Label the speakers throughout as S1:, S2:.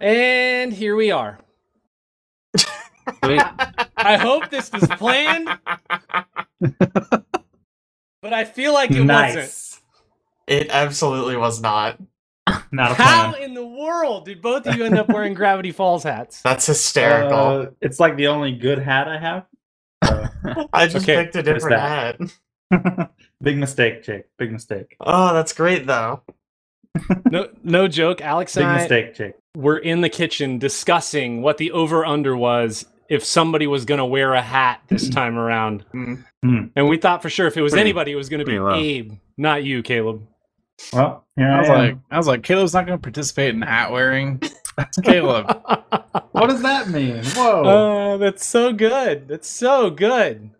S1: And here we are.
S2: Wait,
S1: I hope this was planned, but I feel like it wasn't.
S3: nice.
S2: it absolutely was not.
S3: Not a
S1: How
S3: plan.
S1: in the world did both of you end up wearing Gravity Falls hats?
S2: That's hysterical.
S4: Uh, it's like the only good hat I have. Uh,
S2: I just
S1: okay,
S2: picked a
S4: what is
S2: different hat.
S4: that? Big mistake, Jake. Big mistake.
S2: Oh, that's great though.
S1: No, no joke. Alex
S4: Big
S1: and I
S4: mistake, Jake.
S1: were in the kitchen discussing what the over under was if somebody was going to wear a hat this time around.
S2: Mm.
S4: Mm.
S1: And we thought for sure if it was
S5: Pretty-
S1: anybody, it was going to be
S5: pretty low.
S1: Abe, not you, Caleb.
S4: Well, here
S5: I
S4: I,
S5: was
S4: am.
S5: like, I was like, Caleb's not going to participate in hat wearing. It's Caleb.
S4: what does that mean? Whoa.
S1: Oh, that's so good. That's so good.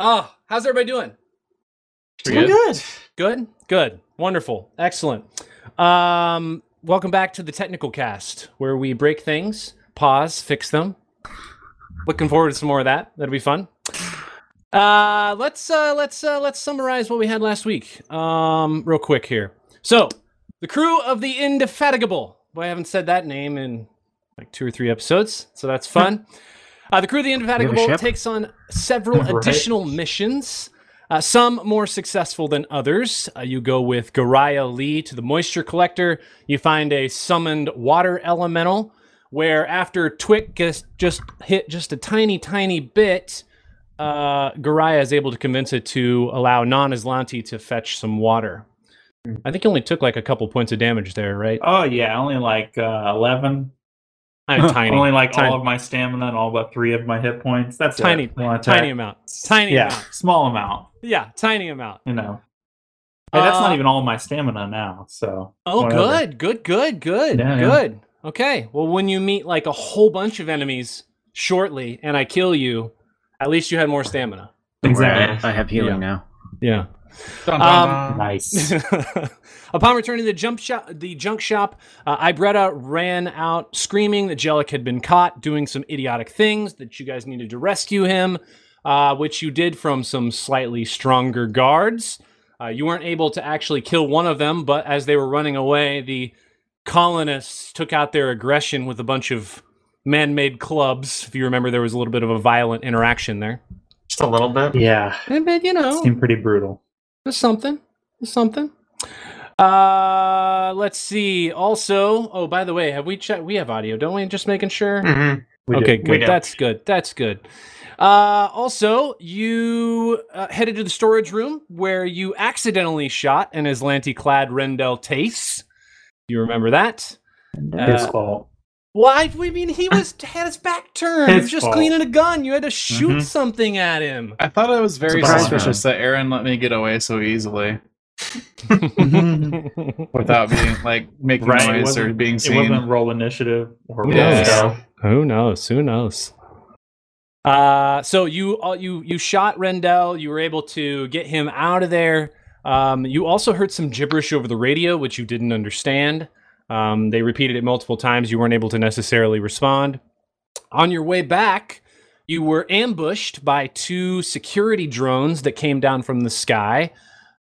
S1: Oh, how's everybody doing?
S5: We
S2: We're
S5: good?
S2: good.
S1: Good, good, wonderful, excellent. Um, welcome back to the technical cast where we break things, pause, fix them. Looking forward to some more of that. That'll be fun. Uh, let's uh, let's uh, let's summarize what we had last week. Um, real quick here. So, the crew of the Indefatigable. Boy, I haven't said that name in like two or three episodes, so that's fun. uh, the crew of the Indefatigable
S5: ship?
S1: takes on several
S2: Right.
S1: additional missions. Uh, some more successful than others. Uh, you go with Gariah Lee to the Moisture Collector. You find a summoned water elemental, where after Twick gets just hit just a tiny, tiny bit, uh, Gariah is able to convince it to allow Non Islanti to fetch some water. I think he only took like a couple points of damage there, right?
S4: Oh yeah, only like uh, eleven.
S1: I'm tiny.
S4: only like
S1: Tiny.
S4: all of my stamina and all but three of my hit points. That's it.
S1: Tiny.
S4: One attack.
S1: tiny amount. Tiny
S4: yeah,
S1: amount.
S4: small amount.
S1: Yeah, tiny amount.
S4: You know. Hey, that's
S1: Uh,
S4: not even all my stamina now. So.
S1: Oh,
S4: whatever.
S1: good, good, good, good,
S4: Yeah, yeah.
S1: good. Okay. Well, when you meet like a whole bunch of enemies shortly and I kill you, at least you had more stamina.
S4: Exactly.
S5: I have healing now.
S1: Yeah.
S5: Dun,
S1: Um,
S4: Nice.
S1: Upon returning to the jump shop, the junk shop, uh, Ibretta ran out screaming that Jellic had been caught doing some idiotic things that you guys needed to rescue him, uh, which you did from some slightly stronger guards. Uh, you weren't able to actually kill one of them, but as they were running away, the colonists took out their aggression with a bunch of man-made clubs. If you remember, there was a little bit of a violent interaction there.
S2: Just a little bit.
S4: yeah.
S1: But you know,
S4: Seemed pretty brutal.
S1: there's something. There's something. Uh, let's see. Also, oh, by the way, have we checked? We have audio, don't we? Just making sure.
S2: Mhm.
S4: We
S1: okay,
S4: did.
S1: good.
S2: We do.
S1: That's good. That's good. Uh, also, you uh, headed to the storage room where you accidentally shot an Islanti-clad Rendell Tace. You remember that?
S4: His
S1: Uh,
S4: fault.
S1: Why? I mean, he was had his back turned.
S4: His
S1: He was just
S4: fault.
S1: cleaning a gun. You had to shoot
S4: Mhm.
S1: something at him.
S5: I thought it was very
S2: Surprise,
S5: suspicious that Aaron let me get away so easily
S1: oh,
S5: without being like making
S4: Right, it
S5: noise or
S4: wasn't-
S5: being
S4: It wasn't
S5: seen.
S4: roll initiative or roll
S5: Yeah.
S4: stealth.
S1: Who knows? Who knows? Uh, so you all you you shot Rendell. You were able to get him out of there. Um, you also heard some gibberish over the radio, which you didn't understand. Um, they repeated it multiple times. You weren't able to necessarily respond. On your way back, you were ambushed by two security drones that came down from the sky,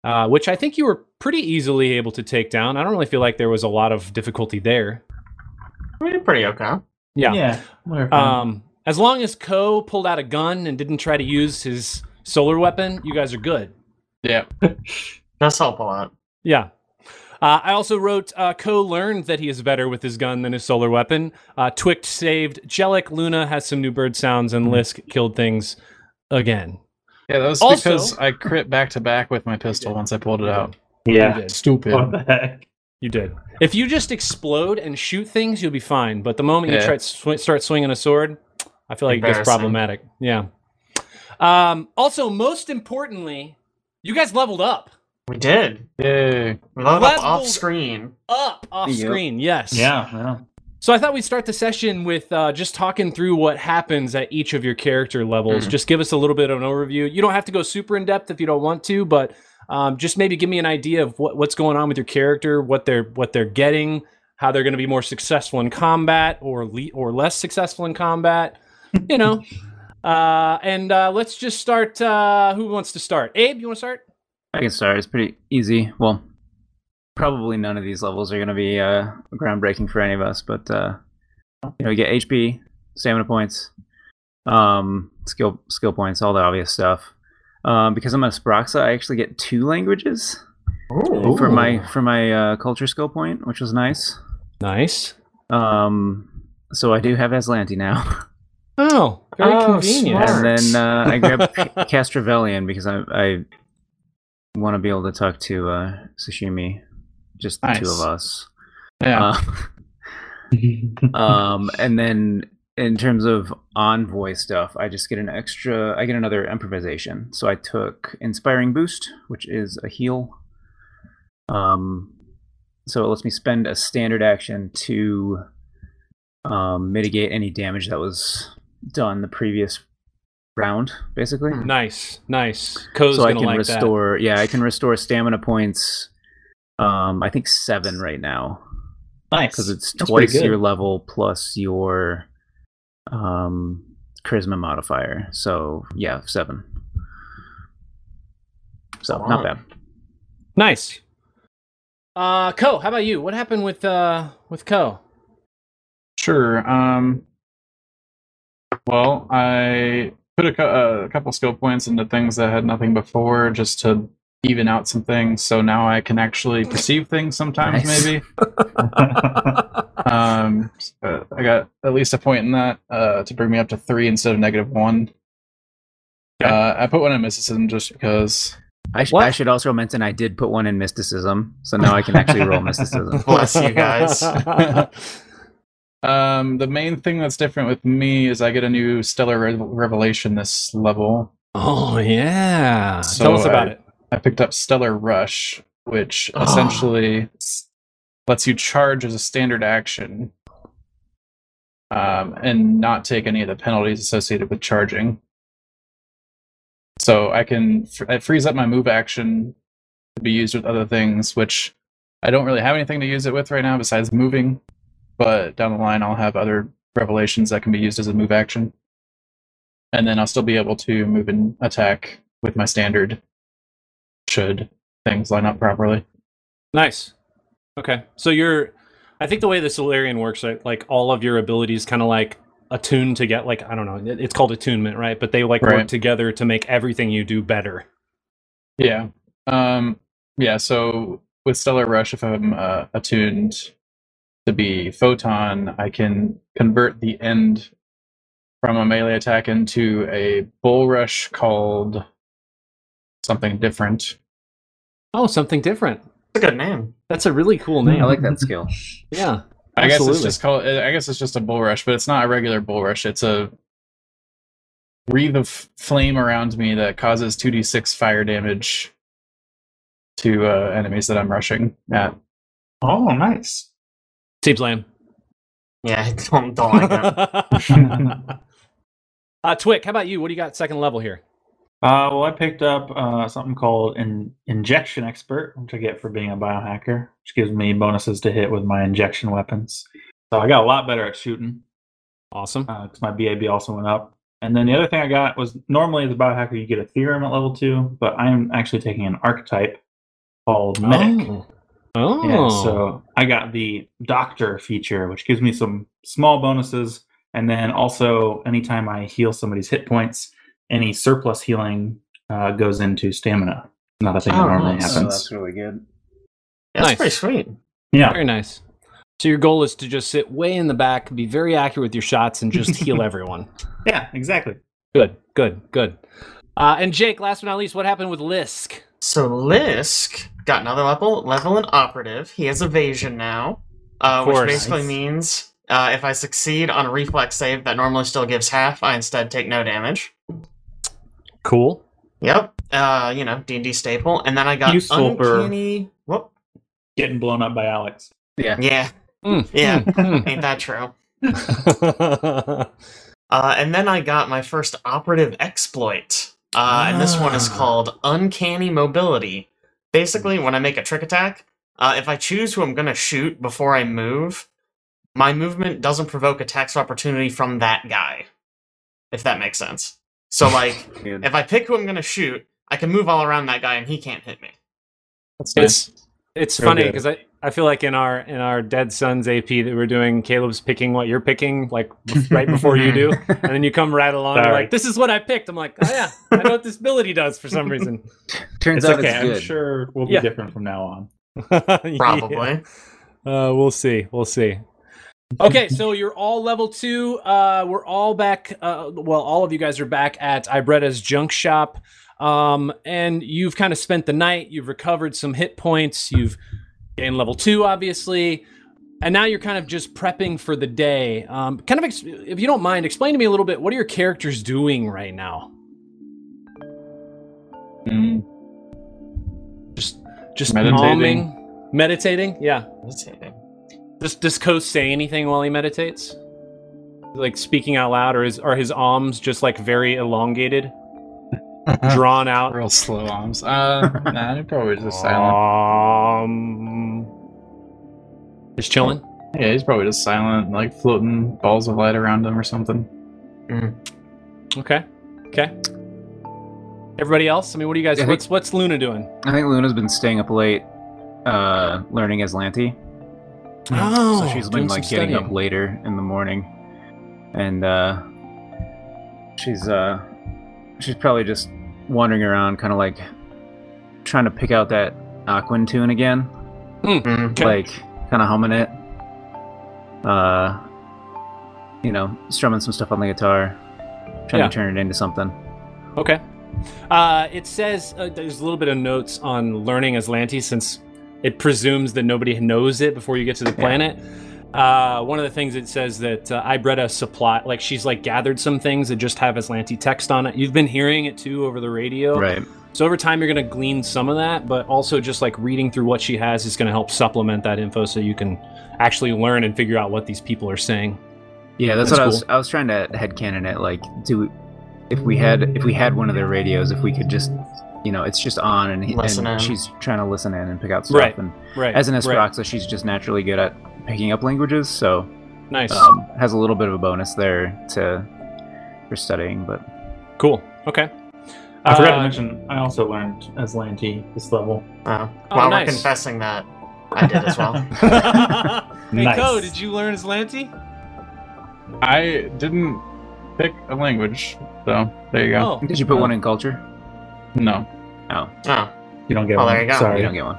S1: uh, which I think you were pretty easily able to take down. I don't really feel like there was a lot of difficulty there.
S2: We did pretty okay.
S1: Yeah.
S4: whatever.
S1: Um, as long as Ko pulled out a gun and didn't try to use his solar weapon, you guys are good.
S5: Yeah.
S2: That's help a lot.
S1: Yeah. Uh, I also wrote uh, Ko learned that he is better with his gun than his solar weapon. Uh, Twict saved. Jellic Luna has some new bird sounds, and Lisk killed things again.
S5: Yeah, that was
S1: Also-
S5: because I crit back to back with my pistol once I pulled it out.
S1: You did.
S5: Stupid.
S4: What the heck?
S1: You did. If you just explode and shoot things, you'll be fine. But the moment you
S5: Yeah.
S1: try to sw- start swinging a sword, I feel like it gets
S2: Embarrassing.
S1: problematic. Yeah. Um, also, most importantly, you guys leveled up.
S2: We did.
S5: Yay.
S2: We leveled up
S1: Leveled-
S2: off screen.
S1: up off
S5: Yep.
S1: screen. Yes.
S4: Yeah, yeah.
S1: So I thought we'd start the session with uh, just talking through what happens at each of your character levels.
S2: Mhm.
S1: Just give us a little bit of an overview. You don't have to go super in depth if you don't want to, but um, just maybe give me an idea of what, what's going on with your character, what they're what they're getting, how they're going to be more successful in combat or le- or less successful in combat. You know. Uh, and uh, let's just start. Uh, who wants to start? Abe, you want to start?
S5: I can start. It's pretty easy. Well,
S3: probably none of these levels are going to be uh, groundbreaking for any of us, but uh, you know, you get HP, stamina points, um, skill skill points, all the obvious stuff. Um, because I'm a Sproxa, I actually get two languages
S2: Ooh.
S3: for my for my uh, culture skill point, which was nice.
S1: Nice.
S3: Um, so I do have Aslanti now,
S1: Oh, very
S2: Oh,
S1: convenient.
S2: smart.
S3: and then uh, I grab
S1: Smart.
S3: Castrovellian because I I want to be able to talk to uh, Sashimi, just the two
S5: Nice.
S3: of us.
S5: Yeah.
S3: Uh, um, and then in terms of envoy stuff, I just get an extra. I get another improvisation. So I took inspiring boost, which is a heal. Um, so it lets me spend a standard action to um, mitigate any damage that was done the previous round, basically.
S2: Hmm.
S1: Nice, nice. Co's
S3: So I
S1: gonna
S3: can
S1: like that.
S3: restore. Yeah, I can restore stamina points. Um, I think seven right now
S4: Nice.
S3: because it's
S4: That's pretty
S3: twice
S4: good.
S3: your level plus your um, charisma modifier. So yeah, seven. So not
S2: Wow.
S3: bad.
S1: Nice. Uh, Co, how about you? What happened with uh with Co?
S5: Sure. Um. Well, I put a, cou- uh, a couple skill points into things that had nothing before, just to even out some things. So now I can actually perceive things sometimes,
S3: Nice.
S5: maybe. Um, uh, I got at least a point in that uh, to bring me up to three instead of negative one.
S1: Okay.
S5: Uh, I put one in mysticism just because.
S3: I, sh-
S1: What?
S3: I should also mention I did put one in mysticism, so now I can actually roll mysticism.
S2: Bless you guys.
S5: Um, the main thing that's different with me is I get a new stellar re- revelation this level.
S1: oh yeah.
S5: So
S1: Tell us about
S5: I-
S1: it.
S5: I picked up Stellar Rush, which
S2: Ah.
S5: essentially lets you charge as a standard action um, and not take any of the penalties associated with charging. So I can, it frees up my move action to be used with other things, which I don't really have anything to use it with right now besides moving. But down the line, I'll have other revelations that can be used as a move action. And then I'll still be able to move and attack with my standard should things line up properly.
S1: Nice. Okay. So you're I think the way the Solarian works, like, like all of your abilities kind of like attune to get like I don't know, it- it's called attunement, right? But they like work
S5: Right.
S1: together to make everything you do better.
S5: Yeah. Um yeah, so with Stellar Rush, if I'm uh, attuned to be photon, I can convert the end from a melee attack into a bull rush called something different.
S1: Oh, something different.
S2: That's a good name.
S1: That's a really cool
S3: I
S1: name.
S3: like that skill.
S1: Yeah.
S5: I guess
S1: Absolutely.
S5: it's just called uh, I guess it's just a bull rush, but it's not a regular bull rush. It's a wreath of flame around me that causes 2d6 fire damage to uh, enemies that I'm rushing at.
S4: oh, nice.
S1: Seems lame.
S2: Yeah, Oh, I don't, don't like that.
S1: uh, Twick, how about you? What do you got second level here?
S4: Uh, well, I picked up uh, something called an injection expert, which I get for being a biohacker, which gives me bonuses to hit with my injection weapons. So I got a lot better at shooting.
S1: Awesome.
S4: because my BAB also went up. And then the other thing I got was normally as a biohacker you get a theorem at level two, but I'm actually taking an archetype called medic.
S1: Oh. Oh.
S4: Yeah, so I got the doctor feature, which gives me some small bonuses, and then also anytime I heal somebody's hit points, any surplus healing uh, goes into stamina. Not a thing
S2: Oh,
S4: that normally
S2: nice.
S3: So
S4: happens.
S3: that's really good.
S2: That's
S1: Nice.
S2: pretty sweet.
S4: Yeah,
S1: Very nice. So your goal is to just sit way in the back, be very accurate with your shots, and just heal everyone.
S4: yeah, exactly.
S1: Good, good, good. Uh, and Jake, last but not least, what happened with Lisk?
S2: So Lisk got another level, level and operative. He has evasion now, uh,
S1: Of
S2: which
S1: course.
S2: basically
S1: Nice.
S2: means uh, if I succeed on a reflex save that normally still gives half, I instead take no damage.
S1: Cool.
S2: Yep. Uh, you know, D and D staple. And then I got
S4: Useful for-
S2: uncanny. Whoop.
S4: Getting blown up by Alex.
S3: Yeah.
S2: Yeah.
S1: Mm,
S2: Yeah.
S1: mm,
S2: Ain't that true?
S1: mm.
S2: Uh, and then I got my first operative exploit. Uh, And this one is
S1: Ah.
S2: called Uncanny Mobility. Basically, when I make a trick attack, uh, if I choose who I'm going to shoot before I move, my movement doesn't provoke attacks of opportunity from that guy, if that makes sense. So, like,
S3: Good.
S2: if I pick who I'm going to shoot, I can move all around that guy and he can't hit me.
S5: That's
S1: it's It's
S4: Real
S1: funny
S4: good.
S1: because I, I feel like in our in our Dead Sons AP that we're doing, Caleb's picking what you're picking like bef- right before you do, and then you come right along and you're
S4: Sorry.
S1: like, "This is what I picked." I'm like, "Oh yeah, I know what this ability does for some reason."
S3: Turns
S4: It's
S3: out
S4: okay.
S3: it's
S4: I'm
S3: good.
S4: sure we'll be
S1: Yeah.
S4: different from now on.
S1: Yeah.
S2: Probably.
S1: Uh, we'll see. We'll see. Okay, so you're all level two. Uh, we're all back. Uh, well, all of you guys are back at Ibretta's junk shop, um, and you've kind of spent the night. You've recovered some hit points. You've gained level two, obviously, and now you're kind of just prepping for the day. Um, kind of, ex- if you don't mind, explain to me a little bit. What are your characters doing right now? Just, just
S5: Meditating.
S1: calming, meditating. Yeah.
S2: Meditating.
S1: Does does Coast say anything while he meditates? Like speaking out loud, or is are his arms just like very elongated, drawn out?
S5: Real slow arms. Uh, nah, they're probably just silent.
S1: Um, just chilling.
S5: Yeah, he's probably just silent, like floating balls of light around him or something.
S1: Okay, okay. Everybody else, I mean, what do you guys?
S3: Yeah, I think-
S1: what's what's Luna doing?
S3: I think Luna's been staying up late, uh, learning Aslanti.
S1: Oh,
S3: so she's been like getting up later in the morning, and uh, she's uh, she's probably just wandering around, kind of like trying to pick out that Aquan tune again,
S2: Hmm.
S1: Okay.
S3: like kind of humming it. Uh, you know, strumming some stuff on the guitar, trying
S1: Yeah.
S3: to turn it into something.
S1: Okay. Uh, it says uh, there's a little bit of notes on learning Aslanti since it presumes that nobody knows it before you get to the planet. Uh, one of the things it says that uh, Ibretta supply, like she's like gathered some things that just have Aslanti text on it. You've been hearing it too over the radio,
S3: Right.
S1: so over time you're gonna glean some of that, but also just like reading through what she has is gonna help supplement that info so you can actually learn and figure out what these people are saying.
S3: Yeah, that's,
S1: That's
S3: what I was. I was trying to headcanon it. Like, do if we had if we had one of their radios, if we could just, you know, it's just on and, he-
S2: Listen in.
S3: and she's trying to listen in and pick out stuff.
S1: Right,
S3: And
S1: Right.
S3: as an
S1: right.
S3: Esperanza, she's just naturally good at picking up languages, so
S1: nice.
S4: Uh,
S3: um, has a little bit of a bonus there to for studying. But
S1: cool. Okay.
S4: I forgot
S1: Uh,
S4: to mention. I also learned Aslanti this level.
S2: Uh,
S1: Oh,
S2: while
S1: nice.
S2: we're confessing that, I did as well.
S1: hey,
S4: Nice.
S1: Ko, did you learn Aslanti?
S5: I didn't pick a language, so there you go.
S1: Oh,
S3: did you put one in culture?
S5: No.
S3: Oh,
S2: oh,
S4: You don't get
S2: Oh,
S4: one.
S2: there you go.
S3: you
S4: Sorry.
S3: don't get one.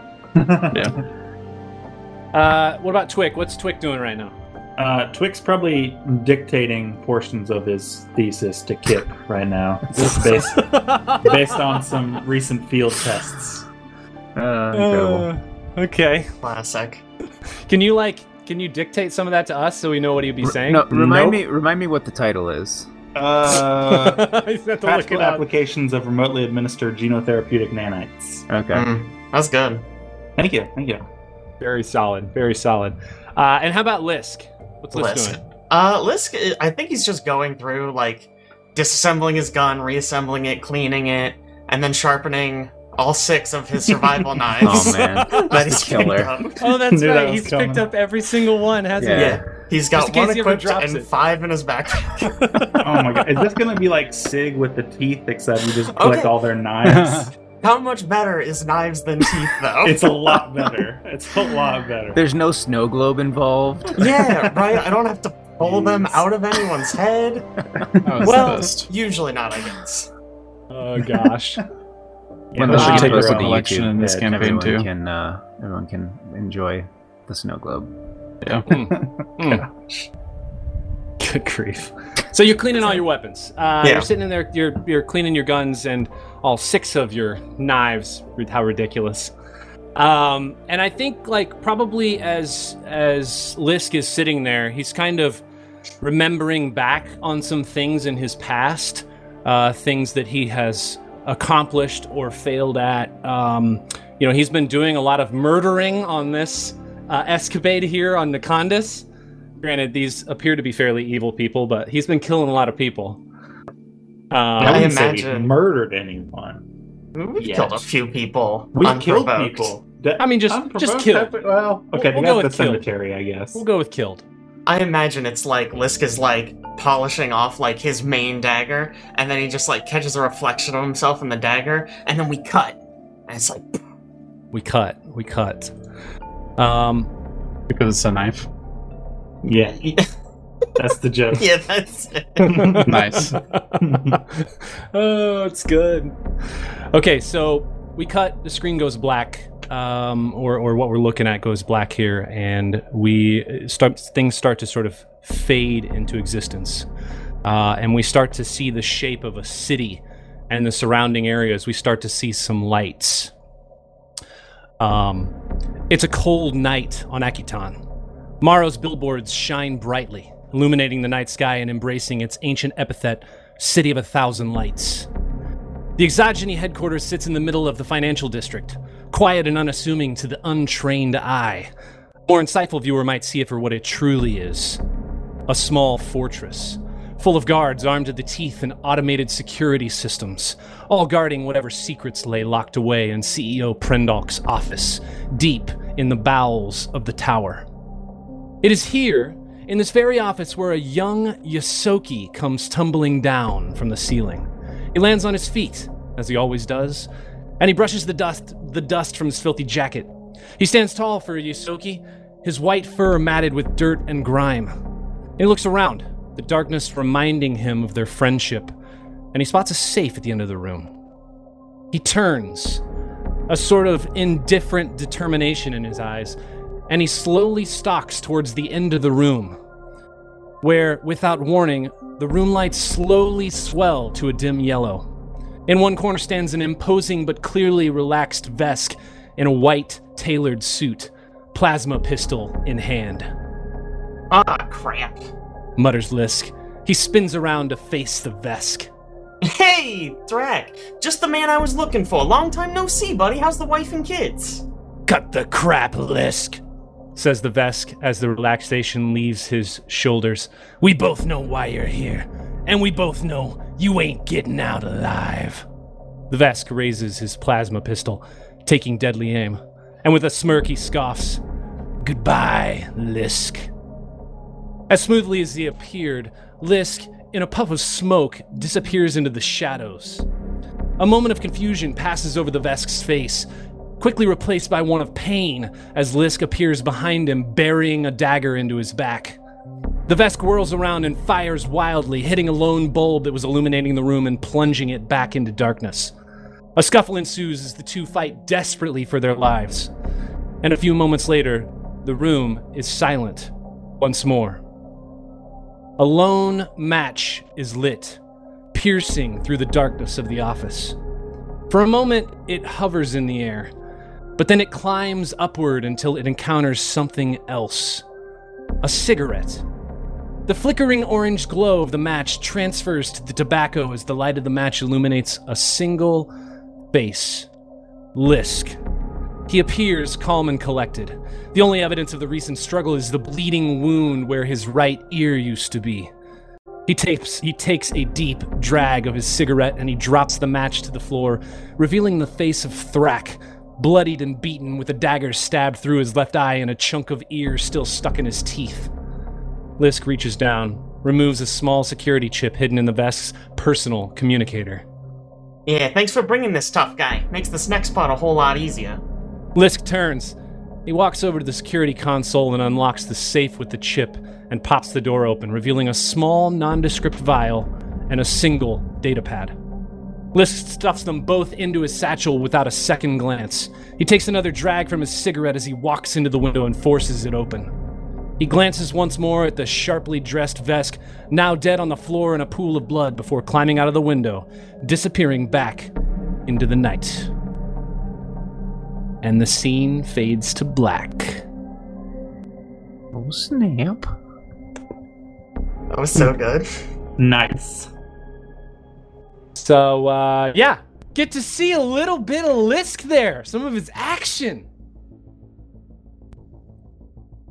S1: uh, what about Twick? What's Twick doing right now?
S4: Uh, Twix probably dictating portions of his thesis to Kip right now, based, based on some recent field tests.
S3: Uh, incredible.
S1: okay.
S2: classic.
S1: Can you like? Can you dictate some of that to us so we know what he'd be saying?
S3: No, remind
S4: Nope.
S3: me. Remind me what the title is.
S4: Uh,
S1: He's got to look it
S4: practical
S1: up.
S4: applications of remotely administered genotherapeutic nanites.
S3: Okay.
S2: Mm, that's good.
S4: Thank you. Thank you.
S1: Very solid. Very solid. Uh, and how about Lisk? What's Lisk,
S2: Lisk.
S1: doing?
S2: Uh, Lisk, i- I think he's just going through, like, disassembling his gun, reassembling it, cleaning it, and then sharpening all six of his survival knives
S3: Oh man,
S2: that he's
S3: Just a killer.
S2: picked up.
S1: Oh, that's
S4: Knew that
S1: right.
S4: was
S1: He's
S4: coming.
S1: picked up every single one, hasn't
S2: Yeah. He's got
S1: Just in case
S2: one
S1: he ever
S2: equipped
S1: drops
S2: and
S1: it.
S2: five in his backpack.
S1: he?
S4: Oh my god, is this gonna be like Sig with the teeth? Except you just collect
S2: Okay.
S4: all their knives.
S2: How much better is knives than teeth, though?
S4: it's a lot better. It's a lot better.
S3: there's no snow globe involved.
S2: yeah, right? I don't have to pull them
S4: Jeez.
S2: out of anyone's head.
S5: That was the
S2: Well,
S5: best.
S2: usually not, I guess.
S1: oh gosh.
S3: When
S4: Yeah,
S3: this
S4: they
S3: gets
S4: should take
S3: posted
S4: their
S3: to
S4: own
S5: election
S3: YouTube,
S5: in this
S3: that
S5: campaign,
S3: everyone
S5: too.
S3: Can, uh, everyone can enjoy the snow globe.
S1: Good grief. So you're cleaning all your weapons. Uh,
S2: Yeah.
S1: You're sitting in there. You're you're cleaning your guns and all six of your knives. How ridiculous. Um, and I think like probably as as Lisk is sitting there, he's kind of remembering back on some things in his past, uh, things that he has accomplished or failed at. Um, you know, he's been doing a lot of murdering on this uh, escapade here on Nacondas. Granted, these appear to be fairly evil people, but he's been killing a lot of people.
S4: I
S1: Um,
S2: Yeah.
S4: wouldn't say we
S2: imagine-
S4: murdered anyone.
S2: We've
S4: Yes.
S2: killed a few people.
S4: We killed
S2: unprovoked.
S4: people.
S1: I mean, just just
S4: Unprovoked
S1: kill.
S4: effort- Well,
S1: We'll- we'll
S4: okay, they
S1: go
S4: got the
S1: with kill.
S4: cemetery, I guess.
S1: We'll go with killed.
S2: I imagine it's like Lisk is like polishing off like his main dagger, and then he just like catches a reflection of himself in the dagger, and then we cut. And it's like
S1: We cut. We cut. Um,
S5: because it's a knife.
S4: Yeah, that's the joke.
S2: yeah, that's it.
S5: Nice.
S1: oh, it's good. Okay, so we cut. The screen goes black, um, or or what we're looking at goes black here, and we start things start to sort of fade into existence, uh, and we start to see the shape of a city and the surrounding areas. We start to see some lights. Um, it's a cold night on Akitan. Maro's billboards shine brightly, illuminating the night sky and embracing its ancient epithet, City of a Thousand Lights. The exogeny headquarters sits in the middle of the financial district, quiet and unassuming to the untrained eye. A more insightful viewer might see it for what it truly is a small fortress, full of guards armed to the teeth and automated security systems, all guarding whatever secrets lay locked away in CEO Prendok's office, deep in the bowels of the tower. It is here, in this very office, where a young Yosoki comes tumbling down from the ceiling. He lands on his feet, as he always does, and he brushes the dust the dust from his filthy jacket. He stands tall for Yosoki, his white fur matted with dirt and grime. He looks around, the darkness reminding him of their friendship, and he spots a safe at the end of the room. He turns, a sort of indifferent determination in his eyes, and he slowly stalks towards the end of the room, where, without warning, the room lights slowly swell to a dim yellow. In one corner stands an imposing but clearly relaxed Vesk in a white, tailored suit, plasma pistol in hand,
S2: Ah, crap.
S1: mutters Lisk. He spins around to face the Vesk.
S2: Hey, Drac, just the man I was looking for. Long time no see, buddy. How's the wife and kids?
S1: Cut the crap, Lisk, says the Vesk as the relaxation leaves his shoulders. We both know why you're here, and we both know you ain't getting out alive. The Vesk raises his plasma pistol, taking deadly aim, and with a smirk he scoffs, Goodbye, Lisk. As smoothly as he appeared, Lisk, in a puff of smoke, disappears into the shadows. A moment of confusion passes over the Vesk's face, quickly replaced by one of pain as Lisk appears behind him, burying a dagger into his back. The Vesk whirls around and fires wildly, hitting a lone bulb that was illuminating the room and plunging it back into darkness. A scuffle ensues as the two fight desperately for their lives. And a few moments later, the room is silent once more. A lone match is lit, piercing through the darkness of the office. For a moment, it hovers in the air, but then it climbs upward until it encounters something else a cigarette. The flickering orange glow of the match transfers to the tobacco as the light of the match illuminates a single face Lisk. He appears calm and collected. The only evidence of the recent struggle is the bleeding wound where his right ear used to be. He takes he takes a deep drag of his cigarette and he drops the match to the floor, revealing the face of Thrak, bloodied and beaten with a dagger stabbed through his left eye and a chunk of ear still stuck in his teeth. Lisk reaches down, removes a small security chip hidden in the vest's personal communicator.
S2: Yeah, thanks for bringing this tough guy. Makes this next part a whole lot easier.
S1: Lisk turns. He walks over to the security console and unlocks the safe with the chip and pops the door open, revealing a small, nondescript vial and a single data pad. Lisk stuffs them both into his satchel without a second glance. He takes another drag from his cigarette as he walks into the window and forces it open. He glances once more at the sharply dressed Vesk, now dead on the floor in a pool of blood, before climbing out of the window, disappearing back into the night and the scene fades to black.
S3: Oh snap!
S2: That was so good.
S4: Nice.
S1: So, uh, yeah, get to see a little bit of Lisk there, some of his action.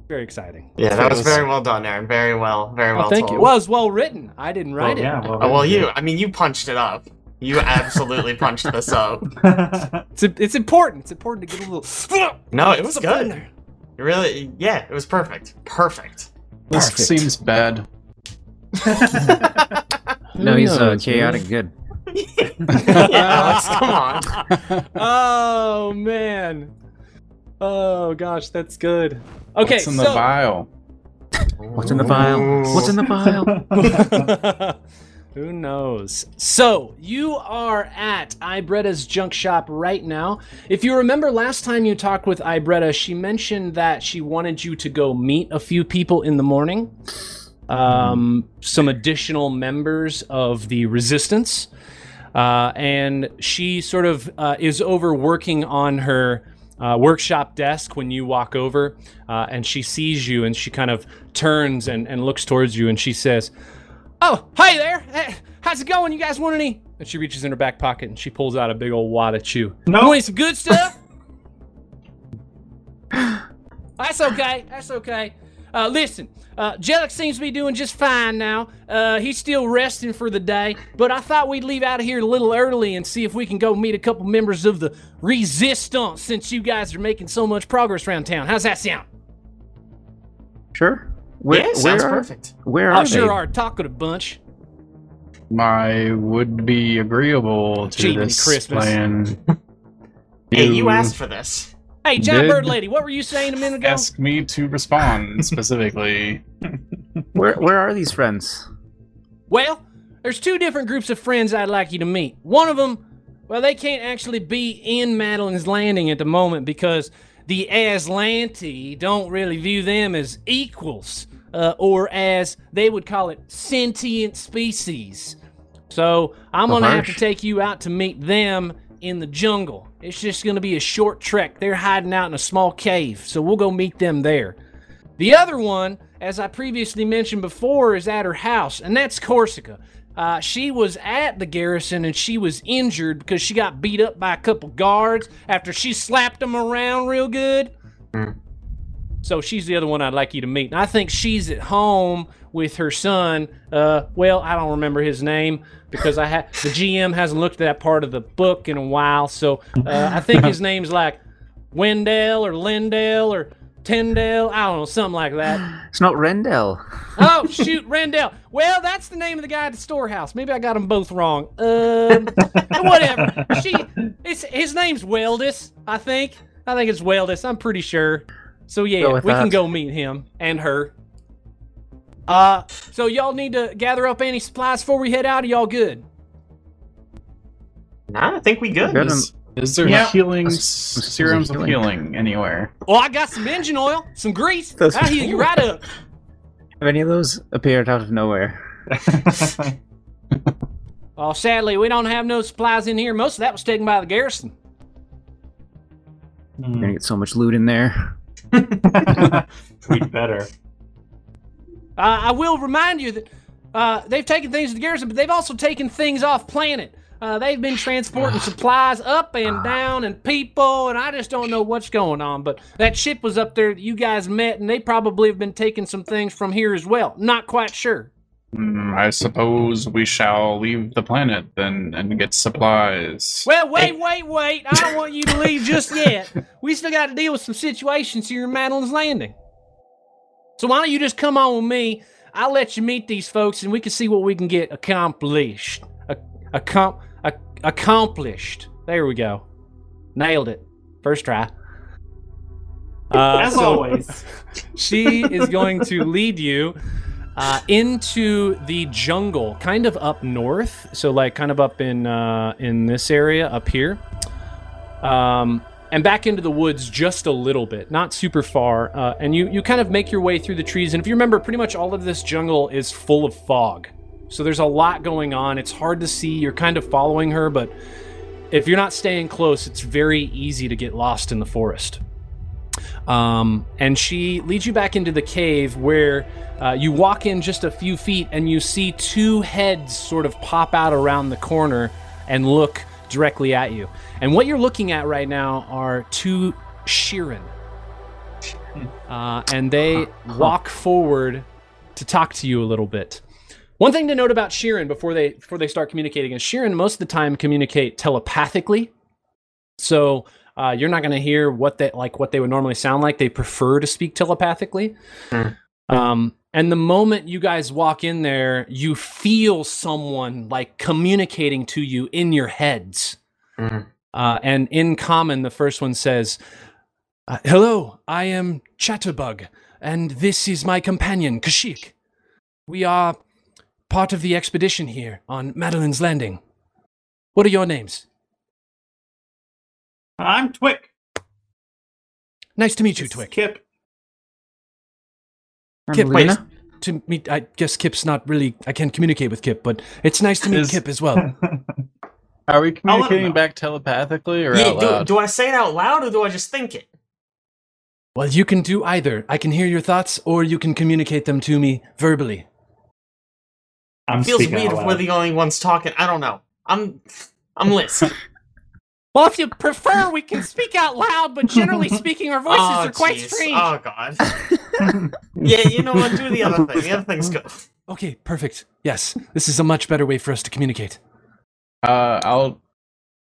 S1: Very exciting.
S2: Yeah, that was
S5: Feels-
S2: very well done, Aaron. Very well, very well.
S1: oh, thank you.
S2: told.
S1: Well, it was well written. I didn't write
S4: Well, yeah.
S1: it.
S4: Well,
S2: Oh, well, you. I mean, you punched it up. You absolutely punched this up.
S1: It's, it's important. It's important to get a little.
S2: No, Oh, it was
S1: It's up in
S2: good.
S1: there.
S2: You Really, yeah, it was perfect. Perfect.
S5: This
S1: Perfect.
S5: seems bad.
S3: No, he's uh,
S5: knows,
S3: chaotic good.
S2: yeah, Alex, come on.
S1: Oh man. Oh gosh, that's good. Okay,
S5: What's in
S1: so
S5: the vial?
S3: What's in the file? What's in the file?
S1: Who knows? So, you are at Ibretta's junk shop right now. If you remember last time you talked with Ibretta, she mentioned that she wanted you to go meet a few people in the morning, um, some additional members of the resistance. Uh, and she sort of uh, is over working on her uh, workshop desk when you walk over, uh, and she sees you and she kind of turns and, and looks towards you and she says, Oh, hi there. Hey, how's it going? You guys want any? And she reaches in her back pocket and she pulls out a big old wad of chew. You
S4: No.
S1: want some good stuff? That's okay. That's okay. Uh, listen, uh, Jellic seems to be doing just fine now. Uh, he's still resting for the day, but I thought we'd leave out of here a little early and see if we can go meet a couple members of the Resistance since you guys are making so much progress around town. How's that sound?
S3: Sure. Where,
S2: Yeah,
S3: where
S2: sounds
S3: are,
S2: perfect.
S3: Where are
S1: I Oh, sure
S3: they?
S1: are talking a bunch.
S5: I would be agreeable to
S1: Genie
S5: this
S1: Christmas.
S5: plan.
S2: Hey, you asked for this.
S1: Hey, Giant
S5: Did-
S1: Bird Lady, what were you saying a minute ago?
S5: Ask me to respond specifically.
S3: Where, where are these friends?
S1: Well, there's two different groups of friends I'd like you to meet. One of them, well, they can't actually be in Madeline's Landing at the moment because the Aslanti don't really view them as equals, uh, or as they would call it, sentient species. So I'm
S3: So
S1: gonna have to
S3: harsh.
S1: take you out to meet them in the jungle. It's just gonna be a short trek. They're hiding out in a small cave, so we'll go meet them there. The other one, as I previously mentioned before, is at her house, and that's Corsica. Uh, she was at the garrison and she was injured because she got beat up by a couple guards after she slapped them around real good. So she's the other one I'd like you to meet. And I think she's at home with her son. Uh, well, I don't remember his name because I ha- the GM hasn't looked at that part of the book in a while. So uh, I think his name's like Wendell or Lindell or Tyndale. I don't know, something like that.
S3: It's not Rendell.
S1: Oh shoot, Rendell. Well, that's the name of the guy at the storehouse. Maybe I got them both wrong. Um, whatever. She, it's his name's Weldis. I think. I think it's Weldis. I'm pretty sure. So yeah,
S3: Go
S1: we
S3: with
S1: can
S3: that.
S1: go meet him and her. Uh, so y'all need to gather up any supplies before we head out. Are y'all good?
S2: Nah, I think we good.
S3: Good.
S5: Is there
S4: Yeah.
S5: healing
S3: Is- is
S5: serums of
S3: healing?
S5: healing anywhere?
S1: Well, Oh, I got some engine oil, some grease.
S3: That's-
S1: I'll heal you right up.
S3: Have any of those appeared out of nowhere?
S1: Oh, sadly, we don't have no supplies in here. Most of that was taken by the garrison.
S3: You're gonna get so much loot in there.
S4: We'd better.
S1: Uh, I will remind you that uh, they've taken things to the garrison, but they've also taken things off planet. Uh, they've been transporting supplies up and down and people, and I just don't know what's going on. But that ship was up there that you guys met, and they probably have been taking some things from here as well. Not quite sure.
S5: Hmm, I suppose we shall leave the planet then and get supplies.
S1: Well, wait, wait, wait. I don't want you to leave just yet. We still got to deal with some situations here in Madeline's Landing. So why don't you just come on with me? I'll let you meet these folks and we can see what we can get accomplished. A- accom- a- accomplished. There we go. Nailed it. First try. Uh,
S2: As
S1: so-
S2: always.
S1: she is going to lead you uh, into the jungle, kind of up north. So, like, kind of up in uh, in this area up here, um, and back into the woods just a little bit, not super far. Uh, and you you kind of make your way through the trees. And if you remember, pretty much all of this jungle is full of fog. So there's a lot going on. It's hard to see. You're kind of following her, but if you're not staying close, it's very easy to get lost in the forest. Um, and she leads you back into the cave where uh, you walk in just a few feet and you see two heads sort of pop out around the corner and look directly at you. And what you're looking at right now are two Sheeran. Uh, and they walk forward to talk to you a little bit. One thing to note about Sheeran before they before they start communicating is Sheeran most of the time communicate telepathically. So uh, you're not going to hear what they like what they would normally sound like. They prefer to speak telepathically.
S2: Hmm.
S1: Um, and the moment you guys walk in there, you feel someone like communicating to you in your heads.
S2: Mhm.
S1: Uh, and in common, the first one says, Uh, hello, I am Chatterbug, and this is my companion, Kashik. We are part of the expedition here on Madeline's Landing. What are your names?
S4: I'm Twick.
S1: Nice to meet you,
S4: This is
S1: Twick.
S4: Kip.
S3: I'm
S1: Kip,
S3: Lena.
S1: To meet, I guess Kip's not really. I can't communicate with Kip, but it's nice to meet
S4: Is-
S1: Kip as well.
S5: Are
S2: I'll let
S5: we
S2: him
S5: communicating
S2: know.
S5: back telepathically or
S2: Yeah,
S5: out
S2: do,
S5: loud?
S2: do I say it out loud or do I just think it?
S1: Well, you can do either. I can hear your thoughts, or you can communicate them to me verbally.
S4: I'm
S2: Feels
S4: speaking
S2: weird
S4: out
S2: if we're
S4: loud.
S2: the only ones talking. I don't know. I'm I'm Liz.
S6: Well, if you prefer, we can speak out loud, but generally speaking, our voices
S2: oh,
S6: are quite
S2: jeez.
S6: strange.
S2: Oh god. yeah, you know what? Do the other thing. The other thing's good.
S1: Okay, perfect. Yes, this is a much better way for us to communicate.
S5: Uh, I'll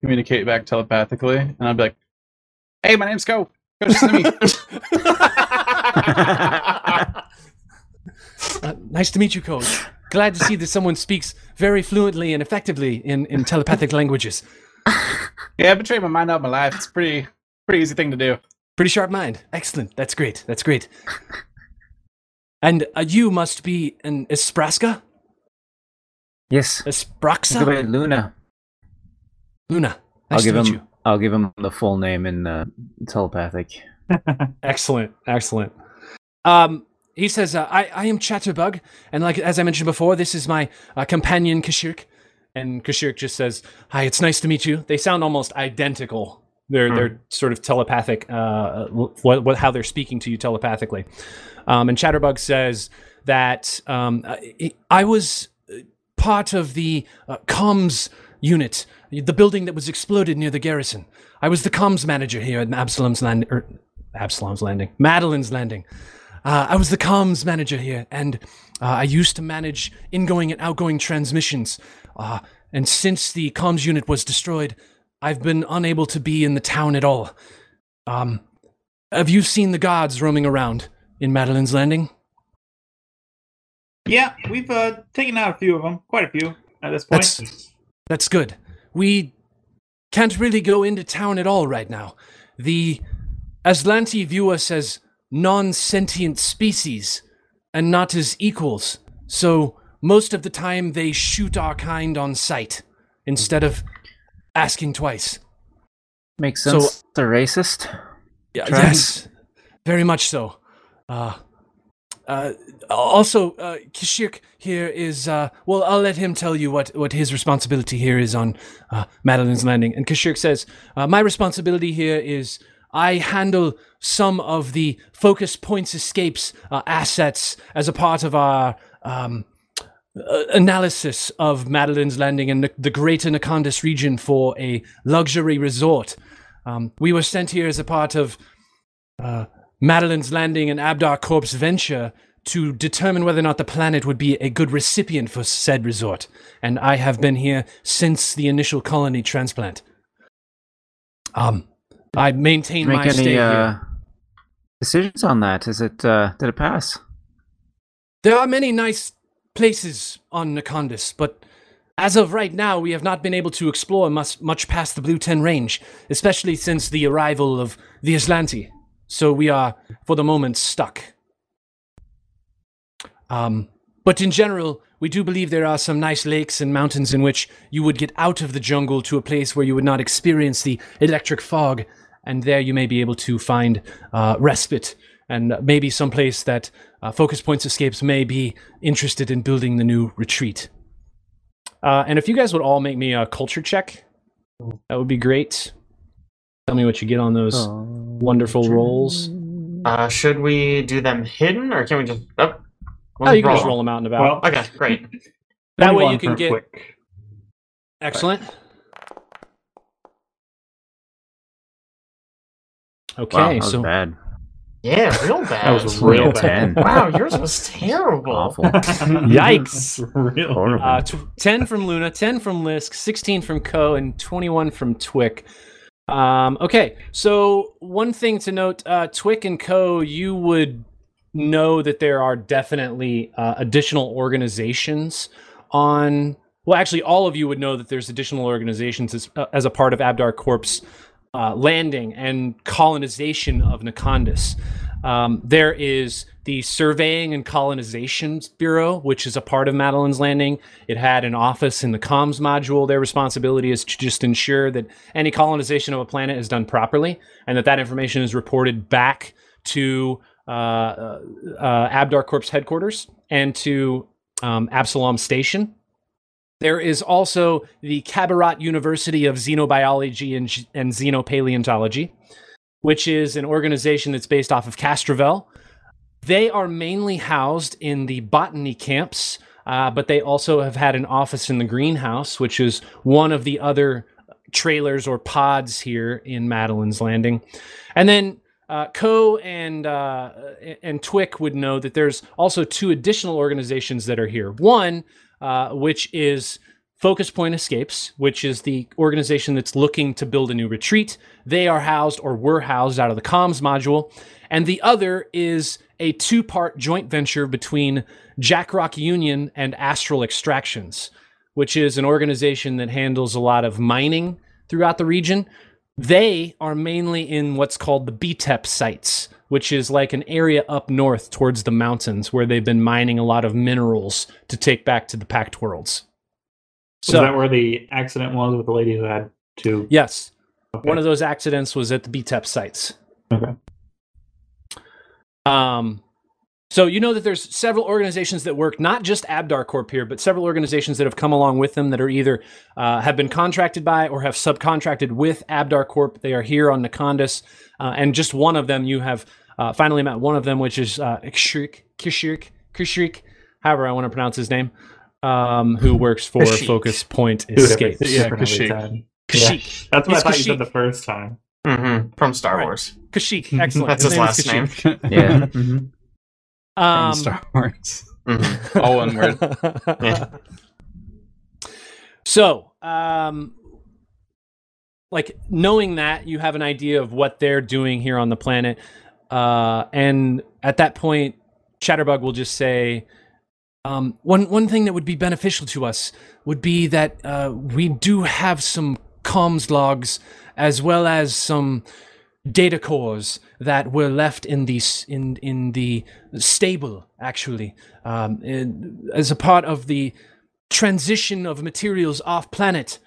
S5: communicate back telepathically, and I'll be like, "Hey, my name's Go. Go just me.
S1: Uh, nice to meet you, Coach. Glad to see that someone speaks very fluently and effectively in, in telepathic languages.
S5: Yeah, I betrayed my mind out of my life. It's pretty, pretty easy thing to do.
S1: Pretty sharp mind. Excellent. That's great. That's great. And uh, you must be an Espraska?
S3: Yes. Go by
S1: Espraxa?
S3: Luna.
S1: Luna. Nice
S3: I'll give
S1: to
S3: him.
S1: meet you.
S3: I'll give him the full name in uh, telepathic.
S1: Excellent. Excellent. Um, he says, uh, I, I am Chatterbug. And like as I mentioned before, this is my uh, companion, Kashirk. And Kashirk just says, Hi, it's nice to meet you. They sound almost identical. They're, they're sort of telepathic, uh, what, what, how they're speaking to you telepathically. Um, and Chatterbug says that um, I, I was uh, part of the uh, comms unit, the building that was exploded near the garrison. I was the comms manager here at Absalom's Land, er, Absalom's Landing, Madeline's Landing. Uh, I was the comms manager here, and uh, I used to manage ingoing and outgoing transmissions. Uh, and since the comms unit was destroyed, I've been unable to be in the town at all. Um, have you seen the guards roaming around in Madeline's Landing?
S4: yeah, we've uh, taken out a few of them, quite a few at this point.
S1: That's- That's good. We can't really go into town at all right now. The Aslanti view us as non sentient species and not as equals, so most of the time they shoot our kind on sight instead of asking twice.
S3: Makes
S1: So-
S3: sense. They're racist.
S1: Yeah,
S3: Trans-
S1: yes, very much so. Uh, uh, also, uh, Kishirk here is uh, well. I'll let him tell you what, what his responsibility here is on uh, Madeline's Landing. And Kishirk says, uh, "My responsibility here is I handle some of the focus points escapes uh, assets as a part of our." Um, uh, analysis of Madeline's Landing and the, the greater Nakandas region for a luxury resort. Um, we were sent here as a part of uh, Madeline's Landing and Abdar Corp's venture to determine whether or not the planet would be a good recipient for said resort. And I have been here since the initial colony transplant. Um, I maintain my
S3: Make
S1: stay
S3: any
S1: here.
S3: uh, decisions on that? Is it? Uh, did it pass?
S1: There are many nice places on Nakandas, but as of right now, we have not been able to explore much, much past the Blue 10 range, especially since the arrival of the Aslanti. So we are, for the moment, stuck. Um, but in general, we do believe there are some nice lakes and mountains in which you would get out of the jungle to a place where you would not experience the electric fog, and there you may be able to find uh, respite and maybe someplace that uh, Focus Points Escapes may be interested in building the new retreat. Uh, and if you guys would all make me a culture check, that would be great. Tell me what you get on those
S3: Oh,
S1: wonderful rolls.
S2: Uh, should we do them hidden or can we just? Oh,
S1: Oh, you can just
S2: roll.
S1: roll them out and about.
S4: Well,
S2: Okay, great.
S1: that way
S4: 21
S1: you can
S4: for
S1: get
S4: Twick.
S1: Excellent.
S3: Wow,
S1: Okay,
S3: that was
S1: so
S3: bad.
S2: Yeah, real bad.
S4: That was real bad.
S3: Ten.
S2: wow, yours was terrible.
S3: Awful.
S1: Yikes.
S4: real.
S3: Horrible.
S1: uh, tw- 10 from Luna, 10 from Lisk, 16 from Ko, and 21 from Twick. Um, okay, so one thing to note uh, Twick and Co., you would know that there are definitely uh, additional organizations on. Well, actually, all of you would know that there's additional organizations as, uh, as a part of Abdar Corp's uh, landing and colonization of Nakandis. Um, there is the Surveying and Colonizations Bureau, which is a part of Madeline's Landing. It had an office in the comms module. Their responsibility is to just ensure that any colonization of a planet is done properly and that that information is reported back to uh, uh, uh, Abdar Corp's headquarters and to um, Absalom Station. There is also the Cabaret University of Xenobiology and, G- and Xenopaleontology, which is an organization that's based off of Castrovel. They are mainly housed in the botany camps, uh, but they also have had an office in the greenhouse, which is one of the other trailers or pods here in Madeline's Landing. And then uh, Co and uh, and Twick would know that there's also two additional organizations that are here. One, uh, which is Focus Point Escapes, which is the organization that's looking to build a new retreat. They are housed or were housed out of the comms module, and the other is a two-part joint venture between Jackrock Union and Astral Extractions, which is an organization that handles a lot of mining throughout the region they are mainly in what's called the BTEP sites, which is like an area up north towards the mountains where they've been mining a lot of minerals to take back to the packed worlds.
S4: So, is that where the accident was with the lady who had two?
S1: yes,
S4: Okay.
S1: one of those accidents was at the BTEP sites.
S4: Okay.
S1: Um, so you know that there's several organizations that work, not just Abdar Corp here, but several organizations that have come along with them that are either uh, have been contracted by or have subcontracted with Abdar Corp. They are here on Nakondas, uh, and just one of them you have uh, finally met one of them, which is uh, Kishrik, Kishrik, Kishrik, however I want to pronounce his name, um, who works for
S2: Kashik.
S1: Focus Point
S4: Dude, every-
S1: Escapes.
S5: Yeah,
S4: different every
S5: Kashyyyk.
S4: time.
S1: Kashik,
S4: That's what
S1: It's
S4: I thought you
S1: Kashyyyk.
S4: said the first time.
S2: hmm From Star
S1: Right.
S2: Wars.
S1: Kashik, excellent.
S2: That's his
S1: name is
S2: last name.
S1: Kashik.
S3: Yeah.
S4: Mhm.
S5: From
S1: Um,
S5: Star Wars.
S2: Mhm.
S5: All one word.
S2: Yeah.
S1: So, um, like knowing that, you have an idea of what they're doing here on the planet, uh, and at that point, Chatterbug will just say, um, "One one thing that would be beneficial to us would be that uh, we do have some comms logs as well as some." data cores that were left in the s- in in the stable actually um, in- as a part of the transition of materials off planet.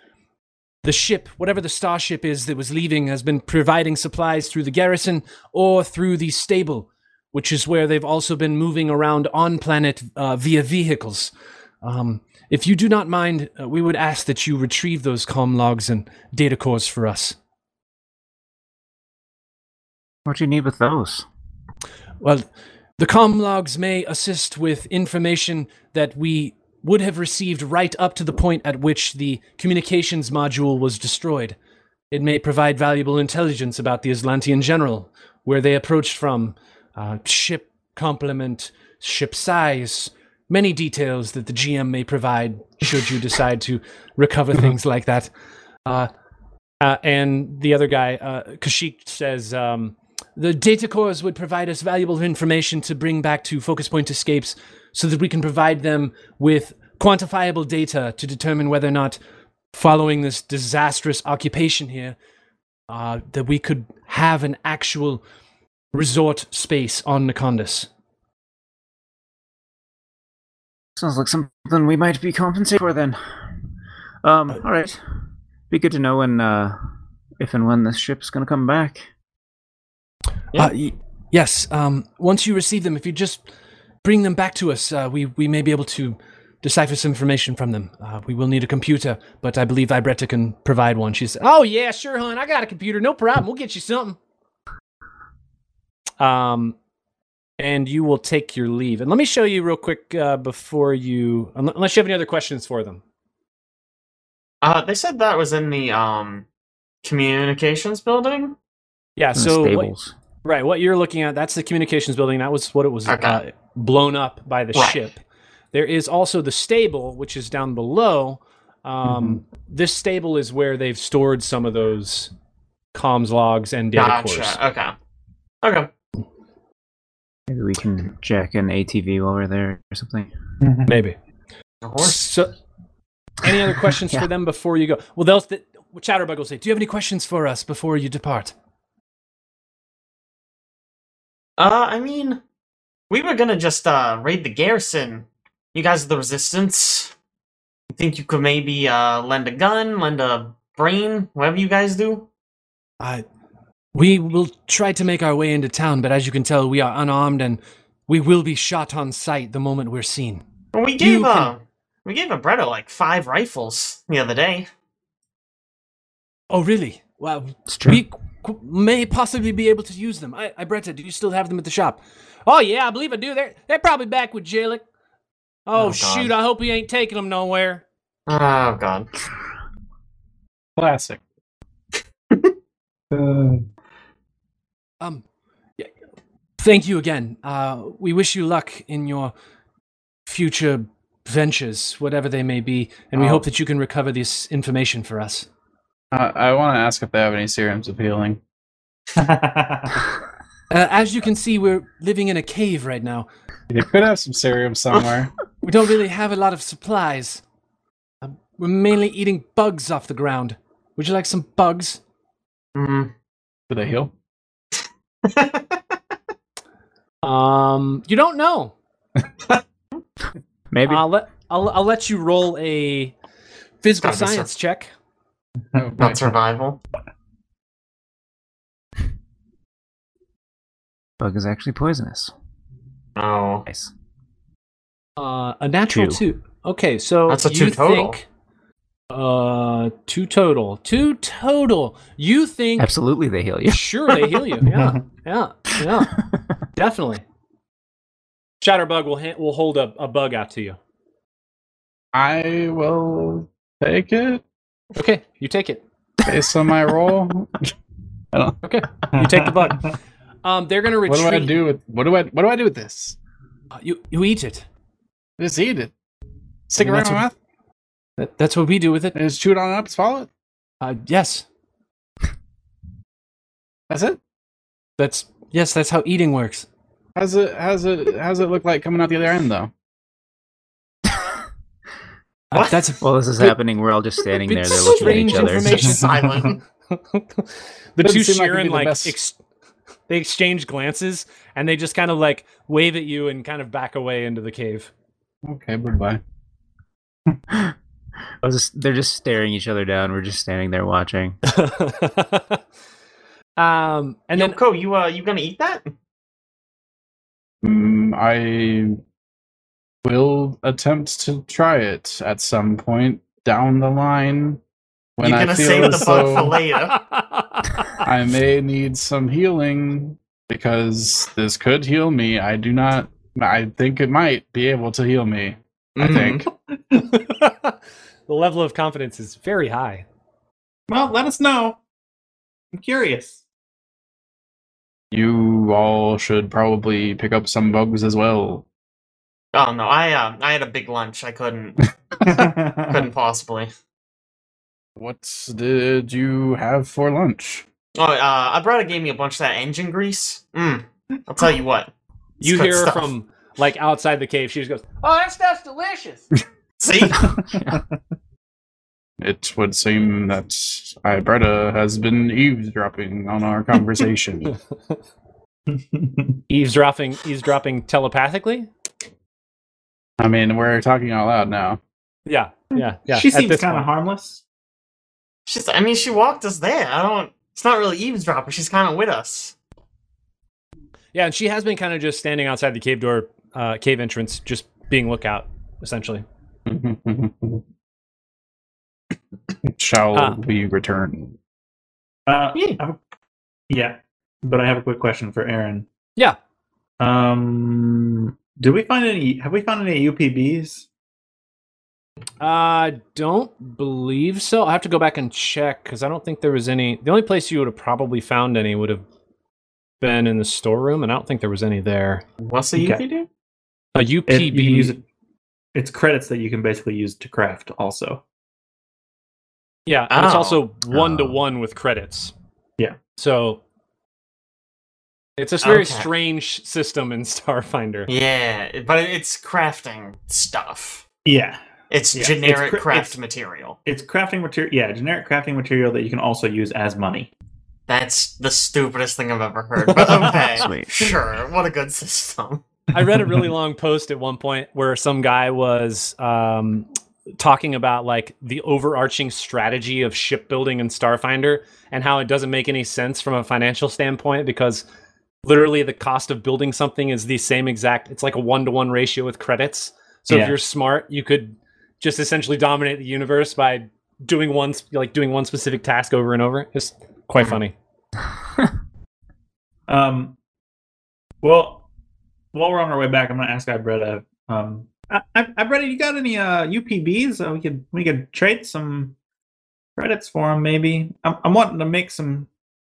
S1: The ship, whatever the starship is that was leaving, has been providing supplies through the garrison or through the stable, which is where they've also been moving around on planet uh, via vehicles. Um, if you do not mind, uh, we would ask that you retrieve those com logs and data cores for us.
S3: What do you need with those?
S1: Well, the com logs may assist with information that we would have received right up to the point at which the communications module was destroyed. It may provide valuable intelligence about the Islantian general, where they approached from, uh, ship complement, ship size, many details that the GM may provide should you decide to recover things like that. Uh, uh, and the other guy, uh, Kashik, says, um, the data cores would provide us valuable information to bring back to Focus Point Escapes so that we can provide them with quantifiable data to determine whether or not, following this disastrous occupation here, uh, that we could have an actual resort space on Nakondas.
S3: Sounds like something we might be compensated for then. Um, all right. Be good to know when, uh, if and when this ship's gonna come back.
S2: Yeah.
S1: Uh, y- yes, um, once you receive them, if you just bring them back to us, uh, we, we may be able to decipher some information from them. Uh, we will need a computer, but I believe Ibretta can provide one. She said, Oh, yeah, sure, hon. I got a computer. No problem. We'll get you something. Um, and you will take your leave. And let me show you real quick uh, before you, unle- unless you have any other questions for them.
S2: Uh, they said that was in the um communications building.
S1: Yeah,
S3: The
S1: so what-
S3: stables.
S1: Right, what you're looking at, that's the communications building. That was what it was
S2: Okay.
S1: uh, blown up by the
S2: Right.
S1: ship. There is also the stable, which is down below. Um,
S2: Mm-hmm.
S1: This stable is where they've stored some of those comms logs and data cores.
S2: Gotcha. Okay. Okay.
S3: Maybe we can jack an ATV while we're there or something.
S1: Maybe.
S2: The horse.
S1: So, any other questions
S3: Yeah.
S1: for them before you go? Well, they'll, Chatterbug will say, "Do you have any questions for us before you depart?"
S2: Uh, I mean, we were gonna just uh raid the garrison. You guys are the resistance. You think you could maybe uh lend a gun, lend a brain, whatever you guys do?
S1: I, we will try to make our way into town, but as you can tell, we are unarmed and we will be shot on sight the moment we're seen.
S2: Well, we gave
S1: You
S2: uh
S1: can-
S2: we gave Abretto like five rifles the other day.
S1: Oh, really? Well,
S3: It's true.
S1: we qu- may possibly be able to use them. I, I Bretta, do you still have them at the shop? Oh yeah, I believe I do. They're they're probably back with Jalik. Oh,
S2: Oh, God.
S1: shoot! I hope he ain't taking them nowhere.
S2: Oh god.
S5: Classic.
S1: Uh, Um, y- thank you again. Uh, we wish you luck in your future ventures, whatever they may be, and we
S5: Oh.
S1: hope that you can recover this information for us.
S5: Uh, I want to ask if they have any serums of healing.
S1: Uh, as you can see, we're living in a cave right now.
S5: They could have some serum somewhere.
S1: We don't really have a lot of supplies. Um, we're mainly eating bugs off the ground. Would you like some bugs?
S2: Mm.
S5: Do they heal?
S1: Um, you don't know.
S3: Maybe.
S1: I'll let I'll, I'll let you roll a physical
S2: Gotta be sur-
S1: science check.
S5: Oh,
S2: Not survival.
S3: Bug is actually poisonous.
S2: Oh.
S3: Nice.
S1: Uh, a natural two.
S3: Two.
S1: Okay, so
S2: That's a
S1: you
S2: two total.
S1: Think, uh, two total. Two total. You think?
S3: Absolutely, they heal you.
S1: Sure, they heal you. Yeah, yeah, yeah. Definitely. Chatterbug will ha- will hold a, a bug out to you.
S5: I will take it
S1: Okay, you take it.
S5: based on my roll.
S1: You take the bug. Um, they're gonna
S5: what
S1: retreat.
S5: do I do with what do I what do I do with this?
S1: Uh, you you eat it.
S5: Just eat it. Stick
S1: I mean,
S5: it right
S1: that's
S5: in my
S1: a-
S5: mouth
S1: That, that's what we do with it.
S5: and just chew it on up, swallow it.
S1: Uh, yes,
S5: That's it.
S1: that's yes, that's how eating works.
S5: How's it how's it how's it look like coming out the other end though?
S1: Uh,
S2: What?
S1: that's a
S3: While this is
S1: Bit-
S3: happening, we're all just standing there.
S1: bit
S3: They're looking
S1: strange
S3: at each other.
S1: information.
S2: Silent.
S1: the
S5: Doesn't
S1: two
S5: seem like it'd
S1: Sheeran
S5: be the
S1: like
S5: best-
S1: ex- they exchange glances and they just kind of like wave at you and kind of back away into the cave.
S5: Okay, goodbye.
S3: I was just- they're just staring each other down. We're just standing there watching.
S1: um, and then
S2: Yoko, you uh you gonna eat that?
S5: Mm, I will attempt to try it at some point down the line when
S2: you
S5: I
S2: gonna
S5: feel
S2: save the
S5: as
S2: bug for
S5: though
S2: later.
S5: I may need some healing because this could heal me. I do not. I think it might be able to heal me. I
S2: Mm-hmm.
S1: Mm-hmm.
S5: think.
S1: the level of confidence is very high.
S4: well, let us know. I'm curious.
S5: You all should probably pick up some bugs as well.
S2: Oh no, I uh, I had a big lunch. I couldn't couldn't possibly.
S5: What did you have for lunch?
S2: Oh, uh, Abrata gave me a bunch of that engine grease. Mm. I'll tell you what. it's
S1: You
S2: good
S1: hear
S2: stuff.
S1: from like outside the cave. She just goes,
S6: Oh, that stuff's delicious.
S2: See?
S5: It would seem that Ibretta has been eavesdropping on our conversation.
S1: eavesdropping, eavesdropping telepathically.
S5: I mean, we're talking out loud now.
S1: Yeah, yeah, yeah.
S4: Hmm. she
S1: at
S4: seems
S1: this
S4: kind of
S1: point.
S4: harmless.
S2: She's I mean she walked us there. I don't it's not really eavesdropping, she's kinda with us.
S1: Yeah, and she has been kind of just standing outside the cave door, uh, cave entrance, just being lookout, essentially.
S5: Shall
S1: Ah.
S5: we return?
S4: Uh,
S2: Yeah.
S4: I have a- yeah, but I have a quick question for Aaron.
S1: Yeah.
S4: Um, do we find any? Have we found any UPBs?
S1: I Uh, don't believe so. I have to go back and check because I don't think there was any. The only place you would have probably found any would have been in the storeroom, and I don't think there was any there.
S2: What's the
S4: Okay.
S2: UPB do?
S1: A
S4: If you can use
S1: UPB.
S4: it- It's credits that you can basically use to craft. Also,
S1: Yeah, and it's
S2: Oh.
S1: also one to
S3: Oh.
S1: one with credits.
S4: Yeah.
S1: So it's this very
S2: Okay.
S1: strange system in Starfinder.
S2: Yeah, but it's crafting stuff.
S4: yeah,
S2: It's
S4: Yeah, it's
S2: generic
S4: cr-
S2: craft
S4: it's-
S2: material.
S4: It's crafting material. Yeah, generic crafting material that you can also use as money.
S2: That's the stupidest thing I've ever heard. But okay,
S3: Sweet.
S2: sure. What a good system.
S1: I read a really long post at one point where some guy was um, talking about like the overarching strategy of shipbuilding and Starfinder and how it doesn't make any sense from a financial standpoint because literally the cost of building something is the same exact. It's like a one to one ratio with credits. So if
S4: Yeah.
S1: you're smart, you could just essentially dominate the universe by doing one sp- like doing one specific task over and over. It's quite funny.
S4: Um, well, while we're on our way back, I'm gonna ask Ibretta. Um, I, I, Ibretta, you got any uh UPBs? Uh, we could we could trade some credits for them, maybe. I'm, I'm wanting to make some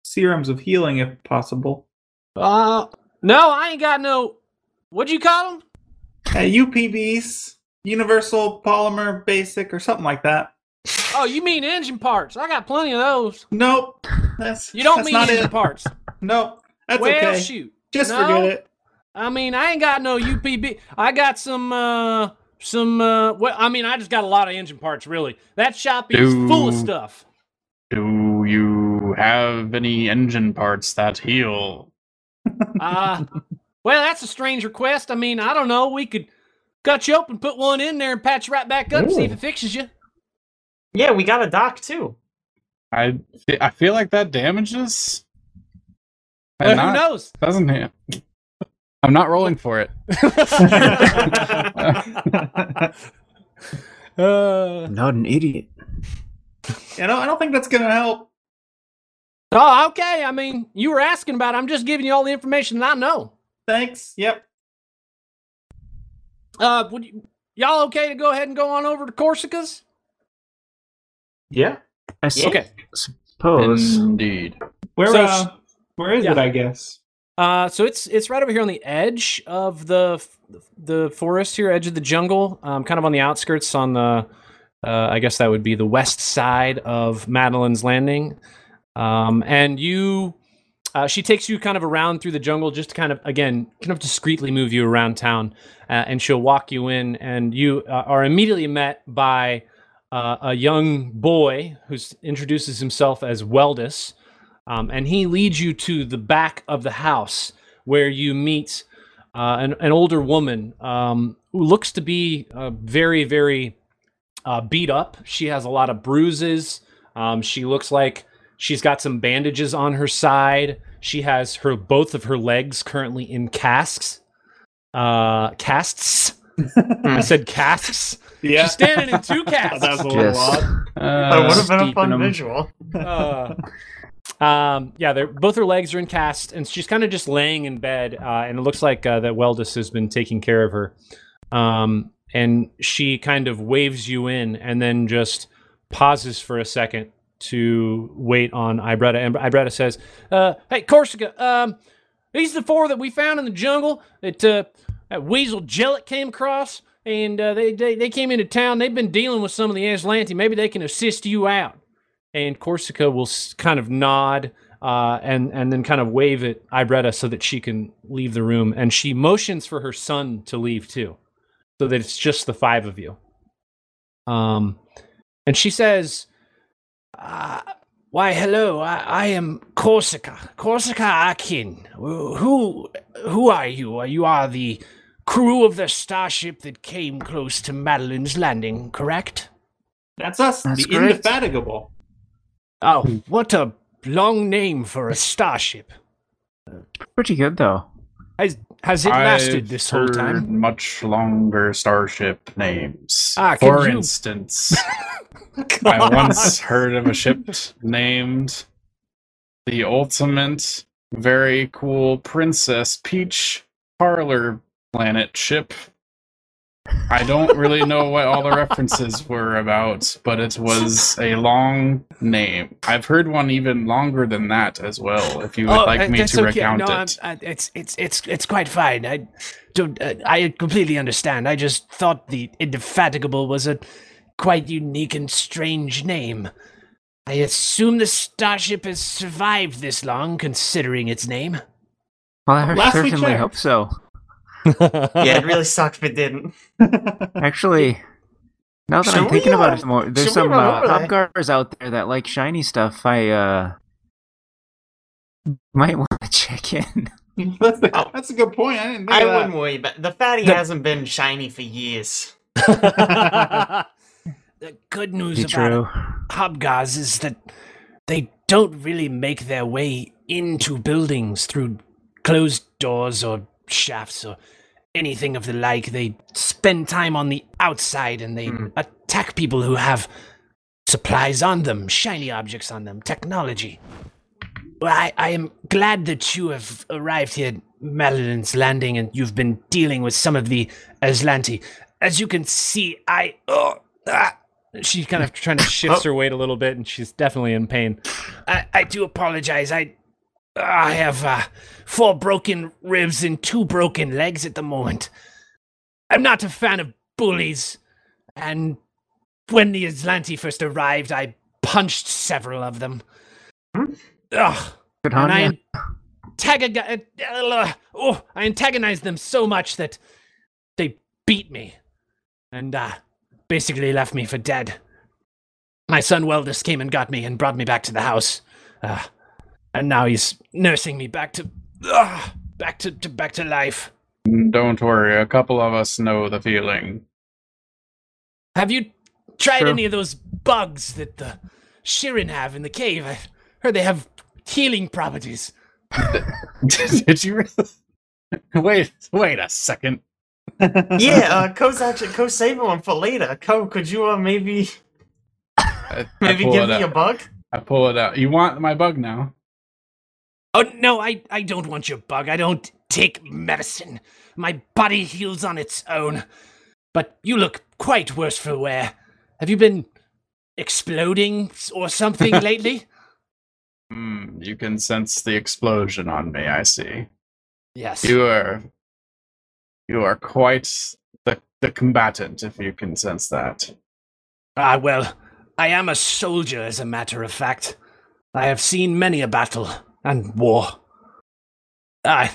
S4: serums of healing if possible.
S1: Uh, no, I ain't got no. What'd you call them?
S4: Uh, UPBs, Universal Polymer Basic, or something like that.
S1: Oh, you mean engine parts? I got plenty of those.
S4: Nope, that's
S1: You don't
S4: that's
S1: mean
S4: not
S1: engine
S4: it.
S1: parts.
S4: Nope, that's
S1: well,
S4: okay.
S1: shoot.
S4: Just
S1: no.
S4: forget it.
S1: I mean, I ain't got no UPB. I got some, uh, some, uh, well, I mean, I just got a lot of engine parts, really. That shop is full of
S5: Dude.
S1: stuff.
S5: Do you have any engine parts that heal?
S1: Uh, well, that's a strange request. I mean, I don't know. We could cut you open, put one in there, and patch you right back up, see if it fixes you.
S2: Yeah, we got a dock too.
S5: I fe- I feel like that damages. And
S1: Well,
S5: not-
S1: who knows?
S5: Doesn't it? I'm not rolling for it.
S1: Oh, Uh,
S3: Not an idiot.
S4: I don't, I don't think that's gonna help.
S1: oh, okay. I mean, you were asking about. It. I'm just giving you all the information that I know.
S4: Thanks. Yep.
S1: Uh, would you, y'all okay to go ahead and go on over to Corsica's?
S4: Yeah.
S3: I
S2: Yeah.
S1: Okay.
S3: suppose.
S5: Indeed.
S4: Where
S1: So
S4: uh, where is
S1: yeah.
S4: it? I guess.
S1: Uh, so it's it's right over here on the edge of the f- the forest here, edge of the jungle, um, kind of on the outskirts on the. Uh, I guess that would be the west side of Madeline's Landing, um, and you. Uh, she takes you kind of around through the jungle, just to kind of again, kind of discreetly move you around town, uh, and she'll walk you in, and you uh, are immediately met by uh, a young boy who introduces himself as Weldus, um, and he leads you to the back of the house where you meet uh, an, an older woman um, who looks to be uh, very, very uh, beat up. She has a lot of bruises. Um, she looks like she's got some bandages on her side. She has her both of her legs currently in casks. Uh, casts. I said casks.
S4: Yeah.
S1: She's standing in two
S4: That was
S1: casks.
S4: a little
S3: Yes.
S4: odd.
S2: that would
S5: Uh,
S2: have been a
S3: steep in
S2: fun
S3: 'em.
S2: visual.
S1: uh, um, yeah, they're, both her legs are in casts, and she's kind of just laying in bed, uh, and it looks like uh, that Weldus has been taking care of her. Um, and she kind of waves you in, and then just pauses for a second to wait on Ibretta. And Ibretta says, uh, "Hey, Corsica, um, these are the four that we found in the jungle that, uh, that Weasel Jellet came across." And uh, they, they they came into town. They've been dealing with some of the Aslanti. Maybe they can assist you out and Corsica will s- kind of nod uh, and and then kind of wave at Ibretta so that she can leave the room, and she motions for her son to leave too, so that it's just the five of you. Um, and she says, uh, "Why, hello, I, I am Corsica, Corsica Akin. Wh- Who who are you? Are You are the crew of the starship that came close to Madeline's Landing, correct?"
S4: That's us.
S3: That's
S4: the
S3: great.
S4: indefatigable.
S1: Oh, what a long name for a starship.
S3: Pretty good though.
S1: Has has it lasted
S5: I've
S1: this whole
S5: heard
S1: time?
S5: Much longer starship names.
S1: Ah, can
S5: For
S1: you-
S5: instance, I once heard of a ship named the Ultimate Very Cool Princess Peach Parlor Planet Ship. I don't really know what all the references were about, but it was a long name. I've heard one even longer than that as well, if you would
S2: Oh,
S5: like
S1: uh,
S5: me
S1: that's
S5: to recount
S1: no, I'm-
S5: it.
S1: I, it's it's it's it's quite fine. I don't. Uh, I completely understand. I just thought the indefatigable was a quite unique and strange name. I assume the starship has survived this long, considering its name.
S3: Well, I
S4: Last we
S3: certainly
S4: checked.
S3: hope so.
S2: Yeah, it really sucked if it didn't.
S3: Actually, Now that I'm
S2: Should
S3: thinking
S2: we,
S3: about
S2: uh,
S3: it some more, there's
S2: should we
S3: some uh,
S2: remember that?
S3: Hopgars out there that like shiny stuff. I uh might want to check in.
S4: that's, the,
S2: Oh.
S4: that's a good point. I didn't think
S2: I
S4: of that.
S2: wouldn't worry, but uh, the fatty
S7: The-
S2: hasn't been shiny for years.
S7: the
S1: good news
S3: Be
S1: about
S3: true.
S1: Hobgars is that they don't really make their way into buildings through closed doors or shafts or anything of the like. They spend time on the outside and they
S2: Hmm.
S1: attack people who have supplies on them, shiny objects on them, technology. Well, I, I am glad that you have arrived here, Maladin's Landing, and you've been dealing with some of the Aslanti. As you can see, I. Oh, ah,
S7: She's kind of trying to shift her weight a little bit, and she's definitely in pain.
S1: I, I do apologize. I I have uh, four broken ribs and two broken legs at the moment. I'm not a fan of bullies, and when the Aslanti first arrived, I punched several of them.
S2: Hmm?
S1: Ugh,
S3: Good
S1: and I,
S3: on you.
S1: antagon- uh, oh, I antagonized them so much that they beat me and uh, basically left me for dead. My son Weldus came and got me and brought me back to the house. Uh, and now he's nursing me back to, ugh, back to, to back to life.
S5: Mm, Don't worry, a couple of us know the feeling.
S1: Have you tried
S3: Sure.
S1: any of those bugs that the Shirin have in the cave? I heard they have healing properties.
S5: Did you? really- wait, wait a second.
S2: yeah, uh, Co's actually Co's saving one for later. Co, could you uh, maybe
S5: I, I
S2: maybe
S5: pull
S2: give
S5: it
S2: me a
S5: out.
S2: bug?
S5: I pull it out. You want my bug now?
S1: Oh no, I, I don't want your bug. I don't take medicine. My body heals on its own. But you look quite worse for wear. Have you been exploding s- or something lately?
S5: Hmm, you can sense the explosion on me. I see.
S1: Yes.
S5: You are, you are quite the the combatant. If you can sense that.
S1: Ah, well, I am a soldier, as a matter of fact. I have seen many a battle and war. I.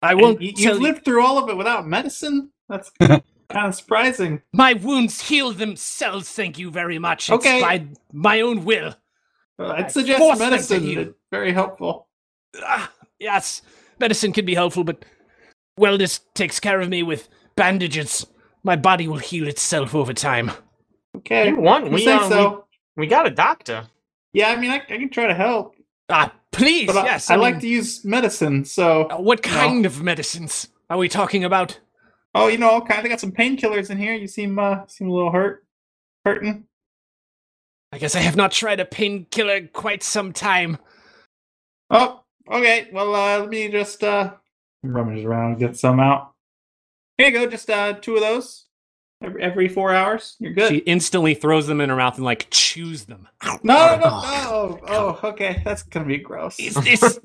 S1: I
S4: And
S1: won't
S4: you,
S1: tell
S4: you've
S1: you-
S4: lived through all of it without medicine. That's kind of surprising.
S1: My wounds heal themselves, thank you very much. It's
S4: Okay.
S1: by my own will.
S4: Uh,
S1: I
S4: I'd suggest
S1: forced them to
S4: medicine.
S1: heal.
S4: It's very helpful.
S1: Ah, yes, medicine can be helpful, but wellness takes care of me with bandages. My body will heal itself over time.
S4: Okay,
S2: You want?
S4: we
S2: We,
S4: think
S2: uh,
S4: so.
S2: we we got a doctor.
S4: Yeah, I mean, I, I can try to help,
S1: Ah, please,
S4: but I-
S1: yes.
S4: I, like
S1: mean,
S4: to use medicine. So,
S1: uh, What kind of medicines are we talking about?
S4: oh, you know, kind of got some painkillers in here. You seem uh, seem a little hurt, hurting.
S1: I guess I have not tried a painkiller in quite some time.
S4: Oh, okay. Well, uh, let me just uh, rummage around, and get some out. Here you go. Just uh, two of those every, every four hours. You're good.
S7: She instantly throws them in her mouth and like chews them.
S4: no, no, no.
S3: Oh.
S4: Oh, oh, okay. That's gonna be gross.
S1: Is this.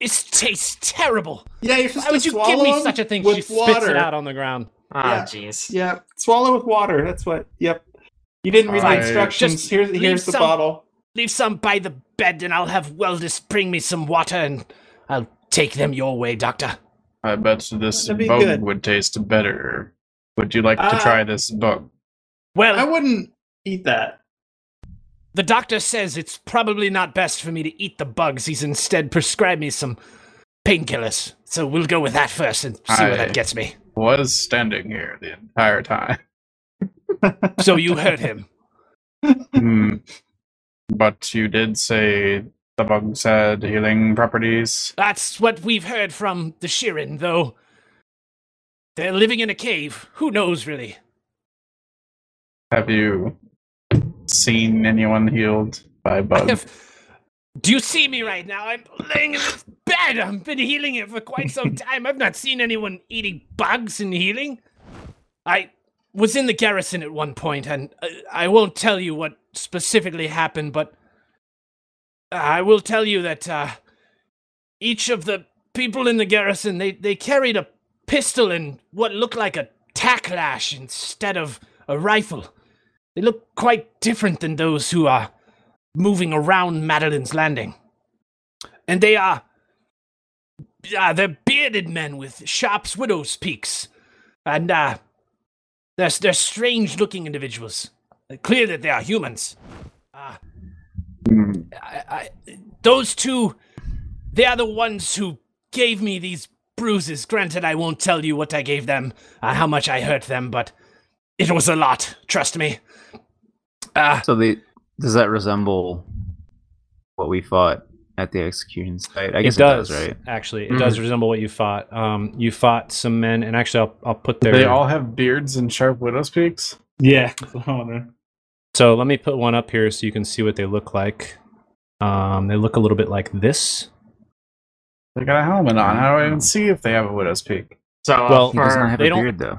S1: this tastes terrible.
S4: Yeah, you're supposed
S1: Why would
S4: to
S1: you
S4: swallow
S1: give me
S4: them
S1: such a thing?
S4: with
S7: She spits
S4: water.
S7: it out on the ground.
S2: Ah,
S4: Yeah.
S2: jeez.
S4: Yeah, swallow with water. That's what. Yep. You didn't read the
S5: Alright.
S4: instructions.
S1: Just
S4: here's
S1: leave
S4: here's the
S1: some-
S4: bottle.
S1: Leave some by the bed, and I'll have Weldus bring me some water, and I'll take them your way, Doctor.
S5: I bet this
S4: That'd be
S5: bug
S4: good.
S5: would taste better. Would you like
S4: Uh,
S5: to try this bug?
S1: Well,
S4: I wouldn't eat that.
S1: The doctor says it's probably not best for me to eat the bugs. He's instead prescribed me some painkillers. So we'll go with that first and see where
S5: Aye.
S1: that gets me.
S5: Was standing here the entire time.
S1: So you heard him.
S5: Hmm. But you did say the bugs had healing properties.
S1: That's what we've heard from the Shirin, though. They're living in a cave. Who knows, really?
S5: Have you seen anyone healed by bugs?
S1: If- do you see me right now? I'm laying in this bed. I've been healing it for quite some time. I've not seen anyone eating bugs and healing. I was in the garrison at one point, and uh, I won't tell you what specifically happened, but I will tell you that uh, each of the people in the garrison they, they carried a pistol and what looked like a tack lash instead of a rifle. They look quite different than those who are moving around Madeline's Landing. And they are. Uh, they're bearded men with sharp widow's peaks. And uh,
S6: They're, s- they're strange looking individuals. It's clear that they are humans.
S5: Mm-hmm.
S4: Mm,
S6: I, I, those two, they are the ones who gave me these bruises. Granted, I won't tell you what I gave them, uh, how much I hurt them, but it was a lot, trust me. Uh,
S3: So they does that resemble what we fought at the execution site? I guess it does, right? Mm-hmm.
S1: Actually, it does resemble what you fought. Um, you fought some men, and actually, I'll, I'll put their.
S5: They all have beards and sharp widow's peaks.
S4: Yeah. that's what I wanna-
S1: So let me put one up here so you can see what they look like. Um, they look a little bit like this.
S5: They got a helmet on. How do I even see if they have a widow's peak?
S2: So uh,
S1: Well,
S3: He does not
S2: for,
S3: have
S1: they
S3: a
S1: don't-
S3: beard though.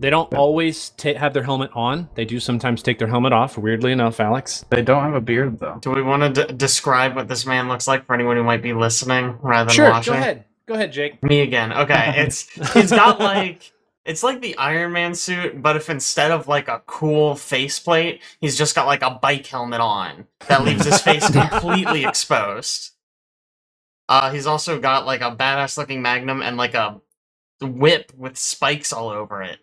S1: They don't always ta have their helmet on. They do sometimes take their helmet off. Weirdly enough, Alex.
S5: They don't have a beard though.
S2: do we want to d- describe what this man looks like for anyone who might be listening rather than
S1: Sure,
S2: watching?
S1: go ahead. Go ahead, Jake.
S2: Me again. Okay, it's it's got like it's like the Iron Man suit, but if instead of like a cool faceplate, he's just got like a bike helmet on that leaves his face completely exposed. Uh, he's also got like a badass looking magnum and like a whip with spikes all over it.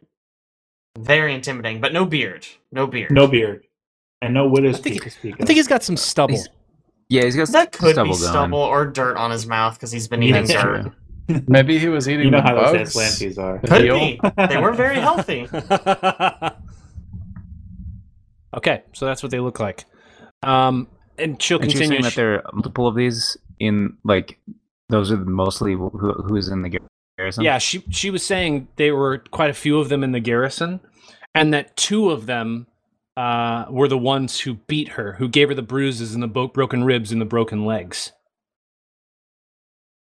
S2: Very intimidating, but no beard. No beard.
S4: No beard. And no widow's
S1: I think
S4: peak to speak
S1: I
S4: of.
S1: think he's got some stubble.
S3: He's- Yeah, he's got
S2: That could
S3: stubble
S2: be
S3: going.
S2: stubble or dirt on his mouth because he's been eating
S3: That's
S4: Yeah.
S2: dirt.
S3: true.
S5: Maybe he was eating
S4: you know
S5: the
S4: how
S5: bugs.
S4: those Atlantes are.
S5: The
S2: Could
S5: heel?
S2: be. They were very healthy.
S1: okay, so that's what they look like. Um, and she'll
S3: And you're
S1: continue.
S3: saying that
S1: sh-
S3: there are multiple of these in like those are mostly who, who's in the garrison.
S1: Yeah, she she was saying there were quite a few of them in the garrison, and that two of them uh, were the ones who beat her, who gave her the bruises and the bo- broken ribs and the broken legs.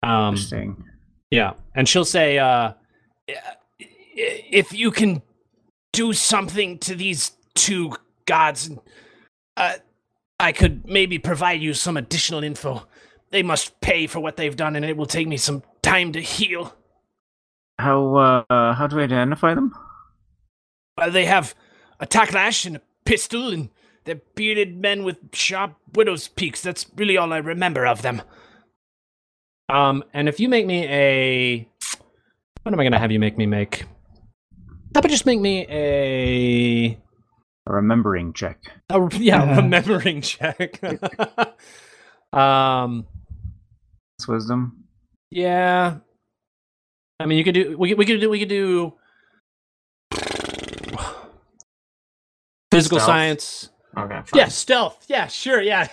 S1: Um,
S3: Interesting.
S1: yeah, and she'll say, uh,
S6: if you can do something to these two gods, uh, I could maybe provide you some additional info. They must pay for what they've done, and it will take me some time to heal.
S3: How uh how do I identify them?
S6: Uh, they have a tacklash and a pistol, and they're bearded men with sharp widow's peaks. That's really all I remember of them.
S1: um, and if you make me a, what am I gonna have you make me make? How about just make me a
S3: A remembering check.
S1: A, re- yeah,
S4: Yeah.
S1: remembering check. um,
S3: It's wisdom.
S1: yeah. I mean, you could do. We could, we could do. We could do. Physical
S2: Stealth?
S1: science.
S2: Okay. fine.
S1: Yeah, stealth. Yeah, sure. Yeah.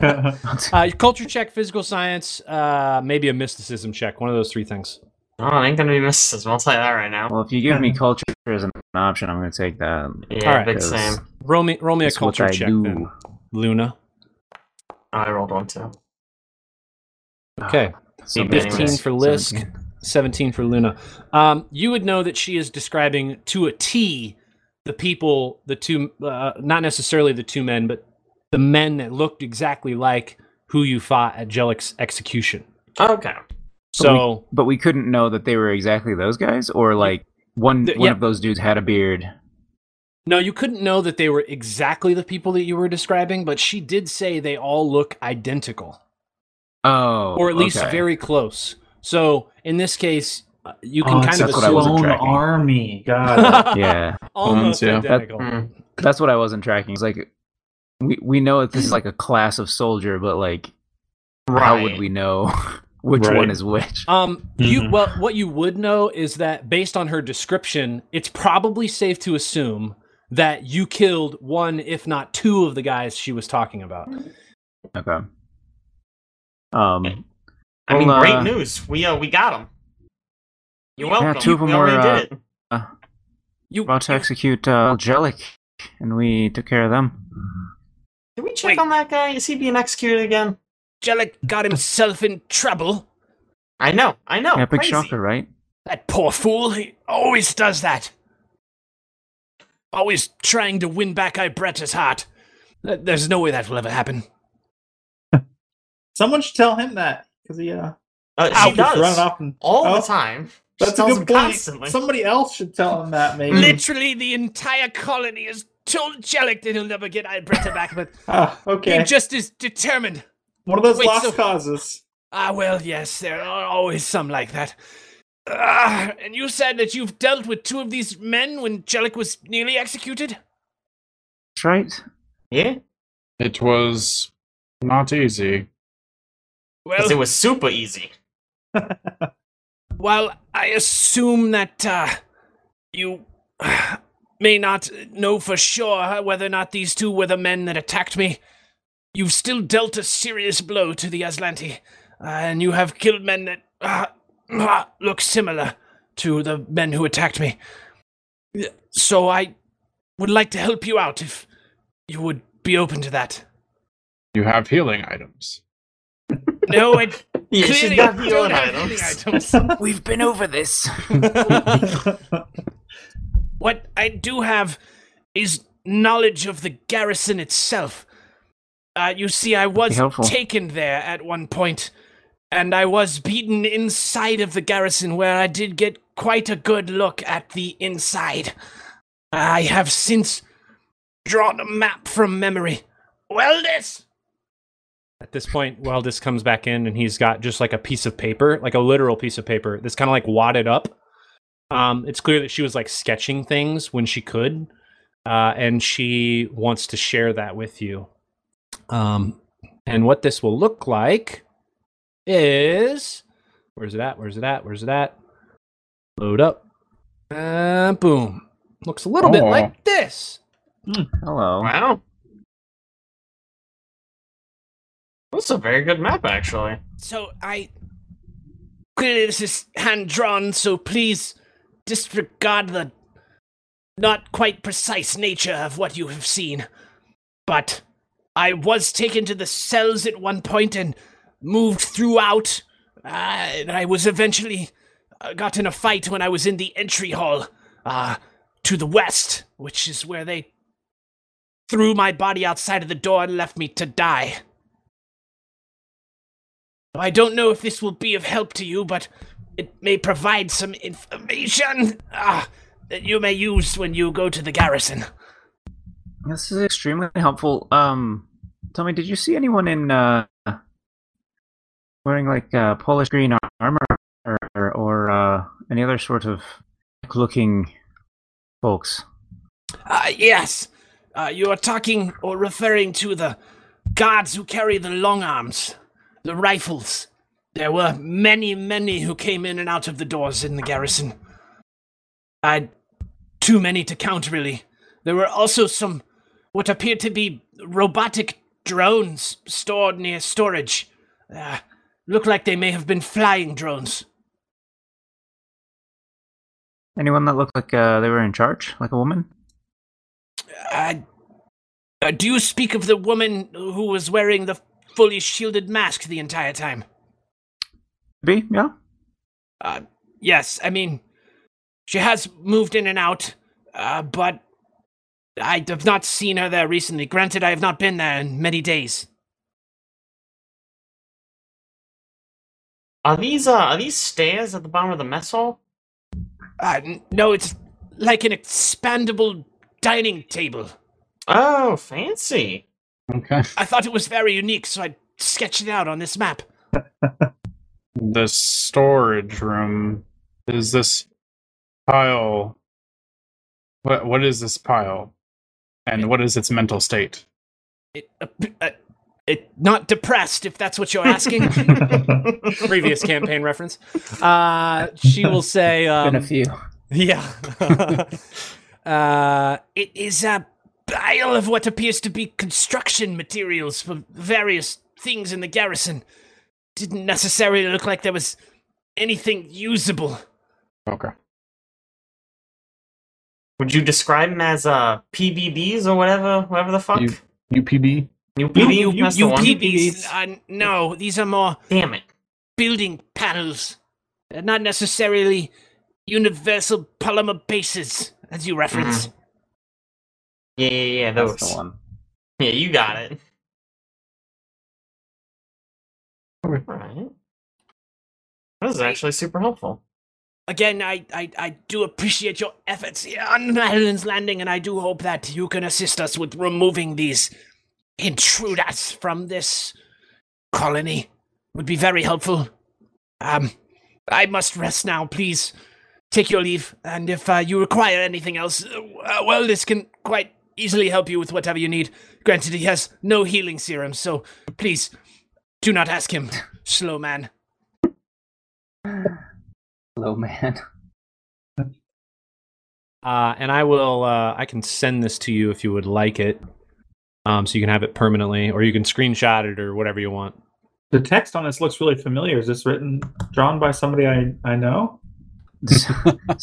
S1: uh, culture check, physical science, uh, maybe a mysticism check. One of those three things.
S2: Oh, it ain't gonna be mysticism. I'll tell you that right now.
S3: Well, if you give me culture as an option, I'm going to take that.
S2: Yeah,
S1: alright.
S2: big
S3: Yes.
S2: same.
S1: Roll me, roll me a
S3: It's what
S1: culture
S3: I
S1: check,
S3: do.
S1: then, Luna.
S2: Oh, I rolled one too.
S3: Ah.
S1: Okay.
S3: So
S1: A
S3: many
S2: 15
S3: risks.
S1: for Lisk.
S3: 17.
S1: 17 for Luna. Um, you would know that she is describing to a T the people, the two, uh, not necessarily the two men, but the men that looked exactly like who you fought at Jellic's execution.
S2: Okay.
S1: So,
S3: But we couldn't know that they were exactly those guys, or like one
S1: Th-
S3: one
S1: yeah.
S3: of those dudes had a beard.
S1: no, you couldn't know that they were exactly the people that you were describing, but she did say they all look identical,
S3: Oh,
S1: or at least
S3: okay.
S1: very close. So, in this case, uh, you can
S4: oh,
S1: kind of
S3: that's what I was
S1: assume
S4: clone
S3: tracking.
S4: army. God.
S3: Yeah,
S1: almost
S5: Yeah.
S1: identical.
S2: Hmm.
S3: that's what I wasn't tracking. It's like we we know that this is like a class of soldier, but like
S2: Right.
S3: how would we know which
S4: Right.
S3: one is which?
S1: Um, you
S4: Mhm.
S1: well, what you would know is that based on her description, it's probably safe to assume that you killed one, if not two, of the guys she was talking about.
S3: Okay. Um,
S2: I mean,
S3: Well,
S2: great
S3: uh,
S2: news. We uh, we got him. You're welcome.
S3: two of 'em
S2: we
S3: were,
S2: already
S3: uh,
S2: did it.
S1: You
S3: about to execute uh, Jellic, and we took care of them.
S2: Did we check
S6: wait.
S2: on that guy? Is he being executed again?
S6: Jellic got himself in trouble.
S2: I know. I know.
S3: yeah,
S2: Oh,
S3: big
S2: crazy.
S3: shocker, right?
S6: That poor fool, he always does that. Always trying to win back Ibretta's heart. Th- There's no way that will ever happen.
S4: Someone should tell him that. Because he, uh,
S2: Uh,
S6: Ow,
S2: she
S4: keeps running
S2: does
S4: off and,
S2: all
S4: Oh,
S2: the time. She
S4: That's a
S2: tells
S4: good
S2: him
S4: point.
S2: Constantly.
S4: Somebody else should tell him that, maybe.
S6: Literally, the entire colony has told Jellic that he'll never get Ibretta back, but
S4: Ah, okay.
S6: he just is determined.
S4: One of those
S6: Wait,
S4: lost
S6: so-
S4: causes.
S6: Ah, well, yes, there are always some like that.
S1: Ah, and you said that you've dealt with two of these men when Jellic was nearly executed?
S3: That's right.
S2: Yeah,
S5: It was not easy.
S1: Well,
S2: because it was super easy.
S1: Well, I assume that uh, you may not know for sure whether or not these two were the men that attacked me, you've still dealt a serious blow to the Aslanti, uh, and you have killed men that uh, look similar to the men who attacked me. So I would like to help you out if you would be open to that.
S5: You have healing items.
S1: No, I
S2: Yeah, she's
S1: clearly
S2: got
S1: don't
S2: healing
S1: have any
S2: items.
S1: items.
S3: We've been over this.
S1: What I do have is knowledge of the garrison itself. Uh, you see, I was
S3: helpful.
S1: taken there at one point, and I was beaten inside of the garrison, where I did get quite a good look at the inside. I have since drawn a map from memory. Weldis!
S8: At this point, Wildis comes back in and he's got just like a piece of paper, like a literal piece of paper that's kind of like wadded up. Um, it's clear that she was like sketching things when she could, uh, and she wants to share that with you. Um, and what this will look like is where's it at? Where's it at? Where's it at? Load up. Uh, boom. Looks a little bit
S5: Oh.
S8: like this.
S3: Hello.
S2: Wow. That's a very good map, actually.
S1: So I clearly this is hand drawn, so please disregard the not quite precise nature of what you have seen. But I was taken to the cells at one point and moved throughout, uh, and I was eventually uh, got in a fight when I was in the entry hall uh, to the west, which is where they threw my body outside of the door and left me to die. I don't know if this will be of help to you, but it may provide some information ah, that you may use when you go to the garrison.
S3: This is extremely helpful. Um, tell me, did you see anyone in uh, wearing like uh, Polish green ar- armor or, or uh, any other sort of looking folks?
S1: Uh, yes, uh, you are talking or referring to the guards who carry the long arms, the rifles. There were many, many who came in and out of the doors in the garrison. I, too many to count, really. There were also some what appeared to be robotic drones stored near storage. Uh, look like they may have been flying drones.
S3: Anyone that looked like uh, they were in charge, like a woman?
S1: Uh, uh, do you speak of the woman who was wearing the fully shielded mask the entire time?
S3: Be yeah.
S1: Yes, I mean, she has moved in and out, uh, but I have not seen her there recently. Granted, I have not been there in many days.
S2: Are these uh are these stairs at the bottom of the mess hall?
S1: Uh, n- no, it's like an expandable dining table.
S2: Oh, fancy.
S5: Okay.
S1: I thought it was very unique, so I sketched it out on this map.
S5: The storage room is this pile. What what is this pile? And what is its mental state?
S1: It, uh, p- uh, it not depressed, if that's what you're asking.
S8: Previous campaign reference. Uh, she will say, um,
S3: few.
S8: yeah. uh,
S1: It is a pile of what appears to be construction materials for various things in the garrison. Didn't necessarily look like there was anything usable.
S5: Okay.
S2: Would you describe them as uh PBBs or whatever, whatever the fuck?
S5: You- UPB.
S2: UPB?
S1: You- you-
S2: That's the one.
S1: UPBs, uh, no, these are more
S2: Damn it.
S1: building panels. They're not necessarily universal polymer bases, as you reference.
S2: Yeah, yeah, yeah.
S3: That's
S2: Those.
S3: the one.
S2: Yeah, you got it.
S5: Okay.
S2: Alright. This is actually super helpful.
S1: Again, I, I, I do appreciate your efforts here on Madeline's Landing, and I do hope that you can assist us with removing these intruders from this colony. Would be very helpful. Um,
S6: I must rest now. Please take your leave. And if uh, you require anything else, uh, uh, well, this can quite easily help you with whatever you need. Granted, he has no healing serum, so please do not ask him, slow man.
S3: Hello, man.
S1: Uh, and I will. Uh, I can send this to you if you would like it, um, so you can have it permanently, or you can screenshot it or whatever you want.
S4: The text on this looks really familiar. Is this written, drawn by somebody I, I know?
S3: So,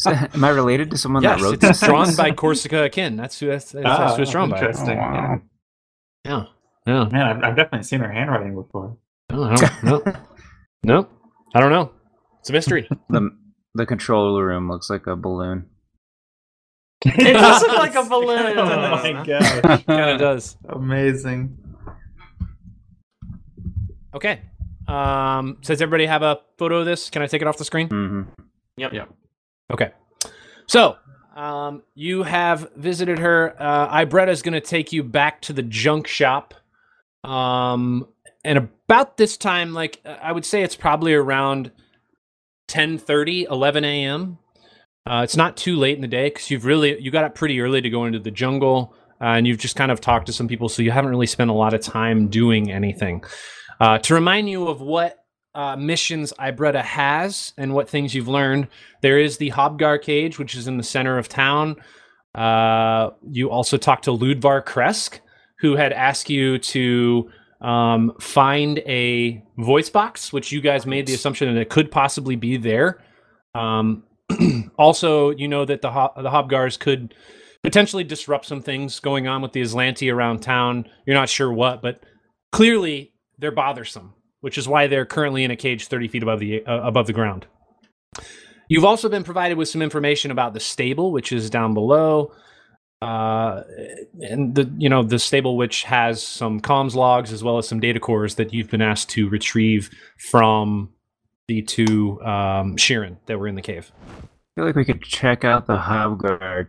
S3: am I related to someone
S1: yes,
S3: that wrote
S1: it's
S3: this?
S1: drawn by Corsica Akin. That's who. That's, that's, that's who it's drawn by.
S4: Ah, interesting.
S5: wow.
S1: Yeah. Yeah.
S4: Yeah. Man, I've, I've definitely seen her handwriting before.
S1: No. I don't, no. no. I don't know. It's a mystery.
S3: The, the control room looks like a balloon.
S2: It does look like a balloon.
S4: oh my gosh.
S1: kind of does.
S4: Amazing.
S1: Okay. Um, so does everybody have a photo of this? Can I take it off the screen?
S3: hmm
S2: Yep.
S4: Yep.
S1: Okay. So um, you have visited her. Uh, Ibretta's going to take you back to the junk shop. Um, and about this time, like uh, I would say, it's probably around 10:30, 11 a.m. Uh, it's not too late in the day because you've really you got up pretty early to go into the jungle, uh, and you've just kind of talked to some people, so you haven't really spent a lot of time doing anything. Uh, to remind you of what uh, missions Ibretta has and what things you've learned, there is the Hobgar Cage, which is in the center of town. Uh, you also talked to Ludvar Kresk, who had asked you to um, find a voice box, which you guys made the assumption that it could possibly be there. Um, also, you know that the Ho- the Hobgars could potentially disrupt some things going on with the Islanti around town. You're not sure what, but clearly they're bothersome, which is why they're currently in a cage 30 feet above the uh, above the ground. You've also been provided with some information about the stable, which is down below, uh, and the you know the stable which has some comms logs as well as some data cores that you've been asked to retrieve from the two um, Sheeran that were in the cave.
S3: I feel like we could check out the Hobguard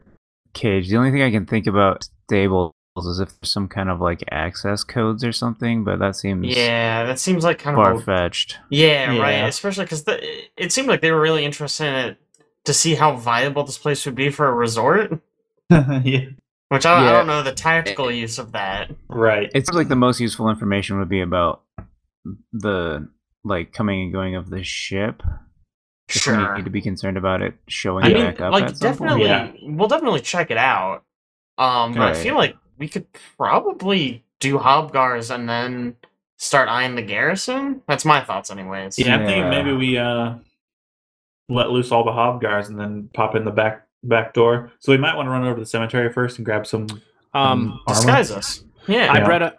S3: cage. The only thing I can think about stables is if there's some kind of like access codes or something, but that seems
S2: Yeah, that seems like kind
S3: far
S2: of a
S3: fetched.
S2: Yeah, right.
S4: Yeah.
S2: Especially because it seemed like they were really interested in it to see how viable this place would be for a resort.
S4: yeah.
S2: Which I, I
S5: Yeah.
S2: don't know the tactical use of that.
S4: Right.
S3: It seems like the most useful information would be about the like coming and going of the ship. If we
S2: Sure.
S3: need to be concerned about it showing
S2: I mean,
S3: back up.
S2: like
S3: at some
S2: definitely,
S3: Point.
S4: Yeah.
S2: we'll definitely check it out. Um, but I
S3: Right.
S2: feel like we could probably do Hobgars and then start eyeing the garrison. That's my thoughts, anyways.
S4: Yeah, I'm thinking
S3: Yeah.
S4: maybe we uh, let loose all the hobgars and then pop in the back back door. So we might want to run over to the cemetery first and grab some
S1: Um,
S4: armor.
S2: disguise us. Yeah,
S4: Yeah.
S1: Ibretta,